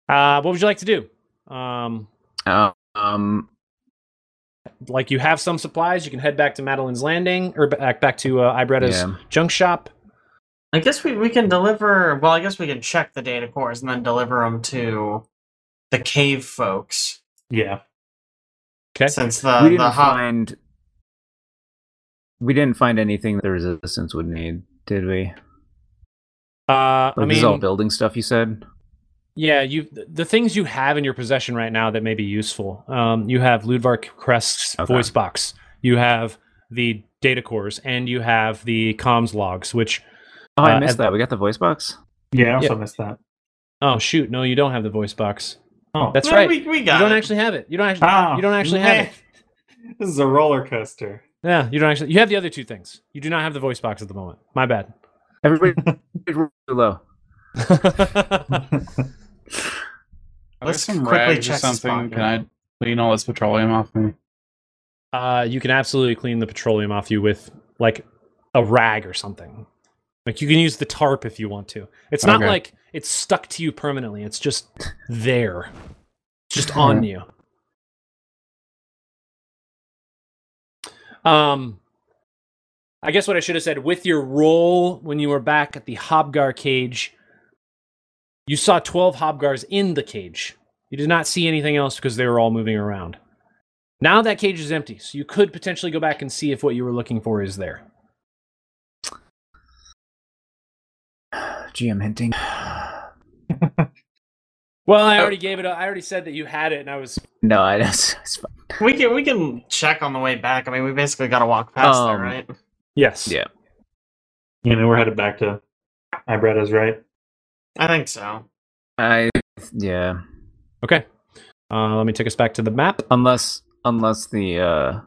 S1: Uh, what would you like to do? Um,
S3: Uh, um,
S1: like you have some supplies, you can head back to Madeline's Landing or back back to uh, Ibretta's
S3: Yeah.
S1: junk shop.
S2: I guess we, we can deliver. Well, I guess we can check the data cores and then deliver them to the cave folks.
S9: Yeah.
S1: Okay.
S2: Since the
S3: we
S2: the
S3: didn't
S2: hot
S3: find we didn't find anything that the resistance would need, did we?
S1: Uh, I
S3: Like, this is all
S1: mean,
S3: building stuff. You said
S1: yeah, you the things you have in your possession right now that may be useful. Um, you have Ludvar Crest's
S3: Okay.
S1: voice box. You have the data cores, and you have the comms logs. Which
S3: Oh,
S1: Uh,
S3: I missed
S1: and-
S3: that. We got the voice box.
S9: Yeah, I also missed that.
S1: oh shoot, no, you don't have the voice box.
S9: Oh.
S1: That's
S2: No,
S1: right.
S2: We, we
S1: you
S2: got
S1: don't
S2: it.
S1: actually have it. You don't actually.
S9: Ah,
S1: You don't actually have
S9: man. This is a roller coaster.
S1: Yeah, you don't actually. You have the other two things. You do not have the voice box at the moment. My bad.
S3: Everybody, we're too low.
S5: Are there
S2: Let's
S5: some
S2: quickly
S5: rags
S2: check the
S5: or something?
S2: spot,
S5: Can
S2: yeah.
S5: I clean all this petroleum off me?
S1: uh, you can absolutely clean the petroleum off you with like a rag or something. Like you can use the tarp if you want to. It's not
S5: Okay.
S1: like it's stuck to you permanently. It's just there, It's just on you. Um, I guess what I should have said with your roll when you were back at the Hobgar cage, you saw 12 Hobgars in the cage. You did not see anything else because they were all moving around. Now that cage is empty, so you could potentially go back and see if what you were looking for is there.
S3: GM hinting.
S1: Well, I already gave it. up. I already said that you had it, and I was.
S3: No, I it's, it's fine.
S2: We can we can check on the way back. I mean, we basically got to walk past there,
S3: Um,
S2: right?
S1: Yes.
S3: Yeah.
S9: You know, we're headed back to Ibretta's, right?
S2: I think so.
S3: I yeah.
S1: Okay. Uh, let me take us back to the map.
S3: Unless unless the uh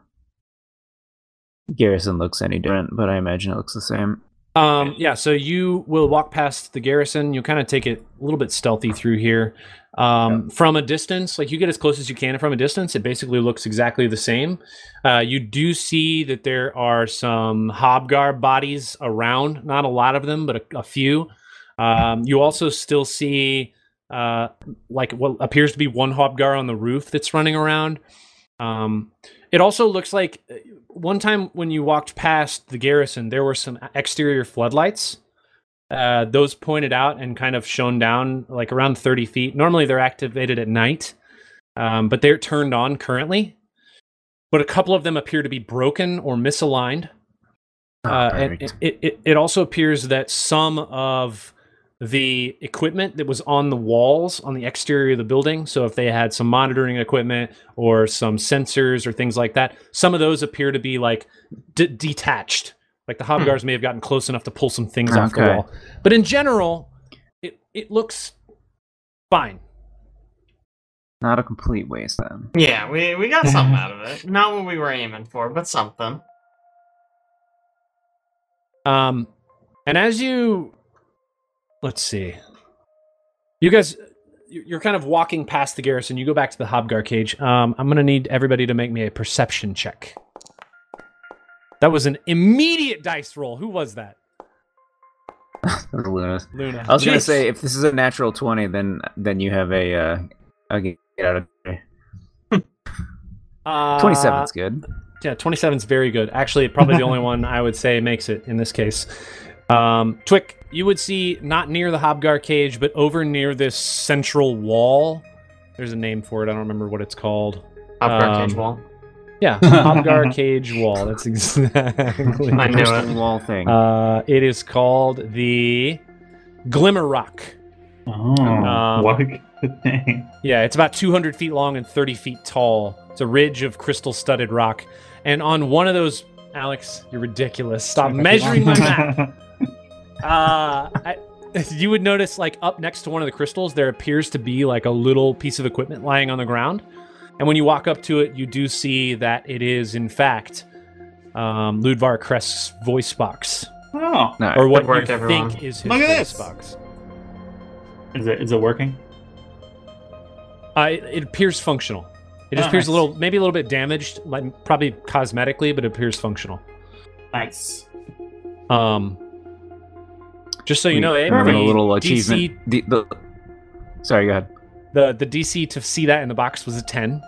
S3: garrison looks any different, but I imagine it looks the same.
S1: Um, yeah, so you will walk past the garrison. You'll kind of take it a little bit stealthy through here. Um, From a distance, like you get as close as you can from a distance, it basically looks exactly the same. Uh, you do see that there are some Hobgar bodies around, not a lot of them, but a, a few. Um, you also still see uh, like what appears to be one Hobgar on the roof that's running around. Um, it also looks like uh, one time when you walked past the garrison, there were some exterior floodlights. Uh, those pointed out and kind of shone down like around 30 feet. Normally they're activated at night, um, but they're turned on currently. But a couple of them appear to be broken or misaligned.
S3: Oh,
S1: Uh, and
S3: perfect.
S1: it, it, it- it also appears that some of the equipment that was on the walls on the exterior of the building, so if they had some monitoring equipment or some sensors or things like that, some of those appear to be like d- detached. Like the Hobgars may have gotten close enough to pull some things off the
S3: Okay.
S1: wall. But in general, it, it looks fine.
S3: Not a complete waste then.
S2: Yeah, we we got something out of it. Not what we were aiming for, but something.
S1: Um, and as you, let's see, you guys, you- you're kind of walking past the garrison. You go back to the Hobgar cage. Um, I'm gonna need everybody to make me a perception check. That was an immediate dice roll. Who was that?
S3: That's lunacy.
S1: Luna.
S3: I was gonna
S1: Jeez.
S3: say if this is a natural twenty, then then you have a uh a get out of here.
S1: Uh,
S3: Twenty seven's good.
S1: Yeah, 27 is very good. Actually, probably the only one I would say makes it in this case. Um, Twick, you would see not near the Hobgar cage, but over near this central wall. There's a name for it. I don't remember what it's called.
S2: Up our
S1: Um,
S2: cage wall.
S1: Yeah, Hobgar cage wall. That's exactly.
S2: I knew
S3: Crystal
S2: it.
S3: wall thing.
S1: Uh, it is called the Glimmer Rock.
S9: Oh,
S1: Um,
S9: what a good thing.
S1: Yeah, it's about 200 feet long and 30 feet tall. It's a ridge of crystal studded rock. And on one of those, Alex, you're ridiculous. Stop measuring my map. Uh, I, you would notice, like up next to one of the crystals, there appears to be like a little piece of equipment lying on the ground. And when you walk up to it, you do see that it is, in fact, um, Ludvar Crest's voice box,
S9: oh,
S3: no,
S1: or what
S2: Good work,
S1: you
S2: everyone.
S1: think is his
S9: Look at
S1: voice
S9: this.
S1: box.
S9: is it is it working?
S1: Uh, it, it appears functional. It
S9: Oh,
S1: appears a
S9: nice.
S1: little, maybe a little bit damaged, like probably cosmetically, but it appears functional.
S9: Nice.
S1: Um, just so you know,
S3: We earn
S1: every
S3: a little
S1: DC
S3: achievement. The, the Sorry, go ahead.
S1: The the DC to see that in the box was a 10.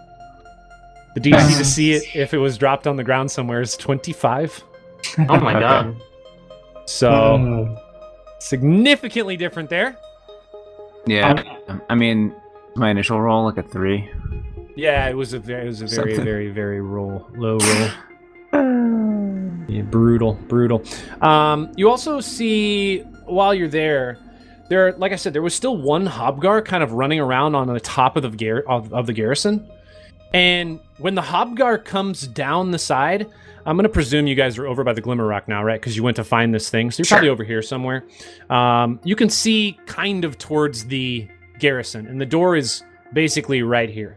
S1: The DC to see it if it was dropped on the ground somewhere is 25.
S2: Oh my
S3: Okay.
S2: god.
S1: So
S4: Hmm.
S9: Um,
S1: significantly different there.
S3: Yeah, I mean, my initial roll like a three.
S1: Yeah, it was a very, it was a very,
S3: Something.
S1: very, very roll low roll. yeah, brutal, brutal. Um, you also see while you're there, there, like I said, there was still one hobgar kind of running around on the top of the gar- of, of the garrison, and when the hobgar comes down the side, I'm gonna presume you guys are over by the glimmer rock now, right? Because you went to find this thing, so you're probably over here somewhere. Um, you can see kind of towards the garrison, and the door is basically right here.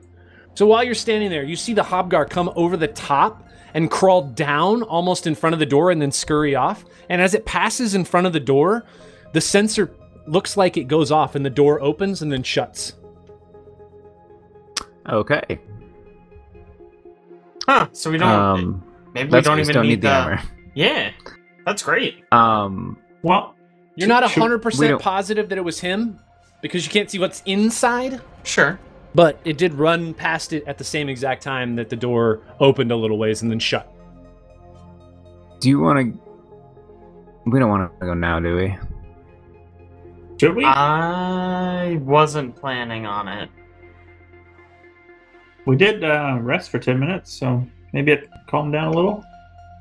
S1: So while you're standing there, you see the Hobgar come over the top and crawl down almost in front of the door and then scurry off. And as it passes in front of the door, the sensor looks like it goes off and the door opens and then shuts.
S3: Okay.
S2: Huh. So we don't.
S3: Um,
S2: maybe we
S3: that's
S2: don't
S3: good,
S2: even
S3: don't need the
S2: the.
S3: armor.
S2: Yeah. That's great.
S3: Um,
S9: Well,
S1: You're not
S3: Should- we
S1: 100%
S3: don't-
S1: positive that it was him because you can't see what's inside,
S2: Sure.
S1: but it did run past it at the same exact time that the door opened a little ways and then shut.
S3: do you want to? We don't want to go now, do we?
S9: should
S1: Ah.
S9: we?
S2: I wasn't planning on it.
S9: we did uh, rest for 10 minutes, so maybe it calmed down a little.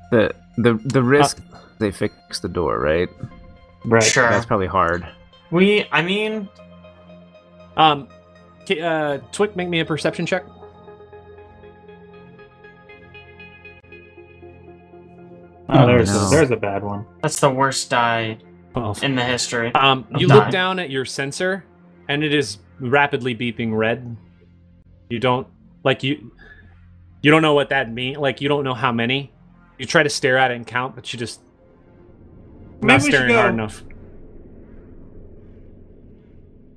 S3: The the the risk they fix the door, right?
S9: Right.
S2: Uh. Sure.
S3: That's probably hard.
S2: We. I mean.
S1: Um, ca- uh, Twick, make me a perception check.
S9: Oh,
S3: Oh,
S9: there's
S3: no.
S9: there's a bad one.
S2: That's the worst die in the history.
S1: Um,
S2: Of
S1: you
S2: nine.
S1: look down at your sensor, and it is rapidly beeping red. You don't like you. You don't know what that means. Like you don't know how many. You try to stare at it and count, but you just not
S9: Maybe we should
S1: staring
S9: go.
S1: hard enough.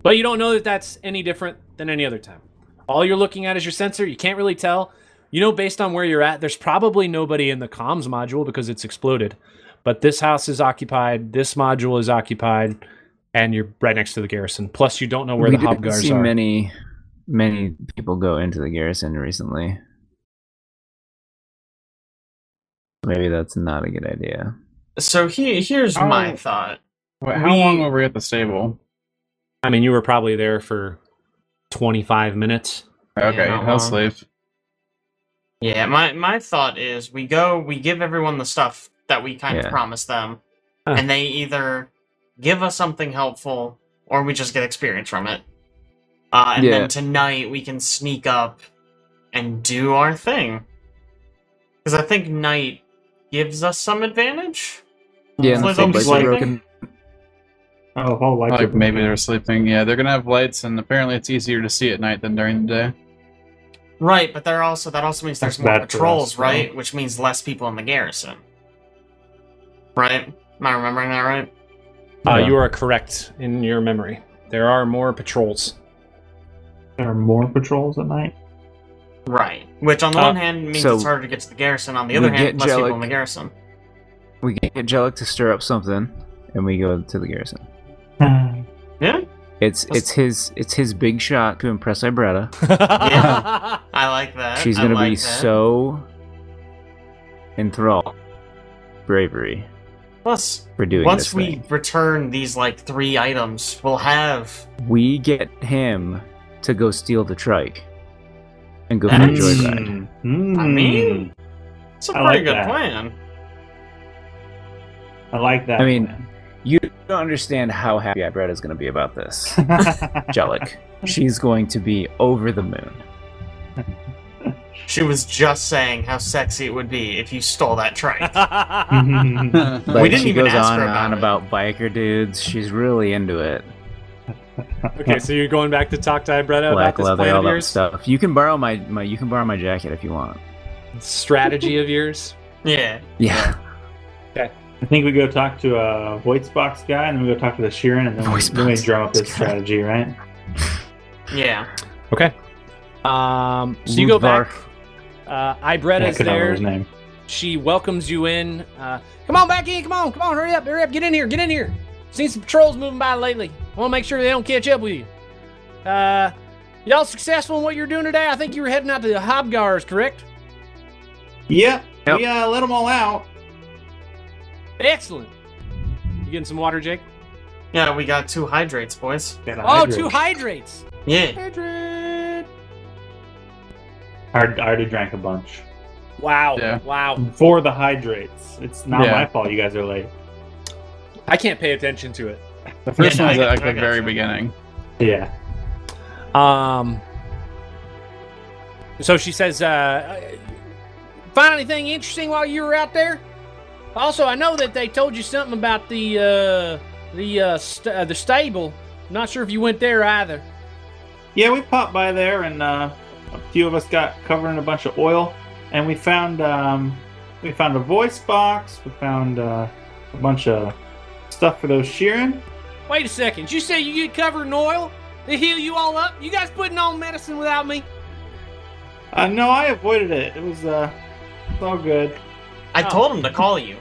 S1: But you don't know that that's any different than any other time. All you're looking at is your sensor. You can't really tell. You know, based on where you're at, there's probably nobody in the comms module because it's exploded. But this house is occupied. This module is occupied, and you're right next to the garrison. Plus, you don't know where
S3: we
S1: the
S3: didn't
S1: hobgars
S3: see
S1: are.
S3: many many people go into the garrison recently. Maybe that's not a good idea.
S2: So he, here's my
S5: Oh.
S2: thought.
S5: Wait, how long were we at the stable?
S1: I mean, you were probably there for 25 minutes.
S5: Okay,
S2: not
S5: I'll
S2: long.
S5: sleep.
S2: Yeah. My my thought is we go. We give everyone the stuff that we kind
S3: Yeah.
S2: of promised them,
S1: Huh.
S2: and they either give us something helpful or we just get experience from it. Uh, and
S3: Yeah.
S2: then tonight we can sneak up and do our thing. Because I think night gives us some advantage.
S3: Yeah,
S2: Well,
S3: and
S2: it's almost
S3: the
S2: like-
S3: broken.
S9: Oh, whole life.
S5: Like maybe they're sleeping. Yeah, they're gonna have lights, and apparently it's easier to see at night than during the day.
S2: Right, but there also that also means there's
S9: That's
S2: more
S9: bad for
S2: patrols,
S9: us, though.
S2: right? Which means less people in the garrison. Right? Am I remembering that right?
S1: Uh,
S3: Yeah.
S1: You are correct in your memory. There are more patrols.
S9: there are more patrols at night.
S2: Right. Which on the
S1: Uh,
S2: one hand means
S3: so
S2: it's harder to get to the garrison. On the
S3: we
S2: other hand,
S3: get
S2: less people
S3: Jellic-
S2: in the garrison.
S3: We get Jellic to stir up something, and we go to the garrison.
S2: Yeah,
S3: It's
S2: Let's-
S3: it's his it's his big shot to impress Ibretta.
S2: Yeah. I like that.
S3: She's
S2: I
S3: gonna
S2: like
S3: be
S2: that.
S3: so enthralled bravery
S2: Plus,
S3: for doing
S2: once
S3: this.
S2: we
S3: thing.
S2: return these like three items, we'll have
S3: we get him to go steal the trike and go for a
S2: That's-
S3: joyride.
S9: Hmm.
S2: I mean, it's a
S9: I
S2: pretty
S9: like
S2: good
S9: that.
S2: plan.
S9: I like that.
S3: I mean- You don't understand how happy Ibretta's gonna be about this, Jellic. She's going to be over the moon.
S2: She was just saying how sexy it would be if you stole that trike.
S3: Like,
S2: We didn't
S3: she
S2: even
S3: goes
S2: ask
S3: on
S2: her
S3: and
S2: about
S3: on
S2: it.
S3: about biker dudes. She's really into it.
S1: okay, so you're going back to talk to Ibretta about
S3: Black
S1: this
S3: leather,
S1: plan
S3: all
S1: of
S3: that
S1: yours,
S3: stuff. You can borrow my, my you can borrow my jacket if you want.
S1: strategy of yours.
S2: yeah.
S3: Yeah.
S9: I think we go talk to a voice box guy, and then we go talk to the Sheeran, and then we,
S3: Voice
S9: then we
S3: box
S9: drum up his
S3: guy.
S9: strategy, right?
S2: Yeah.
S1: Um, so you go
S3: Ludvar.
S1: back. Uh,
S9: Yeah, I
S1: Ibretta's
S9: couldn't remember
S1: there.
S9: his name.
S1: She welcomes you in. Uh, come on back in. Come on. Come on. Hurry up. Hurry up. Get in here. Get in here. Seen some patrols moving by lately. I want to make sure they don't catch up with you. Uh, y'all successful in what you're doing today? I think you were heading out to the Hobgars, correct?
S4: Yep.
S3: Yep.
S4: We uh, let them all out.
S1: Excellent. You getting some water, Jake?
S2: Yeah, we got two hydrates, boys.
S4: Gotta
S1: Oh,
S4: hydrate.
S1: two hydrates.
S2: Yeah.
S1: Hydrate.
S4: I I already drank a bunch.
S1: Wow.
S5: Yeah.
S1: Wow.
S4: For the hydrates. It's not
S5: Yeah.
S4: my fault you guys are late.
S1: I can't pay attention to it.
S5: The first
S2: Yeah, no,
S5: one's
S2: I
S5: at like
S2: got- I
S5: the
S2: got
S5: very
S2: you.
S5: beginning.
S4: Yeah.
S1: Um. So she says, uh, "Find anything interesting while you were out there?" Also, I know that they told you something about the uh, the uh, st- uh, the stable. Not sure if you went there either.
S4: Yeah, we popped by there, and uh, a few of us got covered in a bunch of oil, and we found um, we found a voice box. We found uh, a bunch of stuff for those shearing.
S1: Wait a second. Did you say you get covered in oil? They heal you all up? You guys putting on medicine without me?
S4: Uh, no, I avoided it. It was uh, it's all good.
S2: I
S1: Oh.
S2: told him to call you.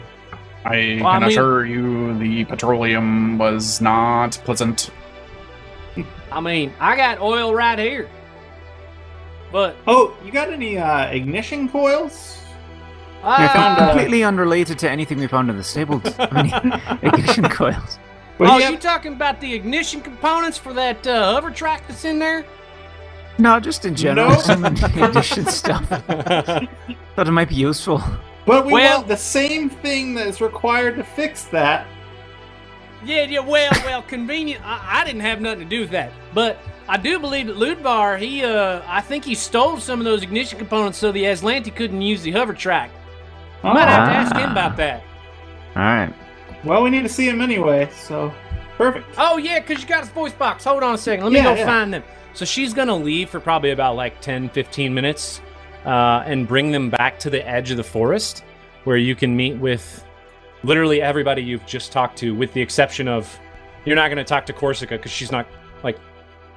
S5: I
S1: Well, I
S5: can
S1: mean-
S5: assure you the petroleum was not pleasant.
S1: I mean, I got oil right here. But
S4: Oh, you got any uh, ignition coils?
S3: Yeah,
S1: uh,
S3: com- completely unrelated to anything we found in the stable. I mean, ignition coils.
S4: What do
S1: oh,
S4: you
S1: you talking about the ignition components for that uh, hover track that's in there?
S3: No, just in general,
S4: No.
S3: some ignition stuff. Thought it might be useful.
S4: have? But we
S1: Well-
S4: want the same thing that is required to fix that.
S1: Yeah, yeah. Well, well, convenient. I, I didn't have nothing to do with that, but I do believe that Ludvar, he, uh, I think he stole some of those ignition components so the Aslanti couldn't use the hover track. I might have to ask him about that.
S3: All right.
S4: Well, we need to see him anyway, so perfect.
S1: Oh yeah, cause you got his voice box. Hold on a second. Let me
S4: Yeah,
S1: go
S4: yeah.
S1: find them. So she's gonna leave for probably about like 10, 15 minutes, uh, and bring them back to the edge of the forest, where you can meet with literally everybody you've just talked to, with the exception of you're not gonna talk to Corsica because she's not like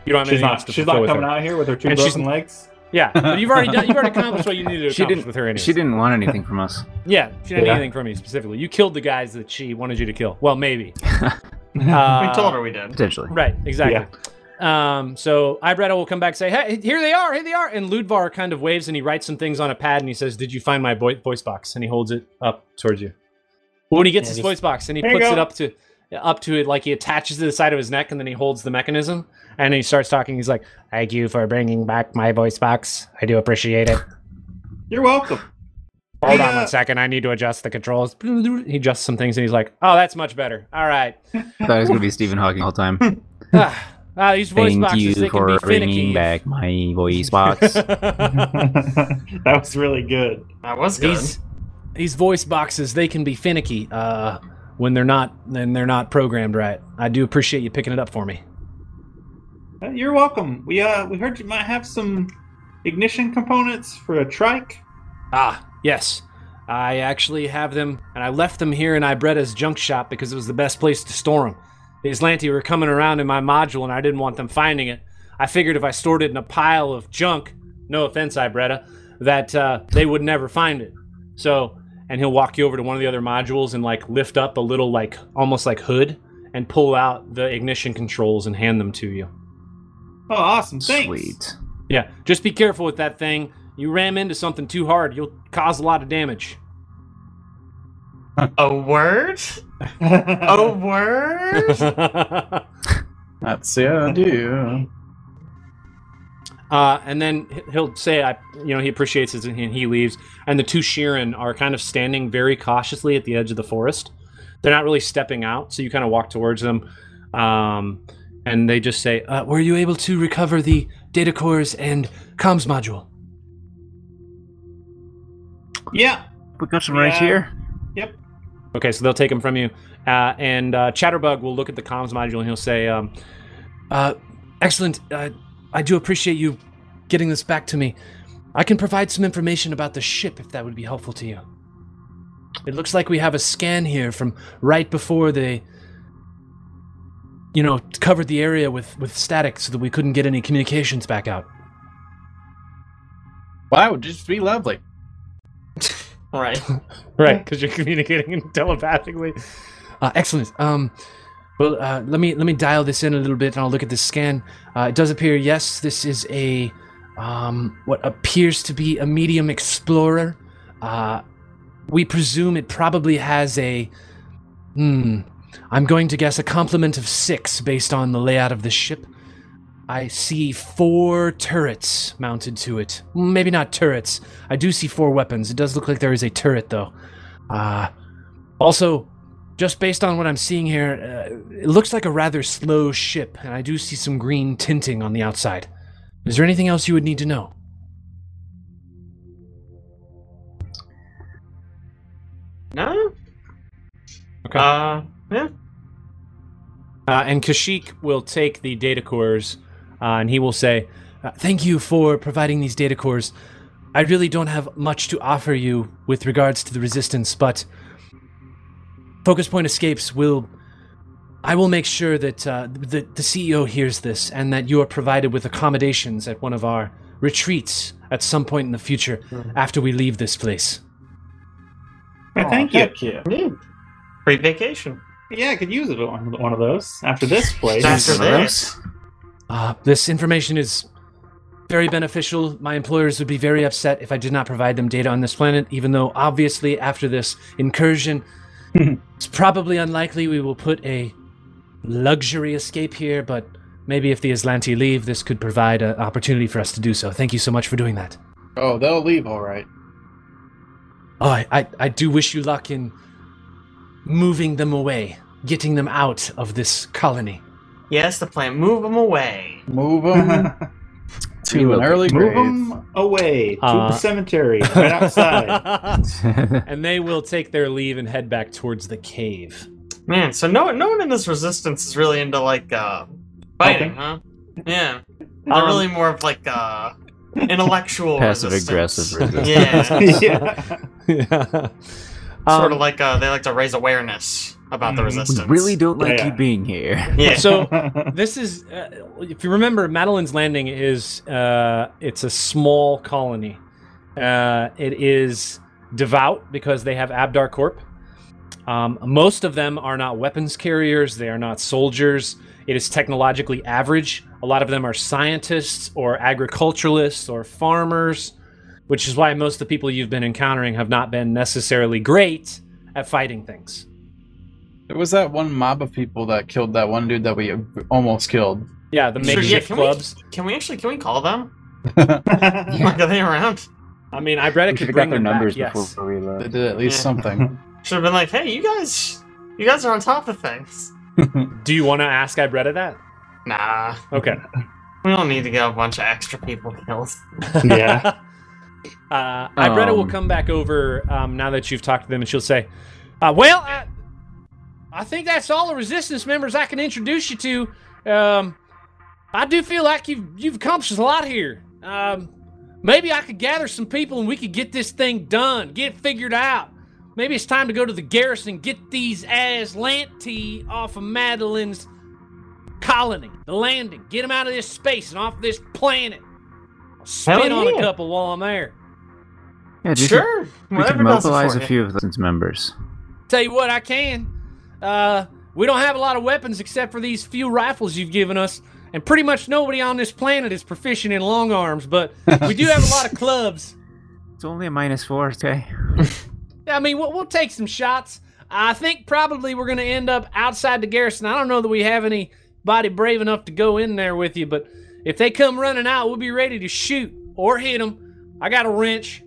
S1: you don't have
S4: She's
S1: anything
S4: not.
S1: else to
S4: She's
S1: fulfill
S4: not
S1: with
S4: coming
S1: her.
S4: out here with her two
S1: And she's-
S4: broken legs.
S1: Yeah, but you've already done, you've already accomplished what you needed to
S3: She
S1: accomplish
S3: didn't-
S1: with her. Anyways.
S3: She didn't want anything from us.
S1: Yeah, she didn't need
S4: Yeah.
S1: anything from you specifically. You killed the guys that she wanted you to kill. Well, maybe.
S2: We
S1: Uh,
S2: told her we did.
S3: Potentially.
S1: Right, exactly. Um, so Ibretta will come back and say, Hey, here they are, here they are. And Ludvar kind of waves and he writes some things on a pad and he says, Did you find my boi- voice box? And he holds it up towards you. Well, when he gets
S4: Yeah,
S1: his
S4: just-
S1: voice box and he
S4: Here you
S1: puts it
S4: go.
S1: up to up to it like he attaches it to the side of his neck and then he holds the mechanism and he starts talking. He's like, Thank you for bringing back my voice box. I do appreciate it.
S4: You're welcome.
S1: Hold on
S4: Yeah.
S1: one second. I need to adjust the controls. He adjusts some things and he's like, Oh, that's much better. All right.
S3: Thought it was gonna be Stephen Hawking the whole time.
S1: Ah, ah, these voice
S3: Thank
S1: boxes, they
S3: you
S1: can be
S3: for
S1: finicky.
S3: bringing back my voice box.
S4: that was really good.
S2: That was good.
S1: these these voice boxes they can be finicky uh, when they're not when they're not programmed right. I do appreciate you picking it up for me.
S4: Uh, You're welcome. We uh we heard you might have some ignition components for a trike.
S1: Ah, yes. I actually have them, and I left them here in Ibretta's junk shop because it was the best place to store them. The Islanti were coming around in my module, and I didn't want them finding it. I figured if I stored it in a pile of junk, no offense, Ibretta, that uh, they would never find it. So, and he'll walk you over to one of the other modules and like lift up a little, like almost like hood, and pull out the ignition controls and hand them to you.
S4: Oh, awesome! Thanks.
S3: Sweet.
S1: Yeah, just be careful with that thing. You ram into something too hard, you'll cause a lot of damage.
S2: A word? A
S4: Oh,
S3: Uh-huh.
S2: word?
S5: That's yeah, I do.
S1: Uh, and then he- he'll say, "I, you know, he appreciates it," and he leaves. And the two Sheeran are kind of standing very cautiously at the edge of the forest. They're not really stepping out, so you kind of walk towards them, um, and they just say, uh, "Were you able to recover the data cores and comms module?"
S4: yeah.
S3: We got some right
S4: Yeah.
S3: here.
S1: Okay, so they'll take them from you, uh, and uh, Chatterbug will look at the comms module and he'll say, um, uh, "Excellent. Uh, I do appreciate you getting this back to me. I can provide some information about the ship if that would be helpful to you. It looks like we have a scan here from right before they, you know, covered the area with with static so that we couldn't get any communications back out.
S5: Wow, just be lovely.
S2: Right.
S1: Right, because you're communicating telepathically. Uh, excellent. Um,
S6: Well, uh, let me let me dial this in a little bit, and I'll look at the scan. Uh, it does appear, yes, this is a um, what appears to be a medium explorer. Uh, we presume it probably has a. Hmm. I'm going to guess a complement of six based on the layout of the ship. I see four turrets mounted to it. Maybe not turrets. I do see four weapons. It does look like there is a turret, though. Uh, also, just based on what I'm seeing here, uh, it looks like a rather slow ship, and I do see some green tinting on the outside. Is there anything else you would need to know?
S2: No?
S1: Okay.
S2: Uh, yeah.
S1: Uh, and Kashik will take the data cores uh, and he will say,
S6: Uh, thank you for providing these data cores. I really don't have much to offer you with regards to the resistance, but Focus Point Escapes will. I will make sure that uh, the, the CEO hears this and that you are provided with accommodations at one of our retreats at some point in the future after we leave this place.
S9: Yeah, thank you.
S2: yeah. Free vacation.
S9: Yeah, I could use it on one of those after this place.
S2: After this.
S6: Uh, this information is very beneficial. My employers would be very upset if I did not provide them data on this planet, even though obviously after this incursion, it's probably unlikely we will put a luxury escape here, but maybe if the Islanti leave, this could provide an opportunity for us to do so. Thank you so much for doing that.
S5: Oh, they'll leave all right.
S6: Oh, I, I, I do wish you luck in moving them away, getting them out of this colony.
S2: Yes, the plan. Move them away.
S5: Move them to an
S3: Relocate.
S5: early
S9: Move
S5: grave.
S9: them away to
S1: Uh,
S9: the cemetery right outside.
S1: and they will take their leave and head back towards the cave.
S2: Man, so no, no one in this resistance is really into, like, uh, fighting, huh? Yeah. They're
S1: Um,
S2: really more of, like, uh, intellectual
S3: Passive
S2: resistance.
S3: aggressive resistance.
S2: Yeah.
S9: yeah.
S1: yeah.
S2: sort
S1: Um,
S2: of like uh, they like to raise awareness about the
S9: Mhm.
S3: We
S2: resistance.
S3: really don't like
S9: Yeah.
S3: you being here.
S2: Yeah.
S1: so this is uh, if you remember madeline's landing is uh, it's a small colony uh, it is devout because they have abdar corp um, most of them are not weapons carriers they are not soldiers it is technologically average a lot of them are scientists or agriculturalists or farmers which is why most of the people you've been encountering have not been necessarily great at fighting things
S5: There was that one mob of people that killed that one dude that we almost killed.
S1: yeah the
S2: Sure, yeah,
S1: makeshift
S2: can we-
S1: clubs
S2: Can we actually can we call them? Like are they around?
S1: i mean i read it could
S3: We should have
S1: bring
S3: got their
S1: them back,
S3: numbers
S1: yes.
S3: before we
S5: They
S3: left.
S5: did at least
S2: Yeah.
S5: something.
S2: Should have been like, hey, you guys, you guys are on top of things.
S1: Do you want to ask Ibretta that?
S2: Nah,
S1: Okay.
S2: we don't need to get a bunch of extra people killed.
S9: Yeah.
S1: Uh, Ibretta will
S3: Um.
S1: come back over um, now that you've talked to them, and she'll say, uh, "Well, I,
S6: I think that's all the resistance members I can introduce you to. Um, I do feel like you've you've accomplished a lot here. Um, maybe I could gather some people and we could get this thing done, get it figured out. Maybe it's time to go to the garrison, get these Aslanti off of Madeline's colony, the landing, get them out of this space and off this planet. I'll spit on a
S2: yeah.
S6: couple while I'm there.
S3: Yeah, do you think
S2: sure,
S3: we could
S2: whatever does it
S3: mobilize
S2: for
S3: a
S2: you.
S3: few of those members.
S6: Tell you what, I can. Uh, we don't have a lot of weapons except for these few rifles you've given us, and pretty much nobody on this planet is proficient in long arms, but we do have a lot of clubs.
S3: It's only a minus four, okay?
S6: I mean, we'll, we'll take some shots. I think probably we're going to end up outside the garrison. I don't know that we have anybody brave enough to go in there with you, but if they come running out, we'll be ready to shoot or hit them. I got a wrench.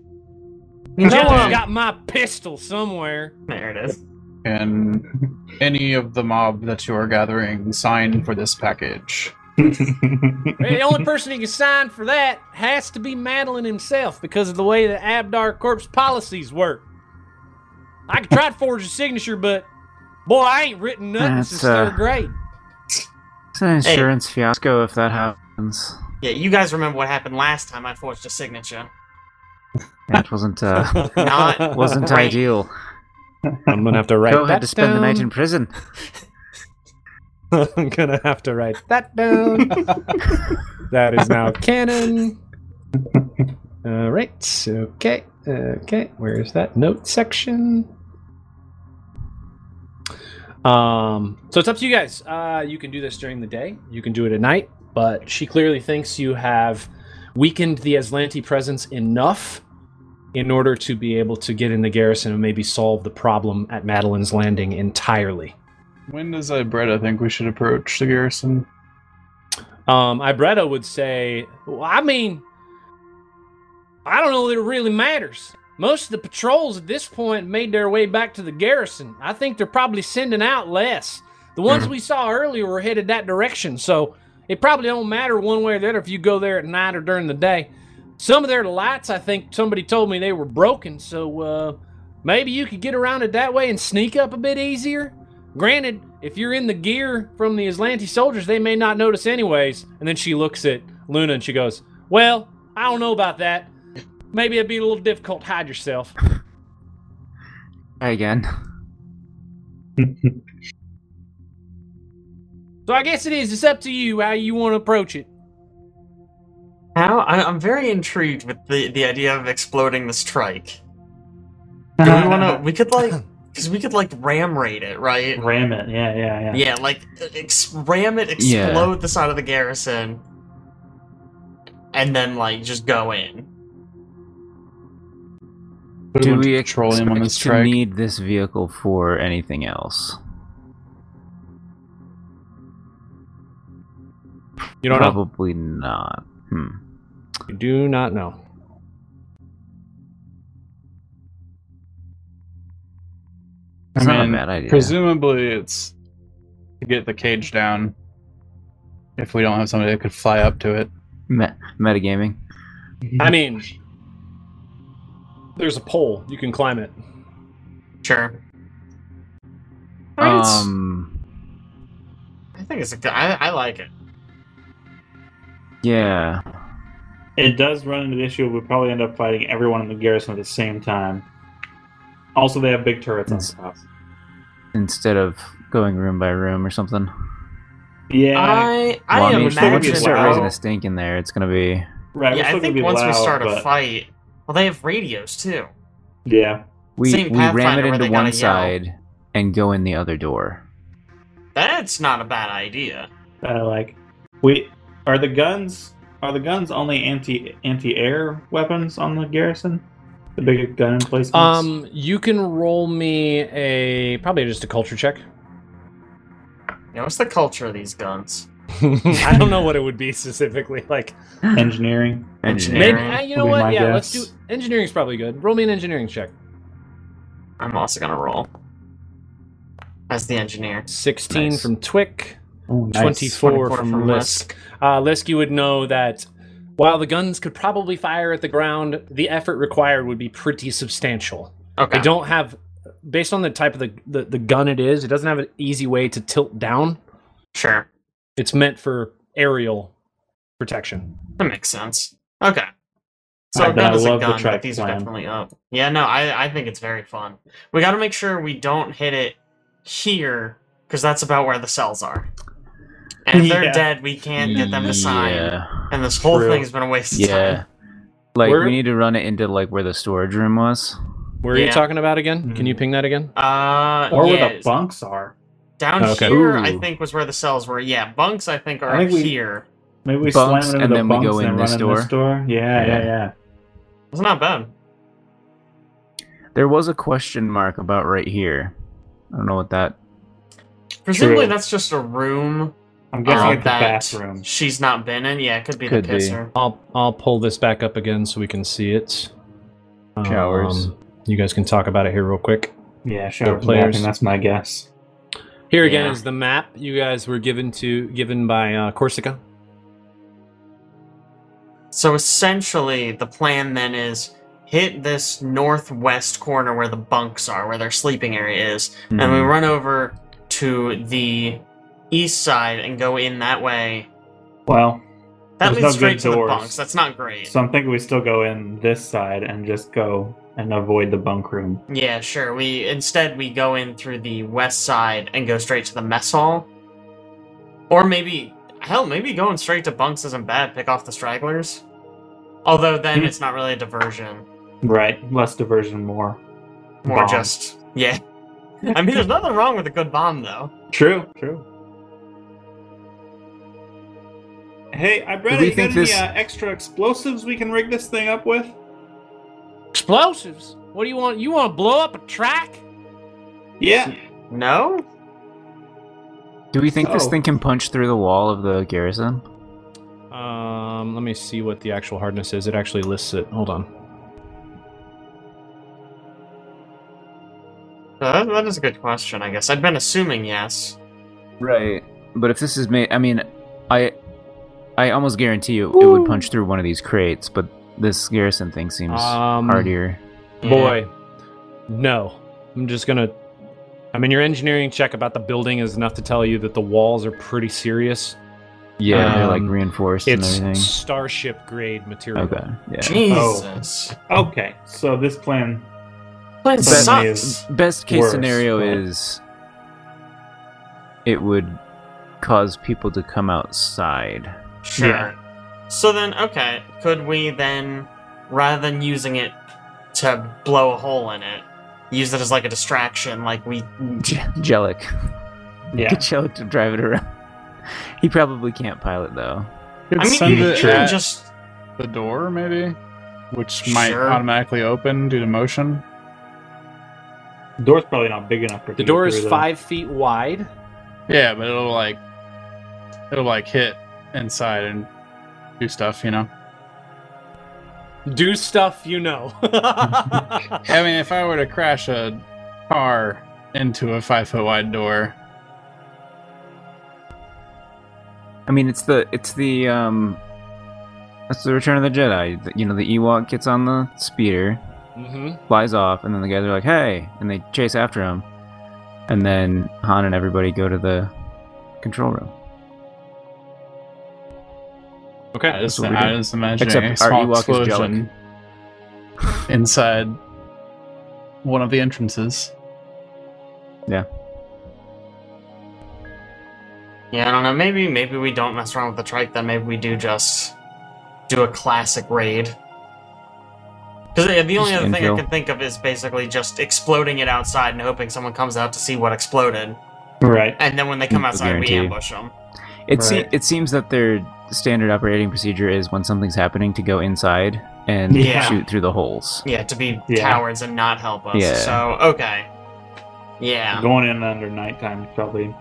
S2: You know,
S6: I've
S2: um,
S6: got my pistol somewhere.
S2: there it is.
S5: Can any of the mob that you are gathering sign for this package?
S6: the only person who can sign for that has to be Madeline himself because of the way the Abdar Corp's policies work. I could try to forge a signature, but boy, I ain't written nothing
S3: That's,
S6: since
S3: uh,
S6: third grade.
S3: It's an insurance fiasco if that happens.
S2: Yeah, you guys remember what happened last time I forged a signature?
S3: That wasn't uh,
S2: Not
S3: wasn't
S2: Right.
S3: ideal.
S1: I'm gonna have to write
S3: Go
S1: that
S3: had to spend the night in
S1: down.
S3: prison.
S1: I'm gonna have to write that down. that is now canon. All right. Okay. Okay. Where is that note section? Um, so it's up to you guys. Uh, you can do this during the day. You can do it at night. But she clearly thinks you have weakened the Aslanti presence enough in order to be able to get in the garrison and maybe solve the problem at Madeline's Landing entirely.
S5: When does Ibretta think we should approach the garrison?
S1: Um, Ibretta would say, well, I mean, I don't know that it really matters. Most of the patrols at this point made their way back to the garrison. I think they're probably sending out less. The ones we saw earlier were headed that direction, so it probably don't matter one way or the other if you go there at night or during the day. Some of their lights, I think somebody told me they were broken, so uh, maybe you could get around it that way and sneak up a bit easier. Granted, if you're in the gear from the Aslanti soldiers, they may not notice anyways. And then she looks at Luna and she goes, Well, I don't know about that. Maybe it'd be a little difficult to hide yourself.
S3: Hi again.
S1: So I guess it is. It's up to you how you want to approach it.
S2: Now, I, I'm very intrigued with the, the idea of exploding this trike. Do we want to? We could like, because we could like ram raid it, right?
S9: Ram it. Yeah, yeah, yeah.
S2: Yeah, like ex- ram it,
S3: Yeah.
S2: explode the side of the garrison, and then like just go in.
S5: Put a
S3: Do
S5: bunch
S3: we
S5: of petroleum on
S3: expect
S5: this
S3: to
S5: track?
S3: need this vehicle for anything else?
S1: You don't know.
S3: Probably not. Hmm.
S1: You do not know.
S5: I
S3: It's not a
S5: mean,
S3: bad idea.
S5: Presumably, it's to get the cage down. If we don't have somebody that could fly up to it,
S3: Me- metagaming.
S1: I mean, there's a pole. You can climb it.
S2: Sure. I mean, it's-
S3: Um.
S2: I think it's a good. I, I like it.
S3: Yeah.
S9: It does run into the issue. of We probably end up fighting everyone in the garrison at the same time. Also, they have big turrets and
S3: Yes.
S9: stuff.
S3: Instead of going room by room or something.
S9: Yeah,
S2: I I,
S3: well, I mean,
S2: imagine.
S3: if they- once you start
S9: wow.
S3: raising a stink in there, it's gonna be.
S9: right. we're
S2: yeah, I
S9: still gonna
S2: think
S9: be
S2: once we
S9: loud,
S2: start a
S9: but-
S2: fight, well, they have radios too.
S9: yeah,
S3: We
S2: Same
S3: we ram
S2: Pathfinder
S3: it
S2: where they
S3: into
S2: gotta yell.
S3: one side and go in the other door.
S2: That's not a bad idea.
S9: uh, like we are the guns. Are the guns only anti anti air weapons on the garrison? The big gun emplacements.
S1: Um, you can roll me a probably just a culture check.
S2: You know, what's the culture of these guns?
S1: I don't know what it would be specifically. Like
S9: engineering.
S1: maybe
S2: Engineering
S1: uh, you know
S9: would be
S1: what?
S9: my
S1: Yeah,
S9: guess.
S1: let's do engineering's probably good. Roll me an engineering check.
S2: I'm also gonna roll as the engineer.
S1: Sixteen
S3: Nice.
S1: from Twick.
S9: Oh,
S1: 24 from,
S2: from
S1: Lisk. Uh, Lisk, you would know that while the guns could probably fire at the ground, the effort required would be pretty substantial.
S2: Okay.
S1: They don't have, based on the type of the, the, the gun it is, it doesn't have an easy way to tilt down.
S2: Sure.
S1: It's meant for aerial protection.
S2: That makes sense. Okay. So
S9: I-
S2: I,
S9: I
S2: that is a
S9: love the
S2: gun,
S9: track
S2: but these are
S9: plan.
S2: definitely up. Yeah, no, I, I think it's very fun. We got to make sure we don't hit it here, because that's about where the cells are. And if they're
S9: Yeah.
S2: dead, we can't get them to sign.
S3: Yeah.
S2: And this whole
S9: True.
S2: thing's been a waste of
S3: Yeah.
S2: time.
S3: Like
S1: We're-
S3: we need to run it into like where the storage room was.
S1: Where are
S2: Yeah.
S1: you talking about again? Can you
S9: Mm.
S1: ping that again?
S2: Uh,
S9: or
S2: yeah,
S9: where the bunks are.
S2: down
S1: Okay.
S2: here, I
S3: Ooh.
S2: think was where the cells were. Yeah, bunks, I think, are
S9: I think
S2: up
S9: we-
S2: here.
S9: Maybe we
S3: Bunks,
S9: slam into
S3: and
S9: the
S3: then we
S9: bunks
S3: go in
S9: and
S3: this
S9: run in
S3: door.
S9: this door. Yeah, yeah,
S3: Yeah.
S9: yeah.
S2: It's not bad.
S3: There was a question mark about right here. I don't know what that.
S2: Presumably,
S9: True.
S2: that's just a room
S9: I'm guessing
S2: uh,
S9: like the
S2: that
S9: bathroom.
S2: she's not been in. Yeah, it could be
S3: Could
S2: the
S3: be.
S2: pisser.
S1: I'll, I'll pull this back up again so we can see it.
S3: Showers.
S1: Um, you guys can talk about it here real quick.
S9: Yeah, shower
S1: players.
S9: players. That's my guess.
S1: Here again
S2: Yeah.
S1: is the map you guys were given to given by uh, Corsica.
S2: So essentially, the plan then is hit this northwest corner where the bunks are, where their sleeping area is, and we
S3: Mhm.
S2: run over to the east side and go in that way.
S9: Well,
S2: That leads
S9: There's no
S2: straight
S9: good
S2: to the
S9: doors.
S2: bunks. That's not great.
S9: so I'm thinking we still go in this side and just go and avoid the bunk room.
S2: yeah, sure. We instead we go in through the west side and go straight to the mess hall, or maybe hell, maybe going straight to bunks isn't bad. Pick off the stragglers. Although then
S9: Hmm.
S2: it's not really a diversion,
S9: Right, less diversion, more
S2: more
S9: Bomb.
S2: just yeah. I mean, there's nothing wrong with a good bomb, though.
S9: True, true. Hey, I
S3: Do
S9: Brett,
S3: we
S9: you got
S3: think
S9: any
S3: this-
S9: uh, extra explosives we can rig this thing up with?
S6: Explosives? What do you want? You want to blow up a track?
S9: Yeah.
S2: No?
S3: Do we think this
S9: Oh.
S3: thing can punch through the wall of the garrison?
S1: Um, let me see what the actual hardness is. It actually lists it. Hold on.
S2: Uh, that- that is a good question, I guess. I'd been assuming yes.
S3: Right. But if this is made, I mean, I, I almost guarantee you it would punch through one of these crates. But this garrison thing seems
S1: Um,
S3: hardier.
S1: Boy, no. I'm just gonna. I mean, your engineering check about the building is enough to tell you that the walls are pretty serious.
S3: Yeah, they're like
S1: um,
S3: reinforced and
S1: It's
S3: everything.
S1: starship grade material.
S3: Okay. Yeah.
S9: Oh.
S2: Jesus.
S9: Okay, so this plan
S2: Plan
S9: That
S2: sucks.
S9: is-
S3: Best case
S9: worse,
S3: scenario
S9: but-
S3: is it would cause people to come outside.
S2: Sure.
S9: Yeah.
S2: So then, okay, could we then, rather than using it to blow a hole in it, use it as like a distraction, like we.
S3: Je- Jellic.
S9: Yeah.
S3: Get Jellic to drive it around. He probably can't pilot though.
S5: Could
S2: I mean,
S5: send
S2: you
S5: it
S2: can
S5: at
S2: just.
S5: the door, maybe, which might
S2: Sure.
S5: automatically open due to motion.
S9: The door's probably not big enough for it
S1: The
S9: to
S1: door
S9: get
S1: is
S9: through, though.
S1: five feet wide.
S5: Yeah, but it'll like it'll like hit inside and do stuff, you know.
S1: Do stuff you know. Mm-hmm.
S5: I mean, if I were to crash a car into a five foot wide door,
S3: I mean, it's the it's the um, it's the Return of the Jedi. The- You know, the Ewok gets on the speeder,
S1: hmm
S3: flies off, and then the guys are like, "Hey!" and they chase after him, and then Han and everybody go to the control room.
S1: Okay.
S5: I just,
S3: That's what we
S5: I
S3: do.
S5: just imagine a
S3: Except
S5: small
S3: our Ewok is
S5: explosion inside one of the entrances.
S2: Yeah, I don't know. Maybe, maybe we don't mess around with the trike. Then maybe we do just do a classic raid. Because the only
S3: Just
S2: other thing I
S3: infill.
S2: can think of is basically just exploding it outside and hoping someone comes out to see what exploded,
S9: Right.
S2: and then when they come
S3: I
S2: outside, we
S3: guarantee.
S2: ambush them.
S3: It se-
S9: Right.
S3: it seems that their standard operating procedure is when something's happening to go inside and
S2: Yeah.
S3: shoot through the holes.
S2: Yeah, to be
S9: Yeah.
S2: cowards and not help us.
S3: Yeah.
S2: So okay. Yeah,
S9: Going in under nighttime is probably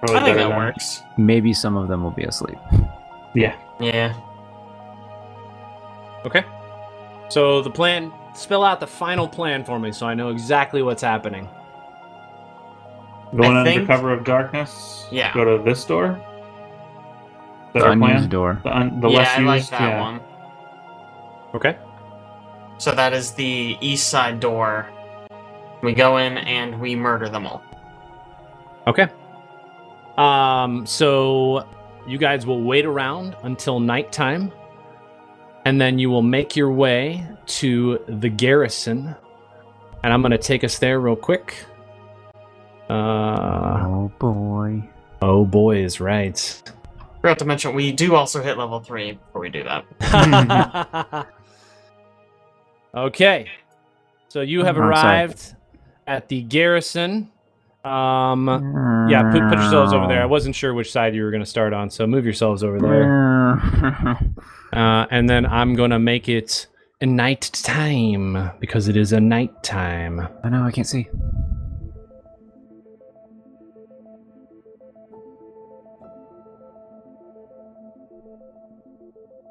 S9: probably
S2: I think
S9: better
S2: that
S9: than-
S2: works.
S3: Maybe some of them will be asleep.
S2: Yeah.
S1: Okay. So the plan. Spell out the final plan for me, so I know exactly what's happening.
S9: Going
S2: I
S9: under
S2: think-
S9: cover of darkness.
S2: Yeah.
S9: Go to this door. Is that
S3: The
S9: our
S3: unused
S9: plan?
S3: door.
S9: The, un- the
S2: yeah,
S9: less
S2: I
S9: used.
S2: like that
S9: yeah.
S2: one.
S1: Okay.
S2: So that is the east side door. We go in and we murder them all.
S1: Okay. Um, so you guys will wait around until nighttime, and then you will make your way to the garrison. And I'm gonna take us there real quick. Uh
S3: oh boy.
S1: oh boy is right.
S2: Forgot to mention we do also hit level three before we do that.
S1: okay. So you have
S3: I'm sorry.
S1: arrived at the garrison. Um yeah, put, put yourselves over there. I wasn't sure which side you were going to start on, so move yourselves over there. Uh, and then I'm going to make it a night time because it is a night time.
S3: I know I can't see.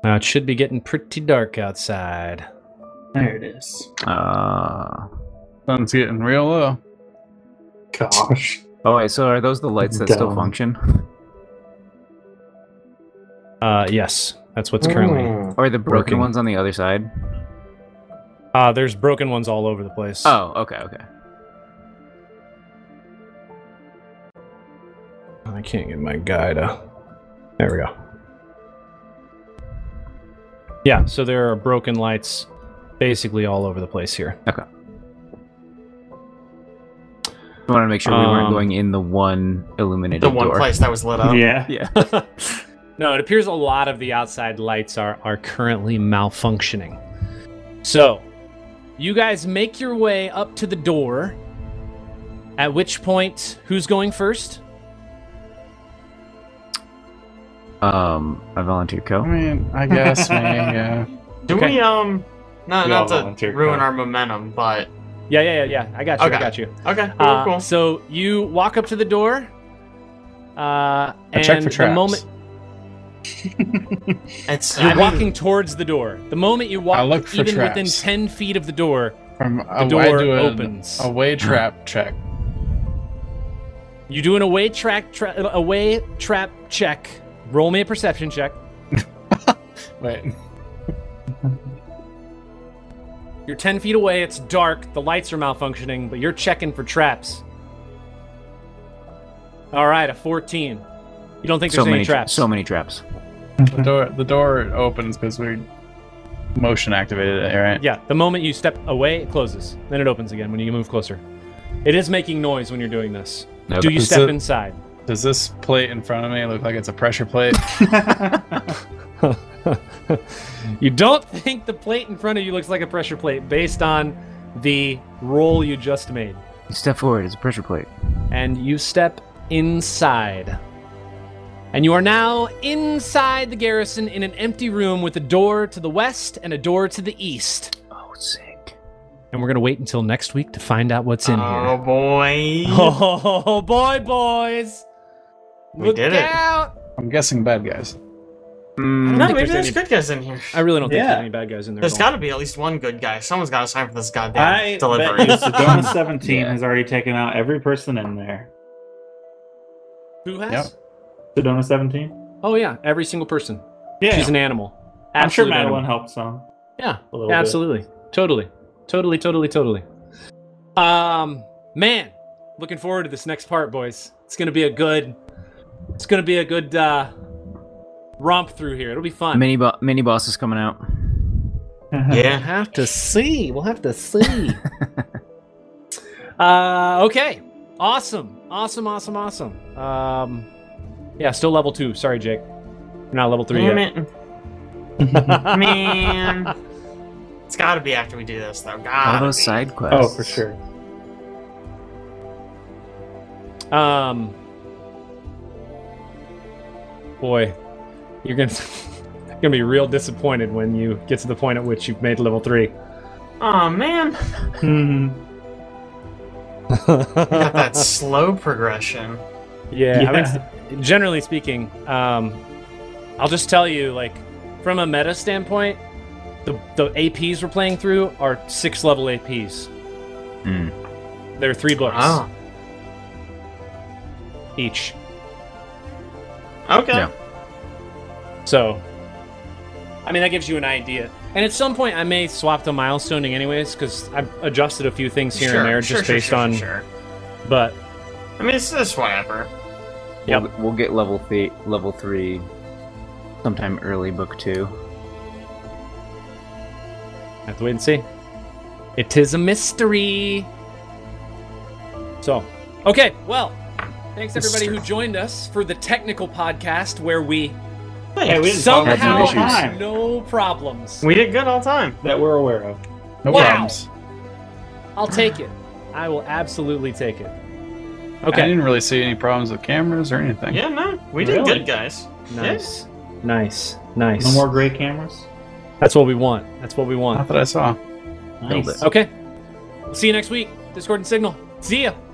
S1: Uh, it should be getting pretty dark outside.
S5: There it is.
S3: Uh,
S5: Sun's getting real low.
S9: Gosh.
S3: oh wait, so are those the lights that still
S9: Dumb.
S3: function,
S1: Uh, yes, that's what's currently.
S2: Hmm.
S3: or the broken
S1: Working.
S3: ones on the other side?
S1: Uh, there's broken ones all over the place.
S3: Oh, okay, okay.
S1: I can't get my guy to. There we go. Yeah, so there are broken lights basically all over the place here.
S3: I wanted to make sure we weren't
S1: Um,
S3: going in the one illuminated
S2: The one
S3: door.
S2: place that was lit up.
S9: yeah.
S3: Yeah.
S1: no, it appears a lot of the outside lights are are currently malfunctioning. So, you guys make your way up to the door At which point, who's going first?
S3: Um, I volunteer
S5: I
S3: co.
S5: mean, I guess, maybe, yeah.
S2: Do
S5: Okay.
S2: we um? No,
S4: We all
S2: not to
S4: volunteer,
S2: ruin
S4: Kyle.
S2: our momentum, but
S1: Yeah, yeah, yeah, yeah. I got you. I
S2: Okay.
S1: got you.
S2: okay, cool.
S1: Uh,
S2: cool.
S1: So you walk up to the door. Uh,
S5: I
S1: and
S5: check for traps.
S1: the moment
S2: It's
S1: you're
S2: I mean,
S1: walking towards the door, the moment you walk
S5: I look for
S1: even within
S5: traps.
S1: ten feet of the door,
S5: From
S1: the
S5: a, I
S1: door
S5: do an- oh.
S1: opens.
S5: a way trap check.
S1: You do an away track, tra- away trap check. Roll me a perception check.
S5: Wait.
S1: You're ten feet away. It's dark. The lights are malfunctioning, but you're checking for traps. All right, a fourteen. You don't think
S3: So
S1: there's
S3: many
S1: any traps?
S3: So many traps.
S5: The door, the door opens because we motion activated it, right?
S1: Yeah, the moment you step away, it closes. Then it opens again when you move closer. It is making noise when you're doing this. Do you
S5: Is
S1: step
S5: it-
S1: inside?
S5: Does this plate in front of me look like it's a pressure plate?
S1: you don't think the plate in front of you looks like a pressure plate based on the roll you just made.
S3: You step forward. It's a pressure plate.
S1: And you step inside. And you are now inside the garrison in an empty room with a door to the west and a door to the east.
S3: Oh, sick.
S1: And we're going to wait until next week to find out what's in here.
S2: oh boy.
S1: Oh boy, boys!
S2: We
S1: Look
S2: did it.
S1: out!
S5: I'm guessing bad guys.
S1: I
S2: No,
S1: don't think there's
S2: maybe Hmm. there's
S1: any-
S2: good guys in here.
S1: I really don't think
S9: Yeah.
S1: there's any bad guys in there.
S2: There's
S1: at all.
S2: got to be at least one good guy. Someone's got to sign for this goddamn
S9: I
S2: delivery.
S9: bet you Sedona 17
S5: Yeah.
S9: has already taken out every person in there.
S1: Who has?
S5: Yep.
S9: Sedona 17?
S1: Oh yeah, every single person.
S9: Yeah.
S1: She's an animal.
S9: I'm sure
S1: Absolute
S9: Madeline
S1: animal.
S9: helped some.
S1: Yeah,
S9: A little bit.
S1: absolutely, totally, totally, totally, totally. Um, man, looking forward to this next part, boys. It's gonna be a good. It's gonna be a good uh, romp through here. It'll be fun.
S3: Mini bo- mini boss is coming out.
S1: We'll
S2: yeah.
S1: have to see. We'll have to see. uh, okay. Awesome. Awesome. Awesome. Awesome. Um, yeah, still level two. Sorry, Jake. You're not level three
S2: Damn
S1: yet.
S2: it. Man. It's got to be after we do this, though.
S3: All
S2: God.
S3: those side quests.
S9: Oh, for sure.
S1: Um, boy, you're gonna you're gonna be real disappointed when you get to the point at which you've made level three.
S2: Oh man. We got that slow progression.
S1: Yeah, I mean,
S9: Yeah.
S1: s- generally speaking, um, I'll just tell you, like, from a meta standpoint, the, the APs we're playing through are six level APs.
S3: Hmm.
S1: They're three books
S2: Oh.
S1: each.
S2: Oh, Okay.
S3: Yeah.
S1: So, I mean, that gives you an idea. And at some point, I may swap to milestoning, anyways, because I've adjusted a few things here
S2: Sure,
S1: and there
S2: sure,
S1: just
S2: sure,
S1: based
S2: sure,
S1: on.
S2: Sure.
S1: But
S2: I mean, it's just whatever.
S1: Yep.
S3: We'll, we'll get level three, level three, sometime early book two.
S1: I have to wait and see. It is a mystery. So, okay, well, thanks everybody who joined us for the technical podcast where we
S9: Hey, we didn't solve it
S1: somehow
S9: all
S3: issues.
S1: have
S9: time
S1: no problems.
S2: We did good all time.
S9: that we're aware of.
S5: No
S1: Wow.
S5: problems.
S1: I'll take it. I will absolutely take it.
S5: I
S1: Okay.
S5: didn't really see any problems with cameras or anything.
S2: Yeah, no, we did
S9: Really?
S2: good, guys.
S1: Nice. Nice. Nice.
S9: No more gray cameras.
S1: That's what we want. That's what we want.
S5: Not that I saw.
S9: Uh-huh.
S3: Nailed it.
S1: Okay. See you next week. Discord and Signal. See ya.